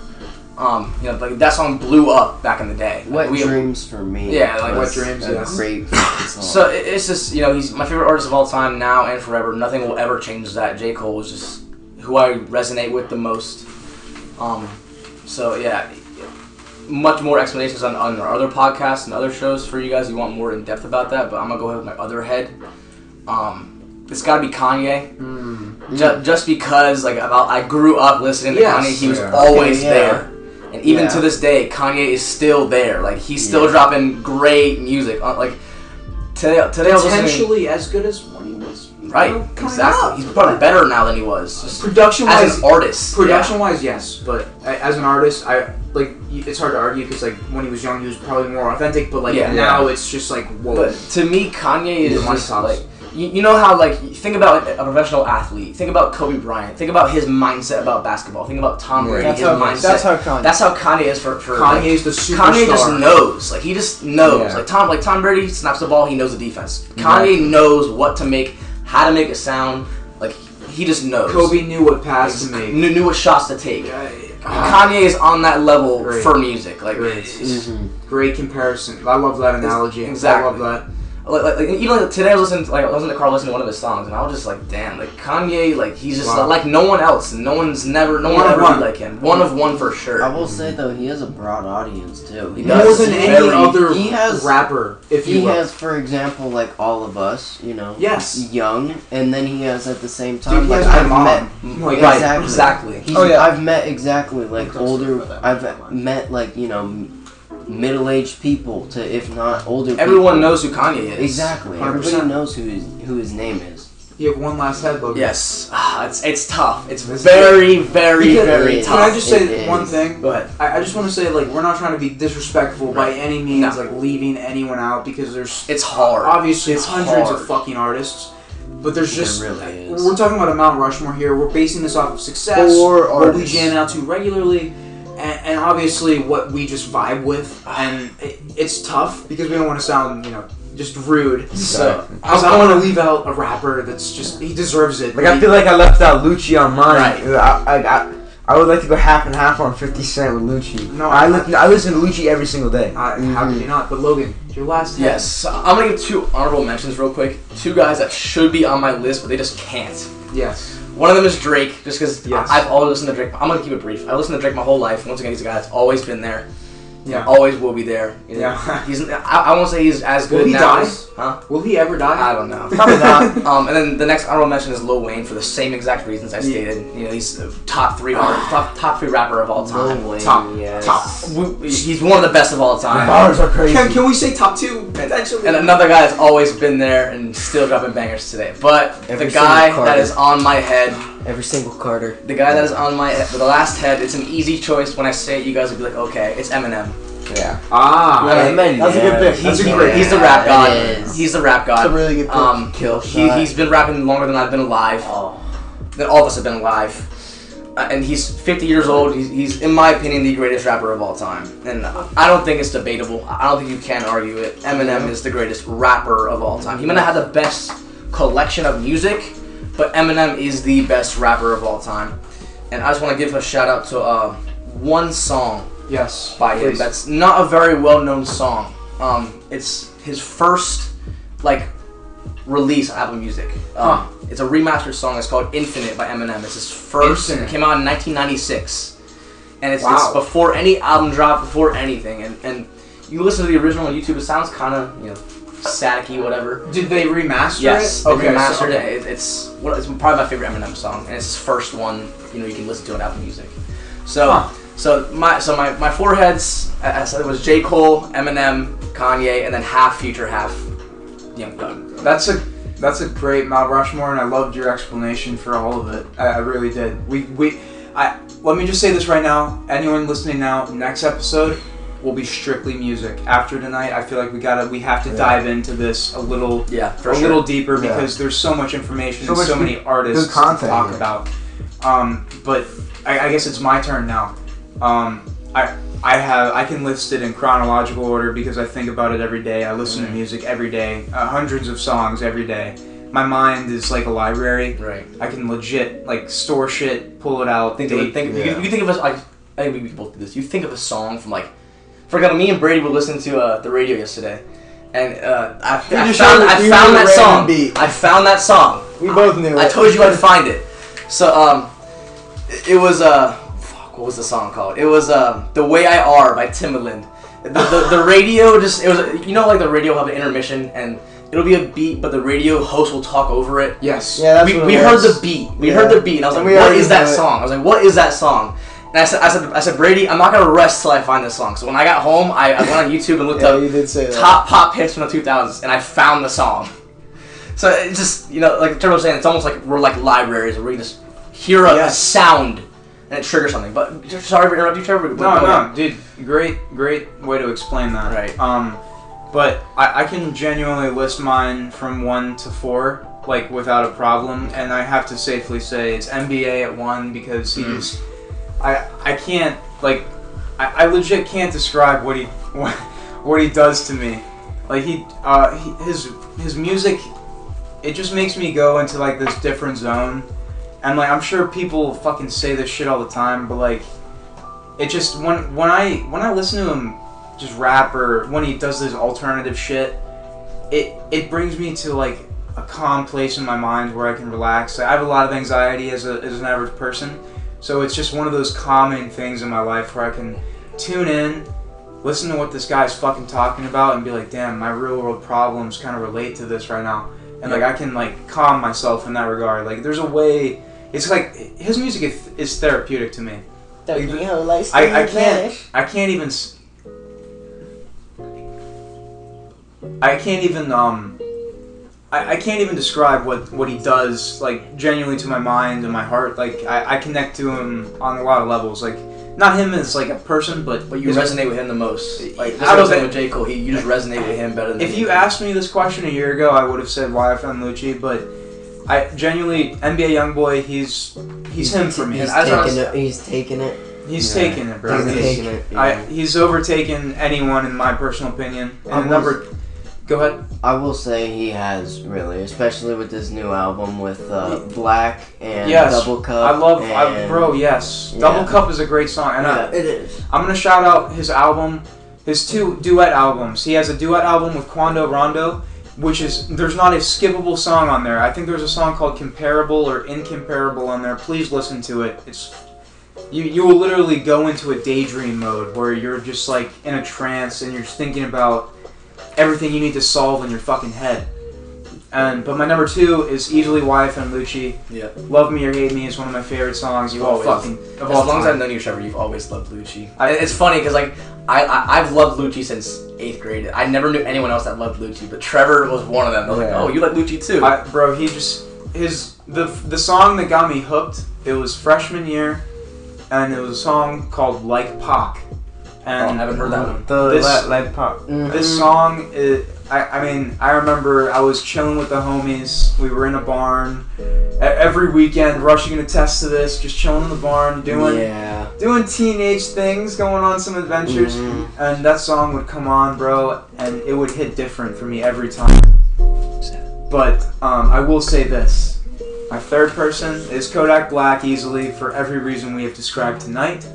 Speaker 2: Um, you know, like that song blew up back in the day. Like,
Speaker 6: Wet
Speaker 2: we-
Speaker 6: dreams for me.
Speaker 2: Yeah, like
Speaker 6: was
Speaker 1: Wet Dreams,
Speaker 6: A
Speaker 1: yes.
Speaker 6: great fucking song.
Speaker 2: So it- it's just you know he's my favorite artist of all time now and forever. Nothing will ever change that. J Cole is just who I resonate with the most. Um, so yeah, much more explanations on, on our other podcasts and other shows for you guys. You want more in depth about that, but I'm gonna go ahead with my other head. Um, it's gotta be Kanye.
Speaker 6: Hmm.
Speaker 2: Ju- just because like about I grew up listening to
Speaker 1: Yes.
Speaker 2: Kanye. He was
Speaker 1: Yeah.
Speaker 2: always
Speaker 6: Okay, yeah.
Speaker 2: there. And even
Speaker 6: Yeah.
Speaker 2: to this day, Kanye is still there. Like he's still
Speaker 6: Yeah.
Speaker 2: dropping great music. Uh, Like today, today I was listening.
Speaker 1: Potentially as good as when he was. you
Speaker 2: Right,
Speaker 1: know, coming
Speaker 2: exactly.
Speaker 1: out.
Speaker 2: He's probably better now than he was. Just
Speaker 1: Production
Speaker 2: as
Speaker 1: wise,
Speaker 2: an artist.
Speaker 1: Production wise, yes, but a- as an artist, I like y- it's hard to argue because like when he was young, he was probably more authentic. But like
Speaker 2: Yeah.
Speaker 1: now, it's just like whoa.
Speaker 2: Yeah. But to me, Kanye
Speaker 1: He's
Speaker 2: is
Speaker 1: the money
Speaker 2: just
Speaker 1: tops.
Speaker 2: like you, you know how like you think about a professional athlete. Think about Kobe Bryant. Think about his mindset about basketball. Think about Tom Brady.
Speaker 4: that's
Speaker 2: his
Speaker 4: how,
Speaker 2: mindset.
Speaker 4: that's how Kanye.
Speaker 2: That's how Kanye is for, for like,
Speaker 1: Kanye's the superstar.
Speaker 2: Kanye just knows. Like he just knows.
Speaker 1: Yeah.
Speaker 2: Like Tom, like Tom Brady snaps the ball, he knows the defense. Kanye knows what to make, how to make it sound. Like he just knows.
Speaker 1: Kobe knew what pass to make.
Speaker 2: knew, knew what shots to take.
Speaker 1: I- ah,
Speaker 2: Kanye is on that level
Speaker 1: Great.
Speaker 2: for music. Like
Speaker 1: Great.
Speaker 2: it's-
Speaker 6: Mhm.
Speaker 1: Great comparison. I love that analogy.
Speaker 2: exactly.
Speaker 1: I love that.
Speaker 2: Like, like, like, even like today, I was listening, to, like I was in the car listening to one of his songs, and I was just like, "Damn!" Like Kanye, like he's just
Speaker 3: Wow.
Speaker 2: like no one else. No one's never, no one
Speaker 1: One of
Speaker 2: ever
Speaker 1: one.
Speaker 2: be like him. One of one for sure.
Speaker 6: I will say though, he has a broad audience too. He
Speaker 1: More
Speaker 2: does.
Speaker 1: than any
Speaker 2: Very-
Speaker 1: other
Speaker 6: he has-
Speaker 1: rapper, if you
Speaker 6: He
Speaker 1: will.
Speaker 6: has, for example, like all of us, you know,
Speaker 1: yes.
Speaker 6: young, and then he has at the same time
Speaker 1: he
Speaker 6: like
Speaker 1: has Oh my
Speaker 6: I've
Speaker 1: mom.
Speaker 6: met
Speaker 2: Like,
Speaker 6: Exactly.
Speaker 2: Right, exactly.
Speaker 6: He's,
Speaker 4: Oh, yeah.
Speaker 6: I've met exactly like
Speaker 4: I'm sorry
Speaker 6: older.
Speaker 4: about that.
Speaker 6: I've met like you know, m- middle-aged people to if not older.
Speaker 2: Everyone
Speaker 6: people.
Speaker 2: knows who Kanye is.
Speaker 6: exactly.
Speaker 1: 100%.
Speaker 6: Everybody knows who his who his name is.
Speaker 1: You have one last head, Logan.
Speaker 2: Yes. Ah, it's it's tough. It's
Speaker 1: This is
Speaker 2: very, very,
Speaker 1: Because-
Speaker 2: very
Speaker 6: It
Speaker 1: Can I
Speaker 2: tough.
Speaker 1: just say
Speaker 6: It
Speaker 1: one
Speaker 6: is.
Speaker 1: thing?
Speaker 2: Go ahead.
Speaker 1: I, I just want to say, like, we're not trying to be disrespectful by any means,
Speaker 2: No.
Speaker 1: like leaving anyone out because there's
Speaker 2: It's hard.
Speaker 1: obviously
Speaker 2: It's
Speaker 1: hundreds
Speaker 2: hard.
Speaker 1: of fucking artists, but there's
Speaker 6: There
Speaker 1: just
Speaker 6: really is.
Speaker 1: we're talking about a Mount Rushmore here. We're basing this off of success,
Speaker 4: Or
Speaker 1: what we
Speaker 4: artists.
Speaker 1: jam out to regularly, and, and obviously what we just vibe with. And it, it's tough because we don't want to sound, you know, just rude.
Speaker 2: So
Speaker 1: Because I don't want to leave out a rapper that's just he deserves it.
Speaker 3: Like I feel like I left out Lucci on mine.
Speaker 2: Right.
Speaker 3: I, I, I, I would like to go half and half on Fifty Cent with Lucci.
Speaker 1: No,
Speaker 3: I,
Speaker 1: I-
Speaker 3: li- I listen to Lucci every single day.
Speaker 1: I, how could you not? But Logan, your last head.
Speaker 2: Yes, so I'm gonna give two honorable mentions real quick. Two guys that should be on my list, but they just can't.
Speaker 1: yes,
Speaker 2: One of them is Drake, just because
Speaker 1: Yes.
Speaker 2: I've always listened to Drake. I'm gonna keep it brief. I listened to Drake my whole life. Once again, he's a guy that's always been there.
Speaker 1: Yeah.
Speaker 2: Always will be there. You know?
Speaker 1: Yeah.
Speaker 2: He's. I, I won't say he's as good
Speaker 1: Will he
Speaker 2: now.
Speaker 1: die?
Speaker 2: as- Huh?
Speaker 1: Will he ever die?
Speaker 2: I don't know.
Speaker 3: Probably not.
Speaker 2: um, and then the next honorable mention is Lil Wayne for the same exact reasons I
Speaker 1: Yeah.
Speaker 2: stated. You know, he's the top three artist, top top three rapper of all time.
Speaker 6: Lil Wayne,
Speaker 1: Top-
Speaker 6: yes.
Speaker 1: top.
Speaker 2: We- He's one of the best of all
Speaker 3: The
Speaker 2: time.
Speaker 3: bars are crazy.
Speaker 1: Can, can we say top two potentially?
Speaker 2: And another guy that's always been there and still dropping bangers today. But
Speaker 6: Every
Speaker 2: the guy
Speaker 6: single
Speaker 2: that
Speaker 6: Carter.
Speaker 2: is on my head,
Speaker 6: Every single Carter.
Speaker 2: the guy that is on my the last head, it's an easy choice. When I say it, you guys will be like, okay, it's Eminem.
Speaker 3: Yeah.
Speaker 1: ah,
Speaker 2: Right.
Speaker 4: That's a good pick.
Speaker 2: He's,
Speaker 4: That's a
Speaker 2: the-
Speaker 4: great-
Speaker 2: he's the
Speaker 6: Yeah,
Speaker 2: rap
Speaker 6: it
Speaker 2: god.
Speaker 6: is.
Speaker 2: He's the rap
Speaker 4: That's a
Speaker 2: god.
Speaker 4: really good pick.
Speaker 2: Um,
Speaker 6: Kill
Speaker 2: he,
Speaker 6: shot.
Speaker 2: he's been rapping longer than I've been alive.
Speaker 6: Oh,
Speaker 2: Than all of us have been alive. Uh, and he's 50 years old. He's, he's, in my opinion, the greatest rapper of all time. And I don't think it's debatable. I don't think you can argue it. Eminem is the greatest rapper of all time. He might not have the best collection of music, but Eminem is the best rapper of all time. And I just want to give a shout out to uh, one song
Speaker 1: yes.
Speaker 2: by him.
Speaker 1: Please.
Speaker 2: That's not a very well known song. Um, it's his first like release on Apple Music. Um, It's a remastered song. It's called Infinite by Eminem. It's his first.
Speaker 1: Infinite.
Speaker 2: It came out in 1996, and it's,
Speaker 1: Wow.
Speaker 2: it's before any album drop, before anything. And and you listen to the original on YouTube. It sounds kind of you know staticky, whatever.
Speaker 1: Did they remaster
Speaker 2: Yes,
Speaker 1: it?
Speaker 2: they remastered
Speaker 1: so-
Speaker 2: it. It- It's well, it's probably my favorite Eminem song, and it's his first one. You know, you can listen to it on Apple Music. So,
Speaker 1: Huh.
Speaker 2: so my so my my foreheads. I, I said it was J Cole, Eminem, Kanye, and then half Future, half Young Thug.
Speaker 1: That's a that's a great Mount Rushmore, and I loved your explanation for all of it. I, I really did. We we I let me just say this right now. Anyone listening now, next episode will be strictly music. After tonight, I feel like we gotta we have to dive into this a little
Speaker 2: Yeah, for
Speaker 1: a
Speaker 2: sure.
Speaker 1: little deeper
Speaker 3: Yeah.
Speaker 1: because there's so much information
Speaker 3: So
Speaker 1: and
Speaker 3: much
Speaker 1: so many
Speaker 3: good-
Speaker 1: artists
Speaker 3: good content
Speaker 1: to talk
Speaker 3: here.
Speaker 1: about. Um, but I, I guess it's my turn now. Um, I I have I can list it in chronological order because I think about it every day. I listen
Speaker 3: Mm.
Speaker 1: to music every day, uh, hundreds of songs every day. My mind is like a library.
Speaker 2: right.
Speaker 1: I can legit like store shit, pull it out.
Speaker 2: Think
Speaker 1: date-
Speaker 2: of, think you,
Speaker 3: yeah.
Speaker 2: can- you can think of us. I, I think we can both do this. You think of a song from like, for example, me and Brady were listening to uh, the radio yesterday, and uh, I, I
Speaker 4: We
Speaker 2: found,
Speaker 4: just heard-
Speaker 2: I
Speaker 4: we
Speaker 2: found
Speaker 4: heard a
Speaker 2: that
Speaker 4: random
Speaker 2: song.
Speaker 4: beat.
Speaker 2: I found that song.
Speaker 4: we both knew
Speaker 2: I
Speaker 4: it.
Speaker 2: told you I'd find it. So um, it- it was uh, fuck, what was the song called? It was um, "The Way I Are" by Timbaland. The, the, the radio just it was you know like the radio will have an intermission and it'll be a beat but the radio host will talk over it.
Speaker 1: Yes.
Speaker 4: Yeah, that's
Speaker 2: we
Speaker 4: what it
Speaker 2: we heard
Speaker 4: was.
Speaker 2: the beat. We
Speaker 4: Yeah.
Speaker 2: heard the beat and I was
Speaker 4: And
Speaker 2: like,
Speaker 4: we
Speaker 2: what
Speaker 4: already
Speaker 2: is that
Speaker 4: knew it.
Speaker 2: song? I was like, what is that song? And I said, I said, I said, Brady, I'm not gonna rest till I find this song. So when I got home, I, I went on YouTube and looked
Speaker 4: Yeah,
Speaker 2: up
Speaker 4: you did say that.
Speaker 2: top pop hits from the 2000s, and I found the song. So it just you know, like Turbo was saying, it's almost like we're like libraries where we just hear a, a
Speaker 1: Yes.
Speaker 2: sound and it triggers something. But sorry for interrupting you, Trevor. but
Speaker 1: No,
Speaker 2: go
Speaker 1: no,
Speaker 2: ahead.
Speaker 1: dude, great, great way to explain that.
Speaker 2: Right.
Speaker 1: Um, but I, I can genuinely list mine from one to four, like without a problem, and I have to safely say it's NBA at one because he just, I, I can't like, I, I legit can't describe what he, what, what he does to me, like he, uh, he, his, his music, it just makes me go into like this different zone, and like I'm sure people fucking say this shit all the time, but like it just when when I when I listen to him just rap or when he does this alternative shit, it it brings me to like a calm place in my mind where I can relax. I have a lot of anxiety as a, as an average person, so it's just one of those calming things in my life where I can tune in, listen to what this guy's fucking talking about, and be like, damn, my real world problems kind of relate to this right now, and like I can like calm myself in that regard. Like there's a way. It's like his music is, is therapeutic to me.
Speaker 8: Don't
Speaker 1: Like,
Speaker 8: you know, like
Speaker 1: I, I
Speaker 8: Spanish?
Speaker 1: can't I can't even s- I can't even um I, I can't even describe what what he does like genuinely to my mind and my heart like I, I connect to him on a lot of levels like not him as like a person but
Speaker 2: But you
Speaker 1: as-
Speaker 2: resonate with him the most. Like this
Speaker 1: Out
Speaker 2: was
Speaker 1: of
Speaker 2: like
Speaker 1: it-
Speaker 2: with J Cole, he, you just resonate with him better. than
Speaker 1: if
Speaker 2: me.
Speaker 1: you asked me this question a year ago I would have said YFN Lucci but I genuinely NBA YoungBoy he's he's him for me
Speaker 6: He's
Speaker 1: I don't-
Speaker 6: taking it. He's taking it.
Speaker 1: he's
Speaker 3: Yeah.
Speaker 1: taking it bro
Speaker 6: He's
Speaker 1: He's-
Speaker 6: taking it.
Speaker 1: I, he's overtaken anyone in my personal opinion. And
Speaker 6: I
Speaker 1: the number, go ahead.
Speaker 6: I will say he has really, especially with this new album with uh, Black and
Speaker 1: Yes,
Speaker 6: Double Cup.
Speaker 1: I love, I,
Speaker 6: and-
Speaker 1: bro. Yes,
Speaker 6: Yeah.
Speaker 1: Double Cup is a great song, and
Speaker 6: Yeah,
Speaker 1: I,
Speaker 6: it is.
Speaker 1: I'm gonna shout out his album, his two duet albums. He has a duet album with Quando Rondo, which is there's not a skippable song on there. I think there's a song called Comparable or Incomparable on there. Please listen to it. It's you, you will literally go into a daydream mode where you're just like in a trance and you're just thinking about everything you need to solve in your fucking head. And but my number two is easily YFN Lucci.
Speaker 2: Yeah.
Speaker 1: Love Me or Hate Me is one of my favorite songs. You all
Speaker 2: Always.
Speaker 1: fucking of
Speaker 2: As
Speaker 1: all
Speaker 2: long as
Speaker 1: time.
Speaker 2: I've known you, Trevor, you've always loved Lucci.
Speaker 1: I-
Speaker 2: it's funny because like I, I I've loved Lucci since eighth grade. I never knew anyone else that loved Lucci, but Trevor was one of them. I was
Speaker 3: Yeah.
Speaker 2: like, oh, you like Lucci too.
Speaker 1: I, bro, he just his the the song that got me hooked. It was freshman year, and it was a song called "Like Pac,"
Speaker 2: Oh, I
Speaker 1: and
Speaker 2: haven't heard that one.
Speaker 3: The
Speaker 1: This-
Speaker 3: la- live pop.
Speaker 6: Mm-hmm.
Speaker 2: Mm.
Speaker 1: this song. It, I I mean, I remember I was chilling with the homies. We were in a barn e- every weekend. Rushing can attest to this. Just chilling in the barn, doing
Speaker 6: Yeah.
Speaker 1: doing teenage things, going on some adventures,
Speaker 6: Mhm.
Speaker 1: and that song would come on, bro, and it would hit different for me every time. But um, I will say this: my third person is Kodak Black, easily for every reason we have described tonight,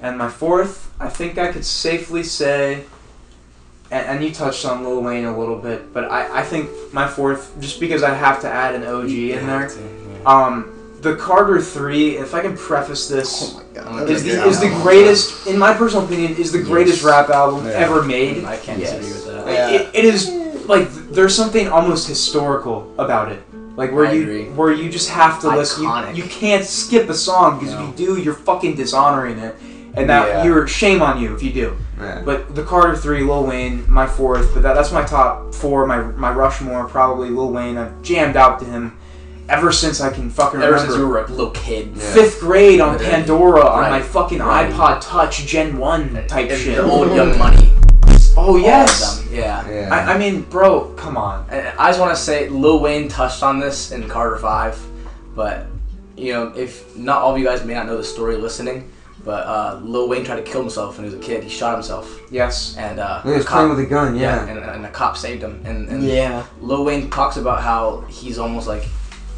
Speaker 1: and my fourth, I think I could safely say. And, and you touched on Lil Wayne a little bit, but I, I think my fourth, just because I have to add an OG in there, um, the Carter Three. If I can preface this,
Speaker 4: Oh my god.
Speaker 1: is the
Speaker 4: Yeah.
Speaker 1: is the greatest, in my personal opinion, is the greatest rap album
Speaker 3: Yeah.
Speaker 1: ever made.
Speaker 2: I can't
Speaker 6: Yes.
Speaker 2: disagree with that.
Speaker 4: Yeah.
Speaker 1: It, it is like there's something almost historical about it, like where
Speaker 2: I
Speaker 1: you
Speaker 2: agree.
Speaker 1: where you just have to listen.
Speaker 2: Iconic.
Speaker 1: You, you can't skip a song because
Speaker 2: No.
Speaker 1: if you do, you're fucking dishonoring it, and that
Speaker 3: Yeah.
Speaker 1: you're shame on you if you do.
Speaker 3: Yeah.
Speaker 1: But the Carter Three, Lil Wayne, my fourth, but that, that's my top four. My my Rushmore probably Lil Wayne. I've jammed out to him ever since I can fucking
Speaker 2: Ever
Speaker 1: remember
Speaker 2: since you were a little kid.
Speaker 3: Yeah.
Speaker 1: fifth grade on
Speaker 2: Yeah.
Speaker 1: Pandora on
Speaker 2: Right.
Speaker 1: my fucking
Speaker 2: Right.
Speaker 1: iPod Touch Gen 1 type
Speaker 2: And
Speaker 1: shit.
Speaker 2: The old Young Money.
Speaker 1: Oh,
Speaker 2: all of
Speaker 1: yes.
Speaker 2: them, Yeah.
Speaker 3: Yeah.
Speaker 1: I, I mean, bro, come on.
Speaker 2: And I just want to say Lil Wayne touched on this in Carter 5, but you know, if not all of you guys may not know the story listening, but uh, Lil Wayne tried to kill himself when he was a kid. He shot himself,
Speaker 1: Yes.
Speaker 2: and uh,
Speaker 3: he was
Speaker 2: a cop-
Speaker 3: playing with a gun. Yeah.
Speaker 2: and, and a cop saved him. And, and
Speaker 6: Yeah.
Speaker 2: Lil Wayne talks about how he's almost like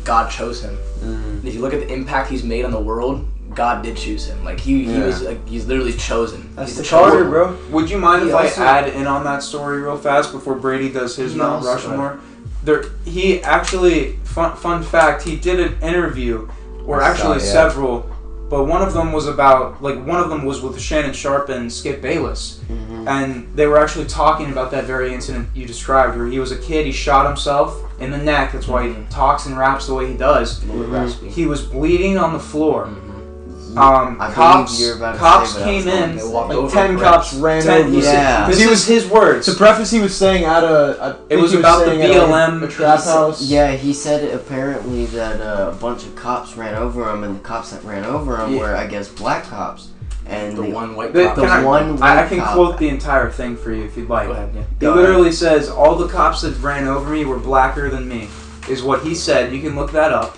Speaker 2: God chose him.
Speaker 3: Mm.
Speaker 2: And if you look at the impact he's made on the world, God did choose him. Like he, he
Speaker 3: Yeah.
Speaker 2: was like he's literally chosen.
Speaker 4: That's
Speaker 2: he's
Speaker 4: the charter,
Speaker 2: chosen-
Speaker 4: bro.
Speaker 1: Would you mind
Speaker 6: He
Speaker 1: if I
Speaker 6: also-
Speaker 1: add in on that story real fast before Brady does his
Speaker 6: He
Speaker 1: Mount
Speaker 6: also-
Speaker 1: Rushmore? There, he actually, fun, fun fact, he did an interview, or
Speaker 3: I saw
Speaker 1: actually
Speaker 3: it, yeah.
Speaker 1: several, but one of them was about, like, one of them was with Shannon Sharp and Skip Bayless.
Speaker 6: Mm-hmm.
Speaker 1: and they were actually talking about that very incident you described where he was a kid he shot himself in the neck that's why
Speaker 6: Mm-hmm.
Speaker 1: he talks and raps the way he does
Speaker 2: Lil Wayne Raspy.
Speaker 1: he was bleeding on the floor
Speaker 2: Mhm.
Speaker 1: um,
Speaker 6: I believe
Speaker 1: cops
Speaker 6: you're about to
Speaker 1: cops
Speaker 6: say what I
Speaker 1: came
Speaker 6: was going
Speaker 1: in
Speaker 2: They walked
Speaker 4: Like
Speaker 2: over.
Speaker 4: ten
Speaker 2: the
Speaker 4: cops
Speaker 2: bridge.
Speaker 4: ran
Speaker 1: Ted-
Speaker 4: over.
Speaker 1: he said-
Speaker 6: Yeah.
Speaker 1: this
Speaker 4: He
Speaker 1: was his words
Speaker 4: To preface, he was saying at a. I think
Speaker 1: was
Speaker 4: he
Speaker 1: about the
Speaker 4: saying at a-
Speaker 1: BLM
Speaker 4: a trap
Speaker 6: He s-
Speaker 4: house.
Speaker 6: Yeah, he said apparently that uh, a bunch of cops ran over him, and the cops that ran over him
Speaker 1: Yeah.
Speaker 6: were, I guess, black cops. And
Speaker 2: The one white
Speaker 1: The-
Speaker 2: cop.
Speaker 6: the
Speaker 1: Can I-
Speaker 6: one
Speaker 1: I, I
Speaker 6: white
Speaker 1: can
Speaker 6: cop-
Speaker 1: quote the entire thing for you if you'd like
Speaker 2: Go ahead, yeah.
Speaker 1: He literally says, All the cops that ran over me were blacker than me, is what he said. You can look that up.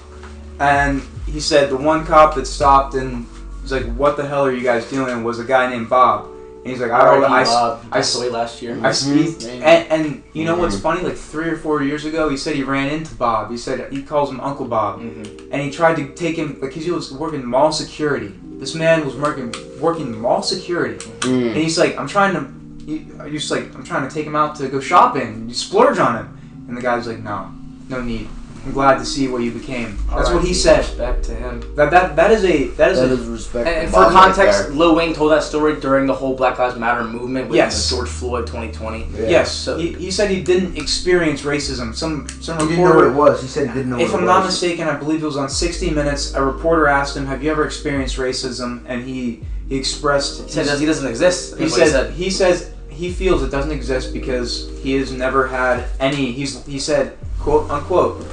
Speaker 1: And he said, The one cop that stopped and was like, What the hell are you guys doing? was a guy named Bob. And he's like, I don't know. I,
Speaker 2: R.I.P.
Speaker 1: s-
Speaker 2: Bob,
Speaker 1: I s-
Speaker 2: passed away last year.
Speaker 1: I s- he-
Speaker 4: Mhm.
Speaker 1: and, and you know what's funny? Like three or four years ago, he said he ran into Bob. He said he calls him Uncle Bob,
Speaker 2: Mhm.
Speaker 1: and he tried to take him because he was working mall security. This man was working working mall security,
Speaker 6: Mm.
Speaker 1: and he's like, I'm trying to you, are you just like, I'm trying to take him out to go shopping. You splurge on him. And the guy's like, no, no need. I'm glad to see what you became. That's what he said.
Speaker 2: Back to him.
Speaker 1: That that that is a that is
Speaker 6: That
Speaker 1: a,
Speaker 6: is respect.
Speaker 2: And, and
Speaker 6: Wow,
Speaker 2: for
Speaker 6: right
Speaker 2: context,
Speaker 6: there.
Speaker 2: Lil Wayne told that story during the whole Black Lives Matter movement with
Speaker 1: Yes.
Speaker 2: the George Floyd 2020.
Speaker 3: Yeah.
Speaker 1: yes.
Speaker 2: So-
Speaker 1: he, he said he didn't experience racism. Some some
Speaker 3: He didn't know what
Speaker 1: reporter
Speaker 3: it was. He said he didn't know
Speaker 1: If
Speaker 3: what
Speaker 1: I'm
Speaker 3: it
Speaker 1: not
Speaker 3: was.
Speaker 1: mistaken, I believe it was on 60 Minutes. A reporter asked him, "Have you ever experienced racism?" And he he expressed
Speaker 2: He said he doesn't exist.
Speaker 1: he
Speaker 2: is what he
Speaker 1: said,
Speaker 2: said.
Speaker 1: he says he feels it doesn't exist because he has never had any. He's he said quote unquote,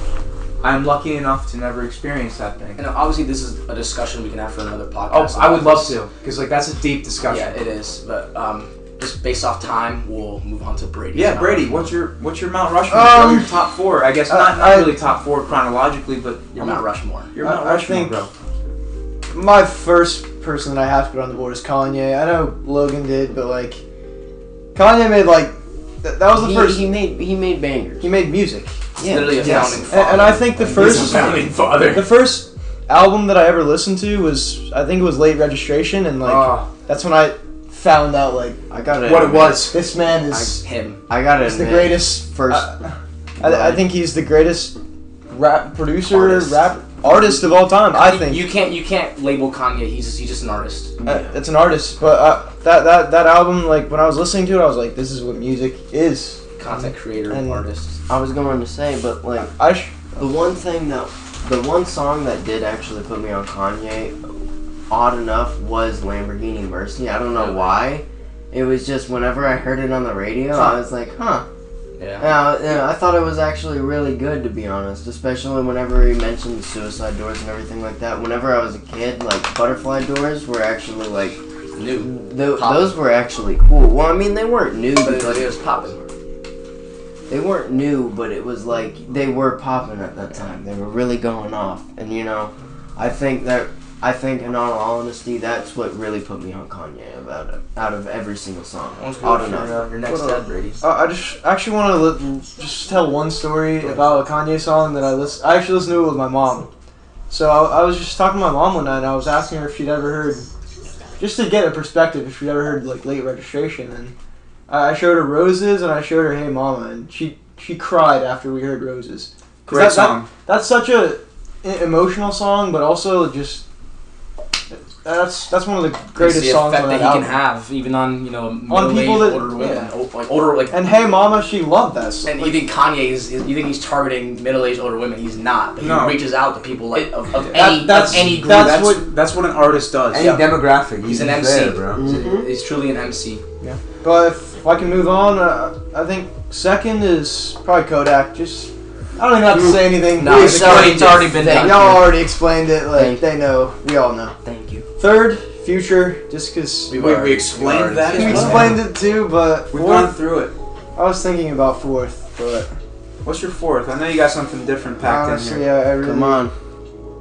Speaker 1: "I'm lucky enough to never experience that thing."
Speaker 2: And obviously, this is a discussion we can have for another
Speaker 1: Oh,
Speaker 2: podcast.
Speaker 1: I would love to because like that's a deep discussion.
Speaker 2: Yeah, it is. But um, just based off time, we'll move on to Brady.
Speaker 1: Yeah, Brady, what's your what's your Mount Rushmore?
Speaker 4: Um,
Speaker 3: Oh,
Speaker 1: bro? your top four, I guess
Speaker 4: I-
Speaker 1: not,
Speaker 4: I-
Speaker 1: not really top four chronologically, but
Speaker 2: You're Mount Rushmore.
Speaker 1: your
Speaker 4: I-
Speaker 1: Mount
Speaker 4: I
Speaker 1: Rushmore,
Speaker 4: think-
Speaker 1: bro.
Speaker 4: My first person that I have to put on the board is Kanye. I know Logan did, but like, Kanye made like th- that was the
Speaker 6: he,
Speaker 4: first
Speaker 6: he made he made bangers.
Speaker 4: he made music,
Speaker 6: Yeah.
Speaker 2: Literally a
Speaker 4: Yes.
Speaker 2: founding
Speaker 4: A- and,
Speaker 2: father.
Speaker 4: I think the first
Speaker 2: founding father.
Speaker 4: the first album that I ever listened to was I think it was Late Registration, and like
Speaker 1: Ah.
Speaker 4: that's when I found out like
Speaker 6: I gotta.
Speaker 4: was. This man is
Speaker 2: I, him.
Speaker 6: I gotta.
Speaker 4: is the
Speaker 6: admit,
Speaker 4: greatest
Speaker 6: First,
Speaker 4: I, I think he's the greatest rap producer,
Speaker 2: Artist.
Speaker 4: rap artist of all time. I think
Speaker 2: you can't you can't label Kanye. He's just, he's just an artist.
Speaker 4: uh, it's an artist, but uh, that that that album, like when I was listening to it, I was like, this is what music is.
Speaker 2: Content creator,
Speaker 4: And-
Speaker 2: artist.
Speaker 6: I was going to say, but like
Speaker 4: I sh-
Speaker 6: the one thing that, the one song that did actually put me on Kanye, odd enough, was Lamborghini Mercy. I don't know why. It was just whenever I heard it on the radio, I was like, huh.
Speaker 2: Yeah.
Speaker 6: Yeah, yeah, I thought it was actually really good to be honest, especially whenever he mentioned suicide doors and everything like that. Whenever I was a kid, like butterfly doors were actually like
Speaker 2: New.
Speaker 6: th-
Speaker 2: Pop.
Speaker 6: those were actually cool. Well, I mean they weren't new,
Speaker 2: But
Speaker 6: but
Speaker 2: it, it
Speaker 6: like
Speaker 2: was popping.
Speaker 6: they weren't new, but it was like they were popping at that time. They were really going off, and you know, I think that I think in all honesty, that's what really put me on Kanye about it. Out of every single song, odd enough.
Speaker 2: Your next
Speaker 4: What
Speaker 2: dad, Brady.
Speaker 4: I I just actually want to li- just tell one story about a Kanye song that I listen. I actually listened to it with my mom. So I, I was just talking to my mom one night, and I was asking her if she'd ever heard, just to get a perspective, if she'd ever heard like late registration. And I I showed her Roses, and I showed her Hey Mama, and she she cried after we heard Roses. 'Cause
Speaker 1: Great
Speaker 4: that- that-
Speaker 1: song.
Speaker 4: that's such a e- emotional song, but also just that's that's one of the greatest
Speaker 2: the
Speaker 4: songs
Speaker 2: effect
Speaker 4: on
Speaker 2: that
Speaker 4: that,
Speaker 2: he
Speaker 4: album.
Speaker 2: can have, even on you know middle-aged,
Speaker 4: people that-
Speaker 2: older women,
Speaker 4: yeah.
Speaker 2: o- like older like.
Speaker 4: And Hey Mama, she loved that song.
Speaker 2: And you think Kanye is, is? You think he's targeting middle-aged older women? He's not. But he
Speaker 1: No.
Speaker 2: reaches out to people like of, of
Speaker 4: That-
Speaker 2: any of
Speaker 4: that's-
Speaker 2: any group.
Speaker 4: that's
Speaker 1: That's
Speaker 4: what-
Speaker 1: what that's what an artist does.
Speaker 3: Any demographic.
Speaker 2: He's an
Speaker 3: there,
Speaker 2: MC.
Speaker 3: bro.
Speaker 4: Mm-hmm.
Speaker 6: Mhm.
Speaker 2: He's truly an MC.
Speaker 4: But if, if I can move on, uh, I think second is probably Kodak. Just I don't even have to say anything.
Speaker 2: No,
Speaker 4: We
Speaker 2: it's
Speaker 4: explained
Speaker 2: already, it's already been
Speaker 4: it.
Speaker 2: done.
Speaker 4: Y'all already explained it. Like
Speaker 6: Thank
Speaker 4: they know. We all know.
Speaker 6: Thank you.
Speaker 4: Third, Future. Just because we
Speaker 1: we,
Speaker 2: already-
Speaker 1: we explained
Speaker 2: already
Speaker 1: that.
Speaker 2: did.
Speaker 1: as well.
Speaker 4: explained it too, but
Speaker 1: We've gone
Speaker 4: fourth,
Speaker 1: through it.
Speaker 4: I was thinking about fourth, but
Speaker 1: What's your fourth? I know you got something different packed in
Speaker 4: honestly,
Speaker 1: here.
Speaker 4: I, I really
Speaker 6: Come on,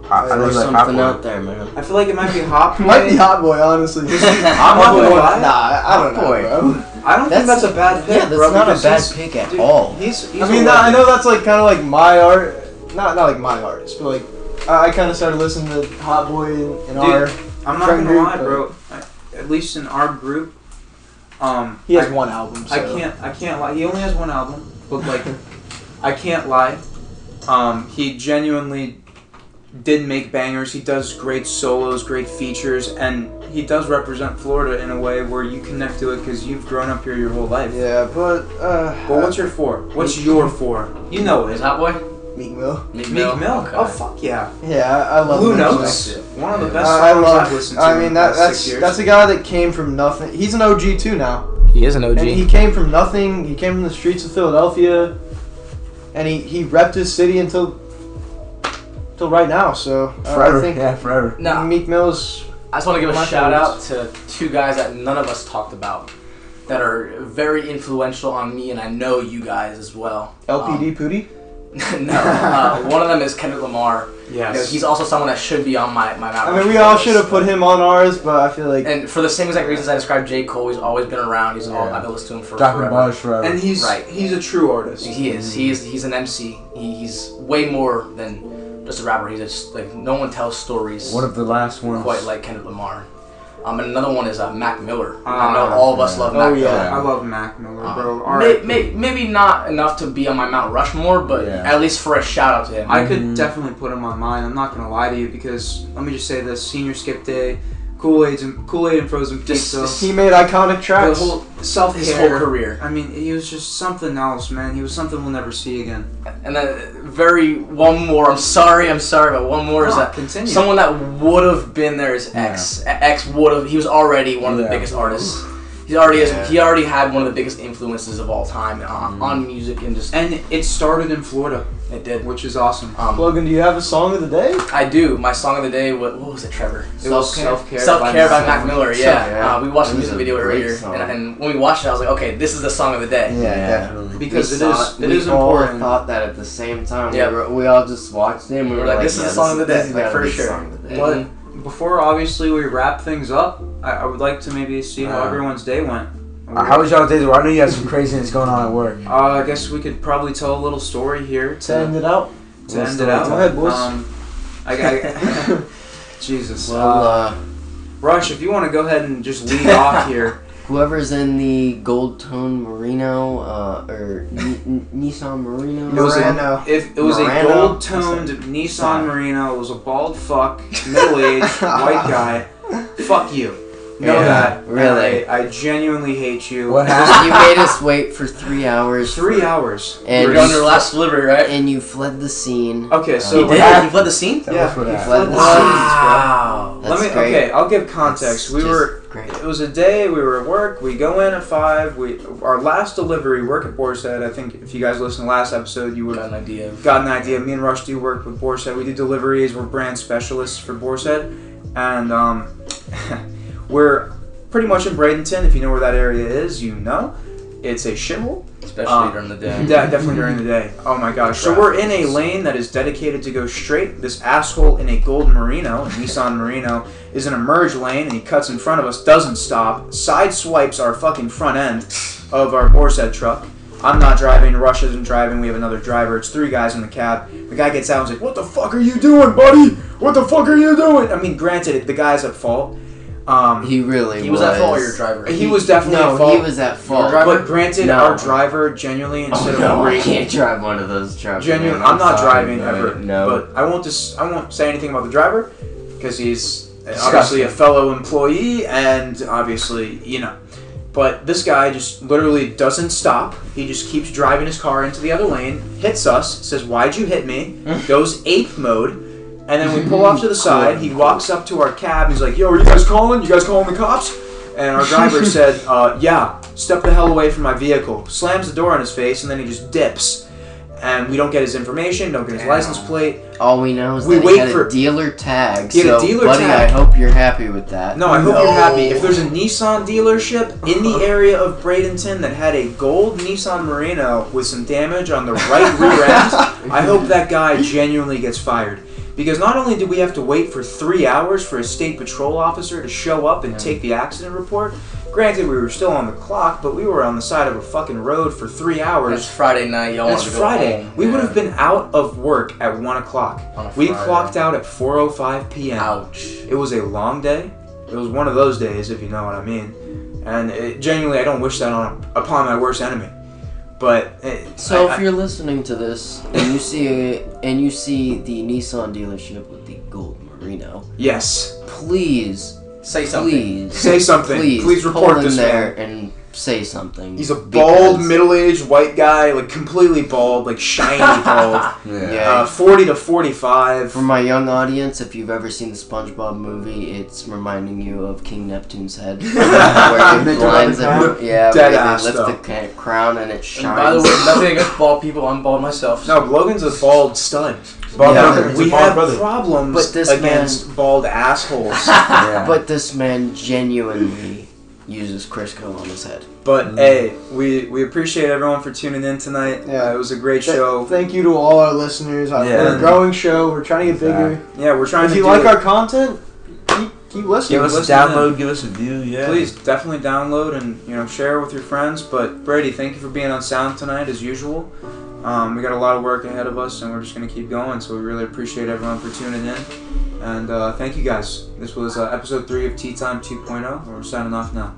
Speaker 3: I, I
Speaker 6: there's
Speaker 3: really like
Speaker 6: something
Speaker 3: Hot
Speaker 6: out
Speaker 3: Boy.
Speaker 6: there, man.
Speaker 1: I feel like it might be Hop.
Speaker 4: Might be Hot Boy, honestly.
Speaker 1: I'm
Speaker 4: Hot
Speaker 1: not
Speaker 4: Boy.
Speaker 1: gonna
Speaker 4: Nah,
Speaker 1: lie.
Speaker 4: I, I don't
Speaker 6: Hot
Speaker 4: know,
Speaker 6: Boy.
Speaker 4: bro.
Speaker 1: I don't think
Speaker 6: That's-
Speaker 1: that's a bad pick.
Speaker 6: Yeah, that's
Speaker 1: bro,
Speaker 6: not a
Speaker 1: because
Speaker 6: bad
Speaker 1: he's-
Speaker 6: pick at
Speaker 1: dude,
Speaker 6: all.
Speaker 1: He's, he's
Speaker 4: I
Speaker 1: a
Speaker 4: mean, that, I
Speaker 1: legend.
Speaker 4: know that's like kind of like my art, not not like my artist, but like I, I kind of started listening to Hot Boy and, and R.
Speaker 1: I'm not
Speaker 4: friend
Speaker 1: gonna lie,
Speaker 4: group,
Speaker 1: bro. I, at least in our group, um,
Speaker 4: He has
Speaker 1: I,
Speaker 4: one album. So.
Speaker 1: I can't. I can't lie. He only has one album, but like, I can't lie. Um, he genuinely did make bangers. He does great solos, great features, and he does represent Florida in a way where you connect to it because you've grown up here your whole life.
Speaker 4: Yeah, but uh,
Speaker 1: But what's your four? What's your four? You know it.
Speaker 2: Is Hot Boy?
Speaker 4: Meek Mill?
Speaker 2: Meek
Speaker 1: Meek Mill.
Speaker 2: Okay.
Speaker 1: Oh fuck yeah!
Speaker 4: Yeah, I, I love
Speaker 1: Blue
Speaker 4: Meek
Speaker 1: Notes.
Speaker 4: Mill.
Speaker 1: One of the
Speaker 2: Yeah.
Speaker 1: best
Speaker 4: Uh,
Speaker 1: songs
Speaker 4: I love.
Speaker 1: have listened to.
Speaker 4: I
Speaker 1: in
Speaker 4: mean,
Speaker 1: the
Speaker 4: that,
Speaker 1: past
Speaker 4: that's
Speaker 1: six years.
Speaker 4: that's a guy that came from nothing. He's an OG too now,
Speaker 2: He is an OG.
Speaker 4: and he came from nothing. He came from the streets of Philadelphia, and he he repped his city until till right now. So uh, I-
Speaker 3: Forever.
Speaker 4: I think
Speaker 3: yeah, forever.
Speaker 2: no,
Speaker 4: Meek Mill's
Speaker 2: I just want to give
Speaker 4: My
Speaker 2: a shout out
Speaker 4: favorites.
Speaker 2: to two guys that none of us talked about that are very influential on me, and I know you guys as well.
Speaker 4: LPD Pootie.
Speaker 2: Um, no, uh, one of them is Kendrick Lamar. You know,
Speaker 1: yes.
Speaker 2: he's also someone that should be on my my. Mount
Speaker 4: I mean, we
Speaker 2: Rushmore
Speaker 4: all
Speaker 2: list.
Speaker 4: should have put him on ours, but I feel like
Speaker 2: And for the same exact reasons I described J. Cole, he's always been around. He's all,
Speaker 3: Yeah.
Speaker 2: I've been listening to him for
Speaker 3: Dropping
Speaker 2: forever.
Speaker 3: bars forever.
Speaker 1: and he's
Speaker 2: Right.
Speaker 1: he's a true artist.
Speaker 2: He is. He is. He's an MC. He, he's way more than just a rapper. He's just like no one tells stories
Speaker 3: One of the last ones.
Speaker 2: quite like Kendrick Lamar. Um, and another one is uh, Mac Miller.
Speaker 1: Ah,
Speaker 2: I know all of us love
Speaker 4: Oh,
Speaker 2: Mac
Speaker 4: yeah.
Speaker 2: Miller.
Speaker 1: I love Mac Miller,
Speaker 2: Uh,
Speaker 1: bro. All
Speaker 2: May,
Speaker 1: right.
Speaker 2: may, maybe not enough to be on my Mount Rushmore, but
Speaker 3: Yeah.
Speaker 2: at least for a shout out to him.
Speaker 1: I could
Speaker 3: Mhm.
Speaker 1: definitely put him on mine. I'm not gonna lie to you because let me just say this: senior skip day, Kool Aid and Kool Aid and frozen
Speaker 2: Just-
Speaker 1: pizza,
Speaker 4: He made iconic
Speaker 1: the
Speaker 4: tracks.
Speaker 1: whole self
Speaker 2: his whole career,
Speaker 1: I mean, he was just something else, man. He was something we'll never see again.
Speaker 2: and then very one more. I'm sorry, I'm sorry, but one more is
Speaker 1: Come on,
Speaker 2: that
Speaker 1: continue?
Speaker 2: someone that would have been there is X. X would have. He was already one of the
Speaker 3: Yeah.
Speaker 2: biggest artists. He already
Speaker 6: Yeah.
Speaker 2: is. He already had one of the biggest influences of all time on,
Speaker 1: Mm-hmm.
Speaker 2: on music and just
Speaker 1: and it started in Florida,
Speaker 2: it did.
Speaker 1: which is awesome.
Speaker 2: Um,
Speaker 4: Logan, do you have a song of the day?
Speaker 2: I do. My song of the day. What, what was it,
Speaker 1: It
Speaker 2: Trevor?
Speaker 1: was
Speaker 2: Self-care.
Speaker 1: Self-Care.
Speaker 2: Self-care by Mac Miller. Yeah.
Speaker 6: Self-Care.
Speaker 2: Uh, we watched
Speaker 6: It
Speaker 2: the
Speaker 6: was
Speaker 2: music
Speaker 6: a
Speaker 2: video
Speaker 6: great
Speaker 2: earlier,
Speaker 6: song.
Speaker 2: and, and when we watched it, I was like, okay, this is the song of the day.
Speaker 3: Yeah.
Speaker 6: definitely.
Speaker 1: Because
Speaker 6: we
Speaker 1: it
Speaker 6: saw
Speaker 1: is- it
Speaker 6: we
Speaker 1: is
Speaker 6: all
Speaker 1: important.
Speaker 6: thought that at the same time.
Speaker 2: Yep.
Speaker 6: We, were, we all just watched it and we were like,
Speaker 2: this is
Speaker 6: yeah,
Speaker 2: the song of the
Speaker 6: this
Speaker 2: day,
Speaker 6: is
Speaker 2: like,
Speaker 6: gotta
Speaker 2: for
Speaker 6: be the
Speaker 2: sure.
Speaker 6: song of the day. Mm-hmm.
Speaker 1: But before obviously we wrap things up, I, I would like to maybe see how
Speaker 2: Uh-huh.
Speaker 3: Uh,
Speaker 1: everyone's day went.
Speaker 3: Uh, How was y'all days? I know you had some craziness going on at work.
Speaker 1: Uh, I guess we could probably tell a little story here
Speaker 4: To end
Speaker 1: to,
Speaker 4: it out.
Speaker 1: to end it
Speaker 3: story
Speaker 1: out.
Speaker 4: Go ahead, boys.
Speaker 1: Um, I, I, Jesus.
Speaker 6: Well,
Speaker 1: uh,
Speaker 6: uh,
Speaker 1: Rush, if you want to go ahead and just lead off here.
Speaker 6: whoever's in the gold tone merino uh, or Ni- N- Nissan merino.
Speaker 1: It was a-
Speaker 4: Moreno.
Speaker 1: If it was
Speaker 6: Morano?
Speaker 1: a gold toned Nissan Marino, it was a bald fuck, middle aged, white guy. Fuck you. Know
Speaker 6: Yeah,
Speaker 1: that.
Speaker 6: really.
Speaker 1: And I, I genuinely hate you.
Speaker 3: What happened?
Speaker 6: you made us wait for three hours.
Speaker 1: Three hours.
Speaker 2: We
Speaker 6: And
Speaker 2: We're
Speaker 6: you,
Speaker 2: going to the last delivery, right?
Speaker 6: and you fled the scene.
Speaker 1: Okay,
Speaker 6: He
Speaker 1: so
Speaker 6: did?
Speaker 1: had-
Speaker 2: You fled the scene.
Speaker 3: Tell
Speaker 1: Yeah,
Speaker 3: us what
Speaker 1: he
Speaker 3: happened.
Speaker 1: fled the
Speaker 2: Wow.
Speaker 1: Let
Speaker 6: That's
Speaker 1: me.
Speaker 6: great.
Speaker 1: Okay, I'll give
Speaker 6: That's
Speaker 1: context. we
Speaker 6: just
Speaker 1: were.
Speaker 6: great.
Speaker 1: It was a day. We were at work. We go in at five. We our last delivery. Work at Boar's Head. I think if you guys listened to last episode, you would
Speaker 2: Got an idea. of-
Speaker 1: got an idea. Me and Rush do work with Boar's Head. We do deliveries. We're brand specialists for Boar's Head. And um, we're pretty much in Bradenton. If you know where that area is, you know. It's a shithole.
Speaker 2: especially
Speaker 1: Um,
Speaker 2: during the day.
Speaker 1: De- definitely during the day. Oh my gosh. So we're in a lane that is dedicated to go straight. This asshole in a gold Merino, a Nissan Merino, is in a merge lane and he cuts in front of us, doesn't stop, side swipes our fucking front end of our Boar's Head truck. I'm not driving. Rush isn't driving. We have another driver. It's three guys in the cab. The guy gets out and is like, "What the fuck are you doing, buddy? What the fuck are you doing?" I mean, granted, the guy's at fault. Um,
Speaker 6: He really
Speaker 2: He was at fault. or Your driver.
Speaker 1: he, was definitely
Speaker 6: no,
Speaker 1: at fault.
Speaker 6: he was at fault.
Speaker 2: driver-
Speaker 1: but granted,
Speaker 6: No.
Speaker 1: our driver genuinely instead
Speaker 6: Oh,
Speaker 1: of
Speaker 6: no, I can't drive one of those trucks.
Speaker 1: Genuine.
Speaker 6: man.
Speaker 1: I'm not
Speaker 6: sorry,
Speaker 1: driving
Speaker 6: but
Speaker 1: ever.
Speaker 6: No.
Speaker 1: But I won't just. I won't say anything about the driver because he's obviously a fellow employee and obviously you know. But this guy just literally doesn't stop. He just keeps driving his car into the other lane, hits us, says, "Why'd you hit me?" Goes ape mode, and then we pull off to the side. He walks up to our cab. He's like, "Yo, are you guys calling? You guys calling the cops?" And our driver said, uh, "Yeah, step the hell away from my vehicle." Slams the door on his face, and then he just dips. And we don't get his information, don't get his license plate.
Speaker 6: all we know is
Speaker 1: We
Speaker 6: that
Speaker 1: wait
Speaker 6: he had
Speaker 1: for-
Speaker 6: a dealer tag.
Speaker 1: He had a
Speaker 6: so,
Speaker 1: dealer
Speaker 6: buddy,
Speaker 1: tag.
Speaker 6: I hope you're happy with that.
Speaker 1: No, I hope
Speaker 2: No.
Speaker 1: you're happy. If there's a Nissan dealership in
Speaker 2: Uh-huh.
Speaker 1: the area of Bradenton that had a gold Nissan Merino with some damage on the right rear end, I hope that guy genuinely gets fired. Because not only did we have to wait for three hours for a state patrol officer to show up and take the accident report, granted we were still on the clock, but we were on the side of a fucking road for three
Speaker 2: It's
Speaker 1: hours.
Speaker 2: Friday night. Y'all
Speaker 1: That's
Speaker 2: wanted to go
Speaker 1: Friday.
Speaker 2: home.
Speaker 1: We
Speaker 2: Yeah.
Speaker 1: would have been out of work at one o'clock.
Speaker 2: On a
Speaker 1: We
Speaker 2: Friday.
Speaker 1: clocked out at 4:05 p.m.
Speaker 2: Ouch.
Speaker 1: It was a long day. It was one of those days, if you know what I mean. And it, genuinely, I don't wish that on upon my worst enemy. But it,
Speaker 6: So
Speaker 1: I-
Speaker 6: if you're listening to this and you see a, and you see the Nissan dealership with the gold merino,
Speaker 1: I- yes,
Speaker 6: please,
Speaker 2: Say something.
Speaker 6: please,
Speaker 1: say something. Please,
Speaker 6: please,
Speaker 1: report
Speaker 6: pull in
Speaker 1: this
Speaker 6: there
Speaker 1: man.
Speaker 6: and say something.
Speaker 1: He's a bald,
Speaker 6: because-
Speaker 1: middle-aged white guy, like completely bald, like shiny bald,
Speaker 3: Yeah.
Speaker 6: Yeah.
Speaker 1: uh, forty to forty-five.
Speaker 6: For my young audience, if you've ever seen the SpongeBob movie, it's reminding you of King Neptune's head, where
Speaker 3: They
Speaker 6: it
Speaker 3: do
Speaker 6: blinds
Speaker 3: like that?
Speaker 6: every, yeah,
Speaker 1: Dead
Speaker 6: where
Speaker 1: ass,
Speaker 6: they lift
Speaker 1: though.
Speaker 6: the ca- crown and it shines.
Speaker 2: And by the way, nothing against bald people. I'm bald myself.
Speaker 1: No, Logan's a bald stud.
Speaker 3: Bald
Speaker 6: Yeah.
Speaker 3: brother. He's a
Speaker 1: we
Speaker 3: bald
Speaker 1: have
Speaker 3: brother.
Speaker 1: problems
Speaker 6: But this
Speaker 1: against bald assholes.
Speaker 3: Yeah.
Speaker 6: But this man genuinely uses Crisco on his head.
Speaker 1: but hey, we we appreciate everyone for tuning in tonight.
Speaker 4: Yeah.
Speaker 1: Uh, it was a great
Speaker 4: Th-
Speaker 1: show.
Speaker 4: Thank you to all our listeners. Uh,
Speaker 3: Yeah.
Speaker 4: We're a growing show. We're trying to get bigger.
Speaker 1: Yeah, we're trying
Speaker 4: If
Speaker 1: to
Speaker 4: you
Speaker 1: do
Speaker 4: like
Speaker 1: it.
Speaker 4: our content, keep, keep listening.
Speaker 3: give us a
Speaker 1: listen to
Speaker 3: download. Give us a view. Yeah.
Speaker 1: Please definitely download and you know share with your friends. But Brady, thank you for being on sound tonight as usual. Um, we got a lot of work ahead of us, and we're just gonna keep going. So we really appreciate everyone for tuning in. oh, And uh, thank you guys. This was uh, episode three of Tea Time 2.0. We're signing off now.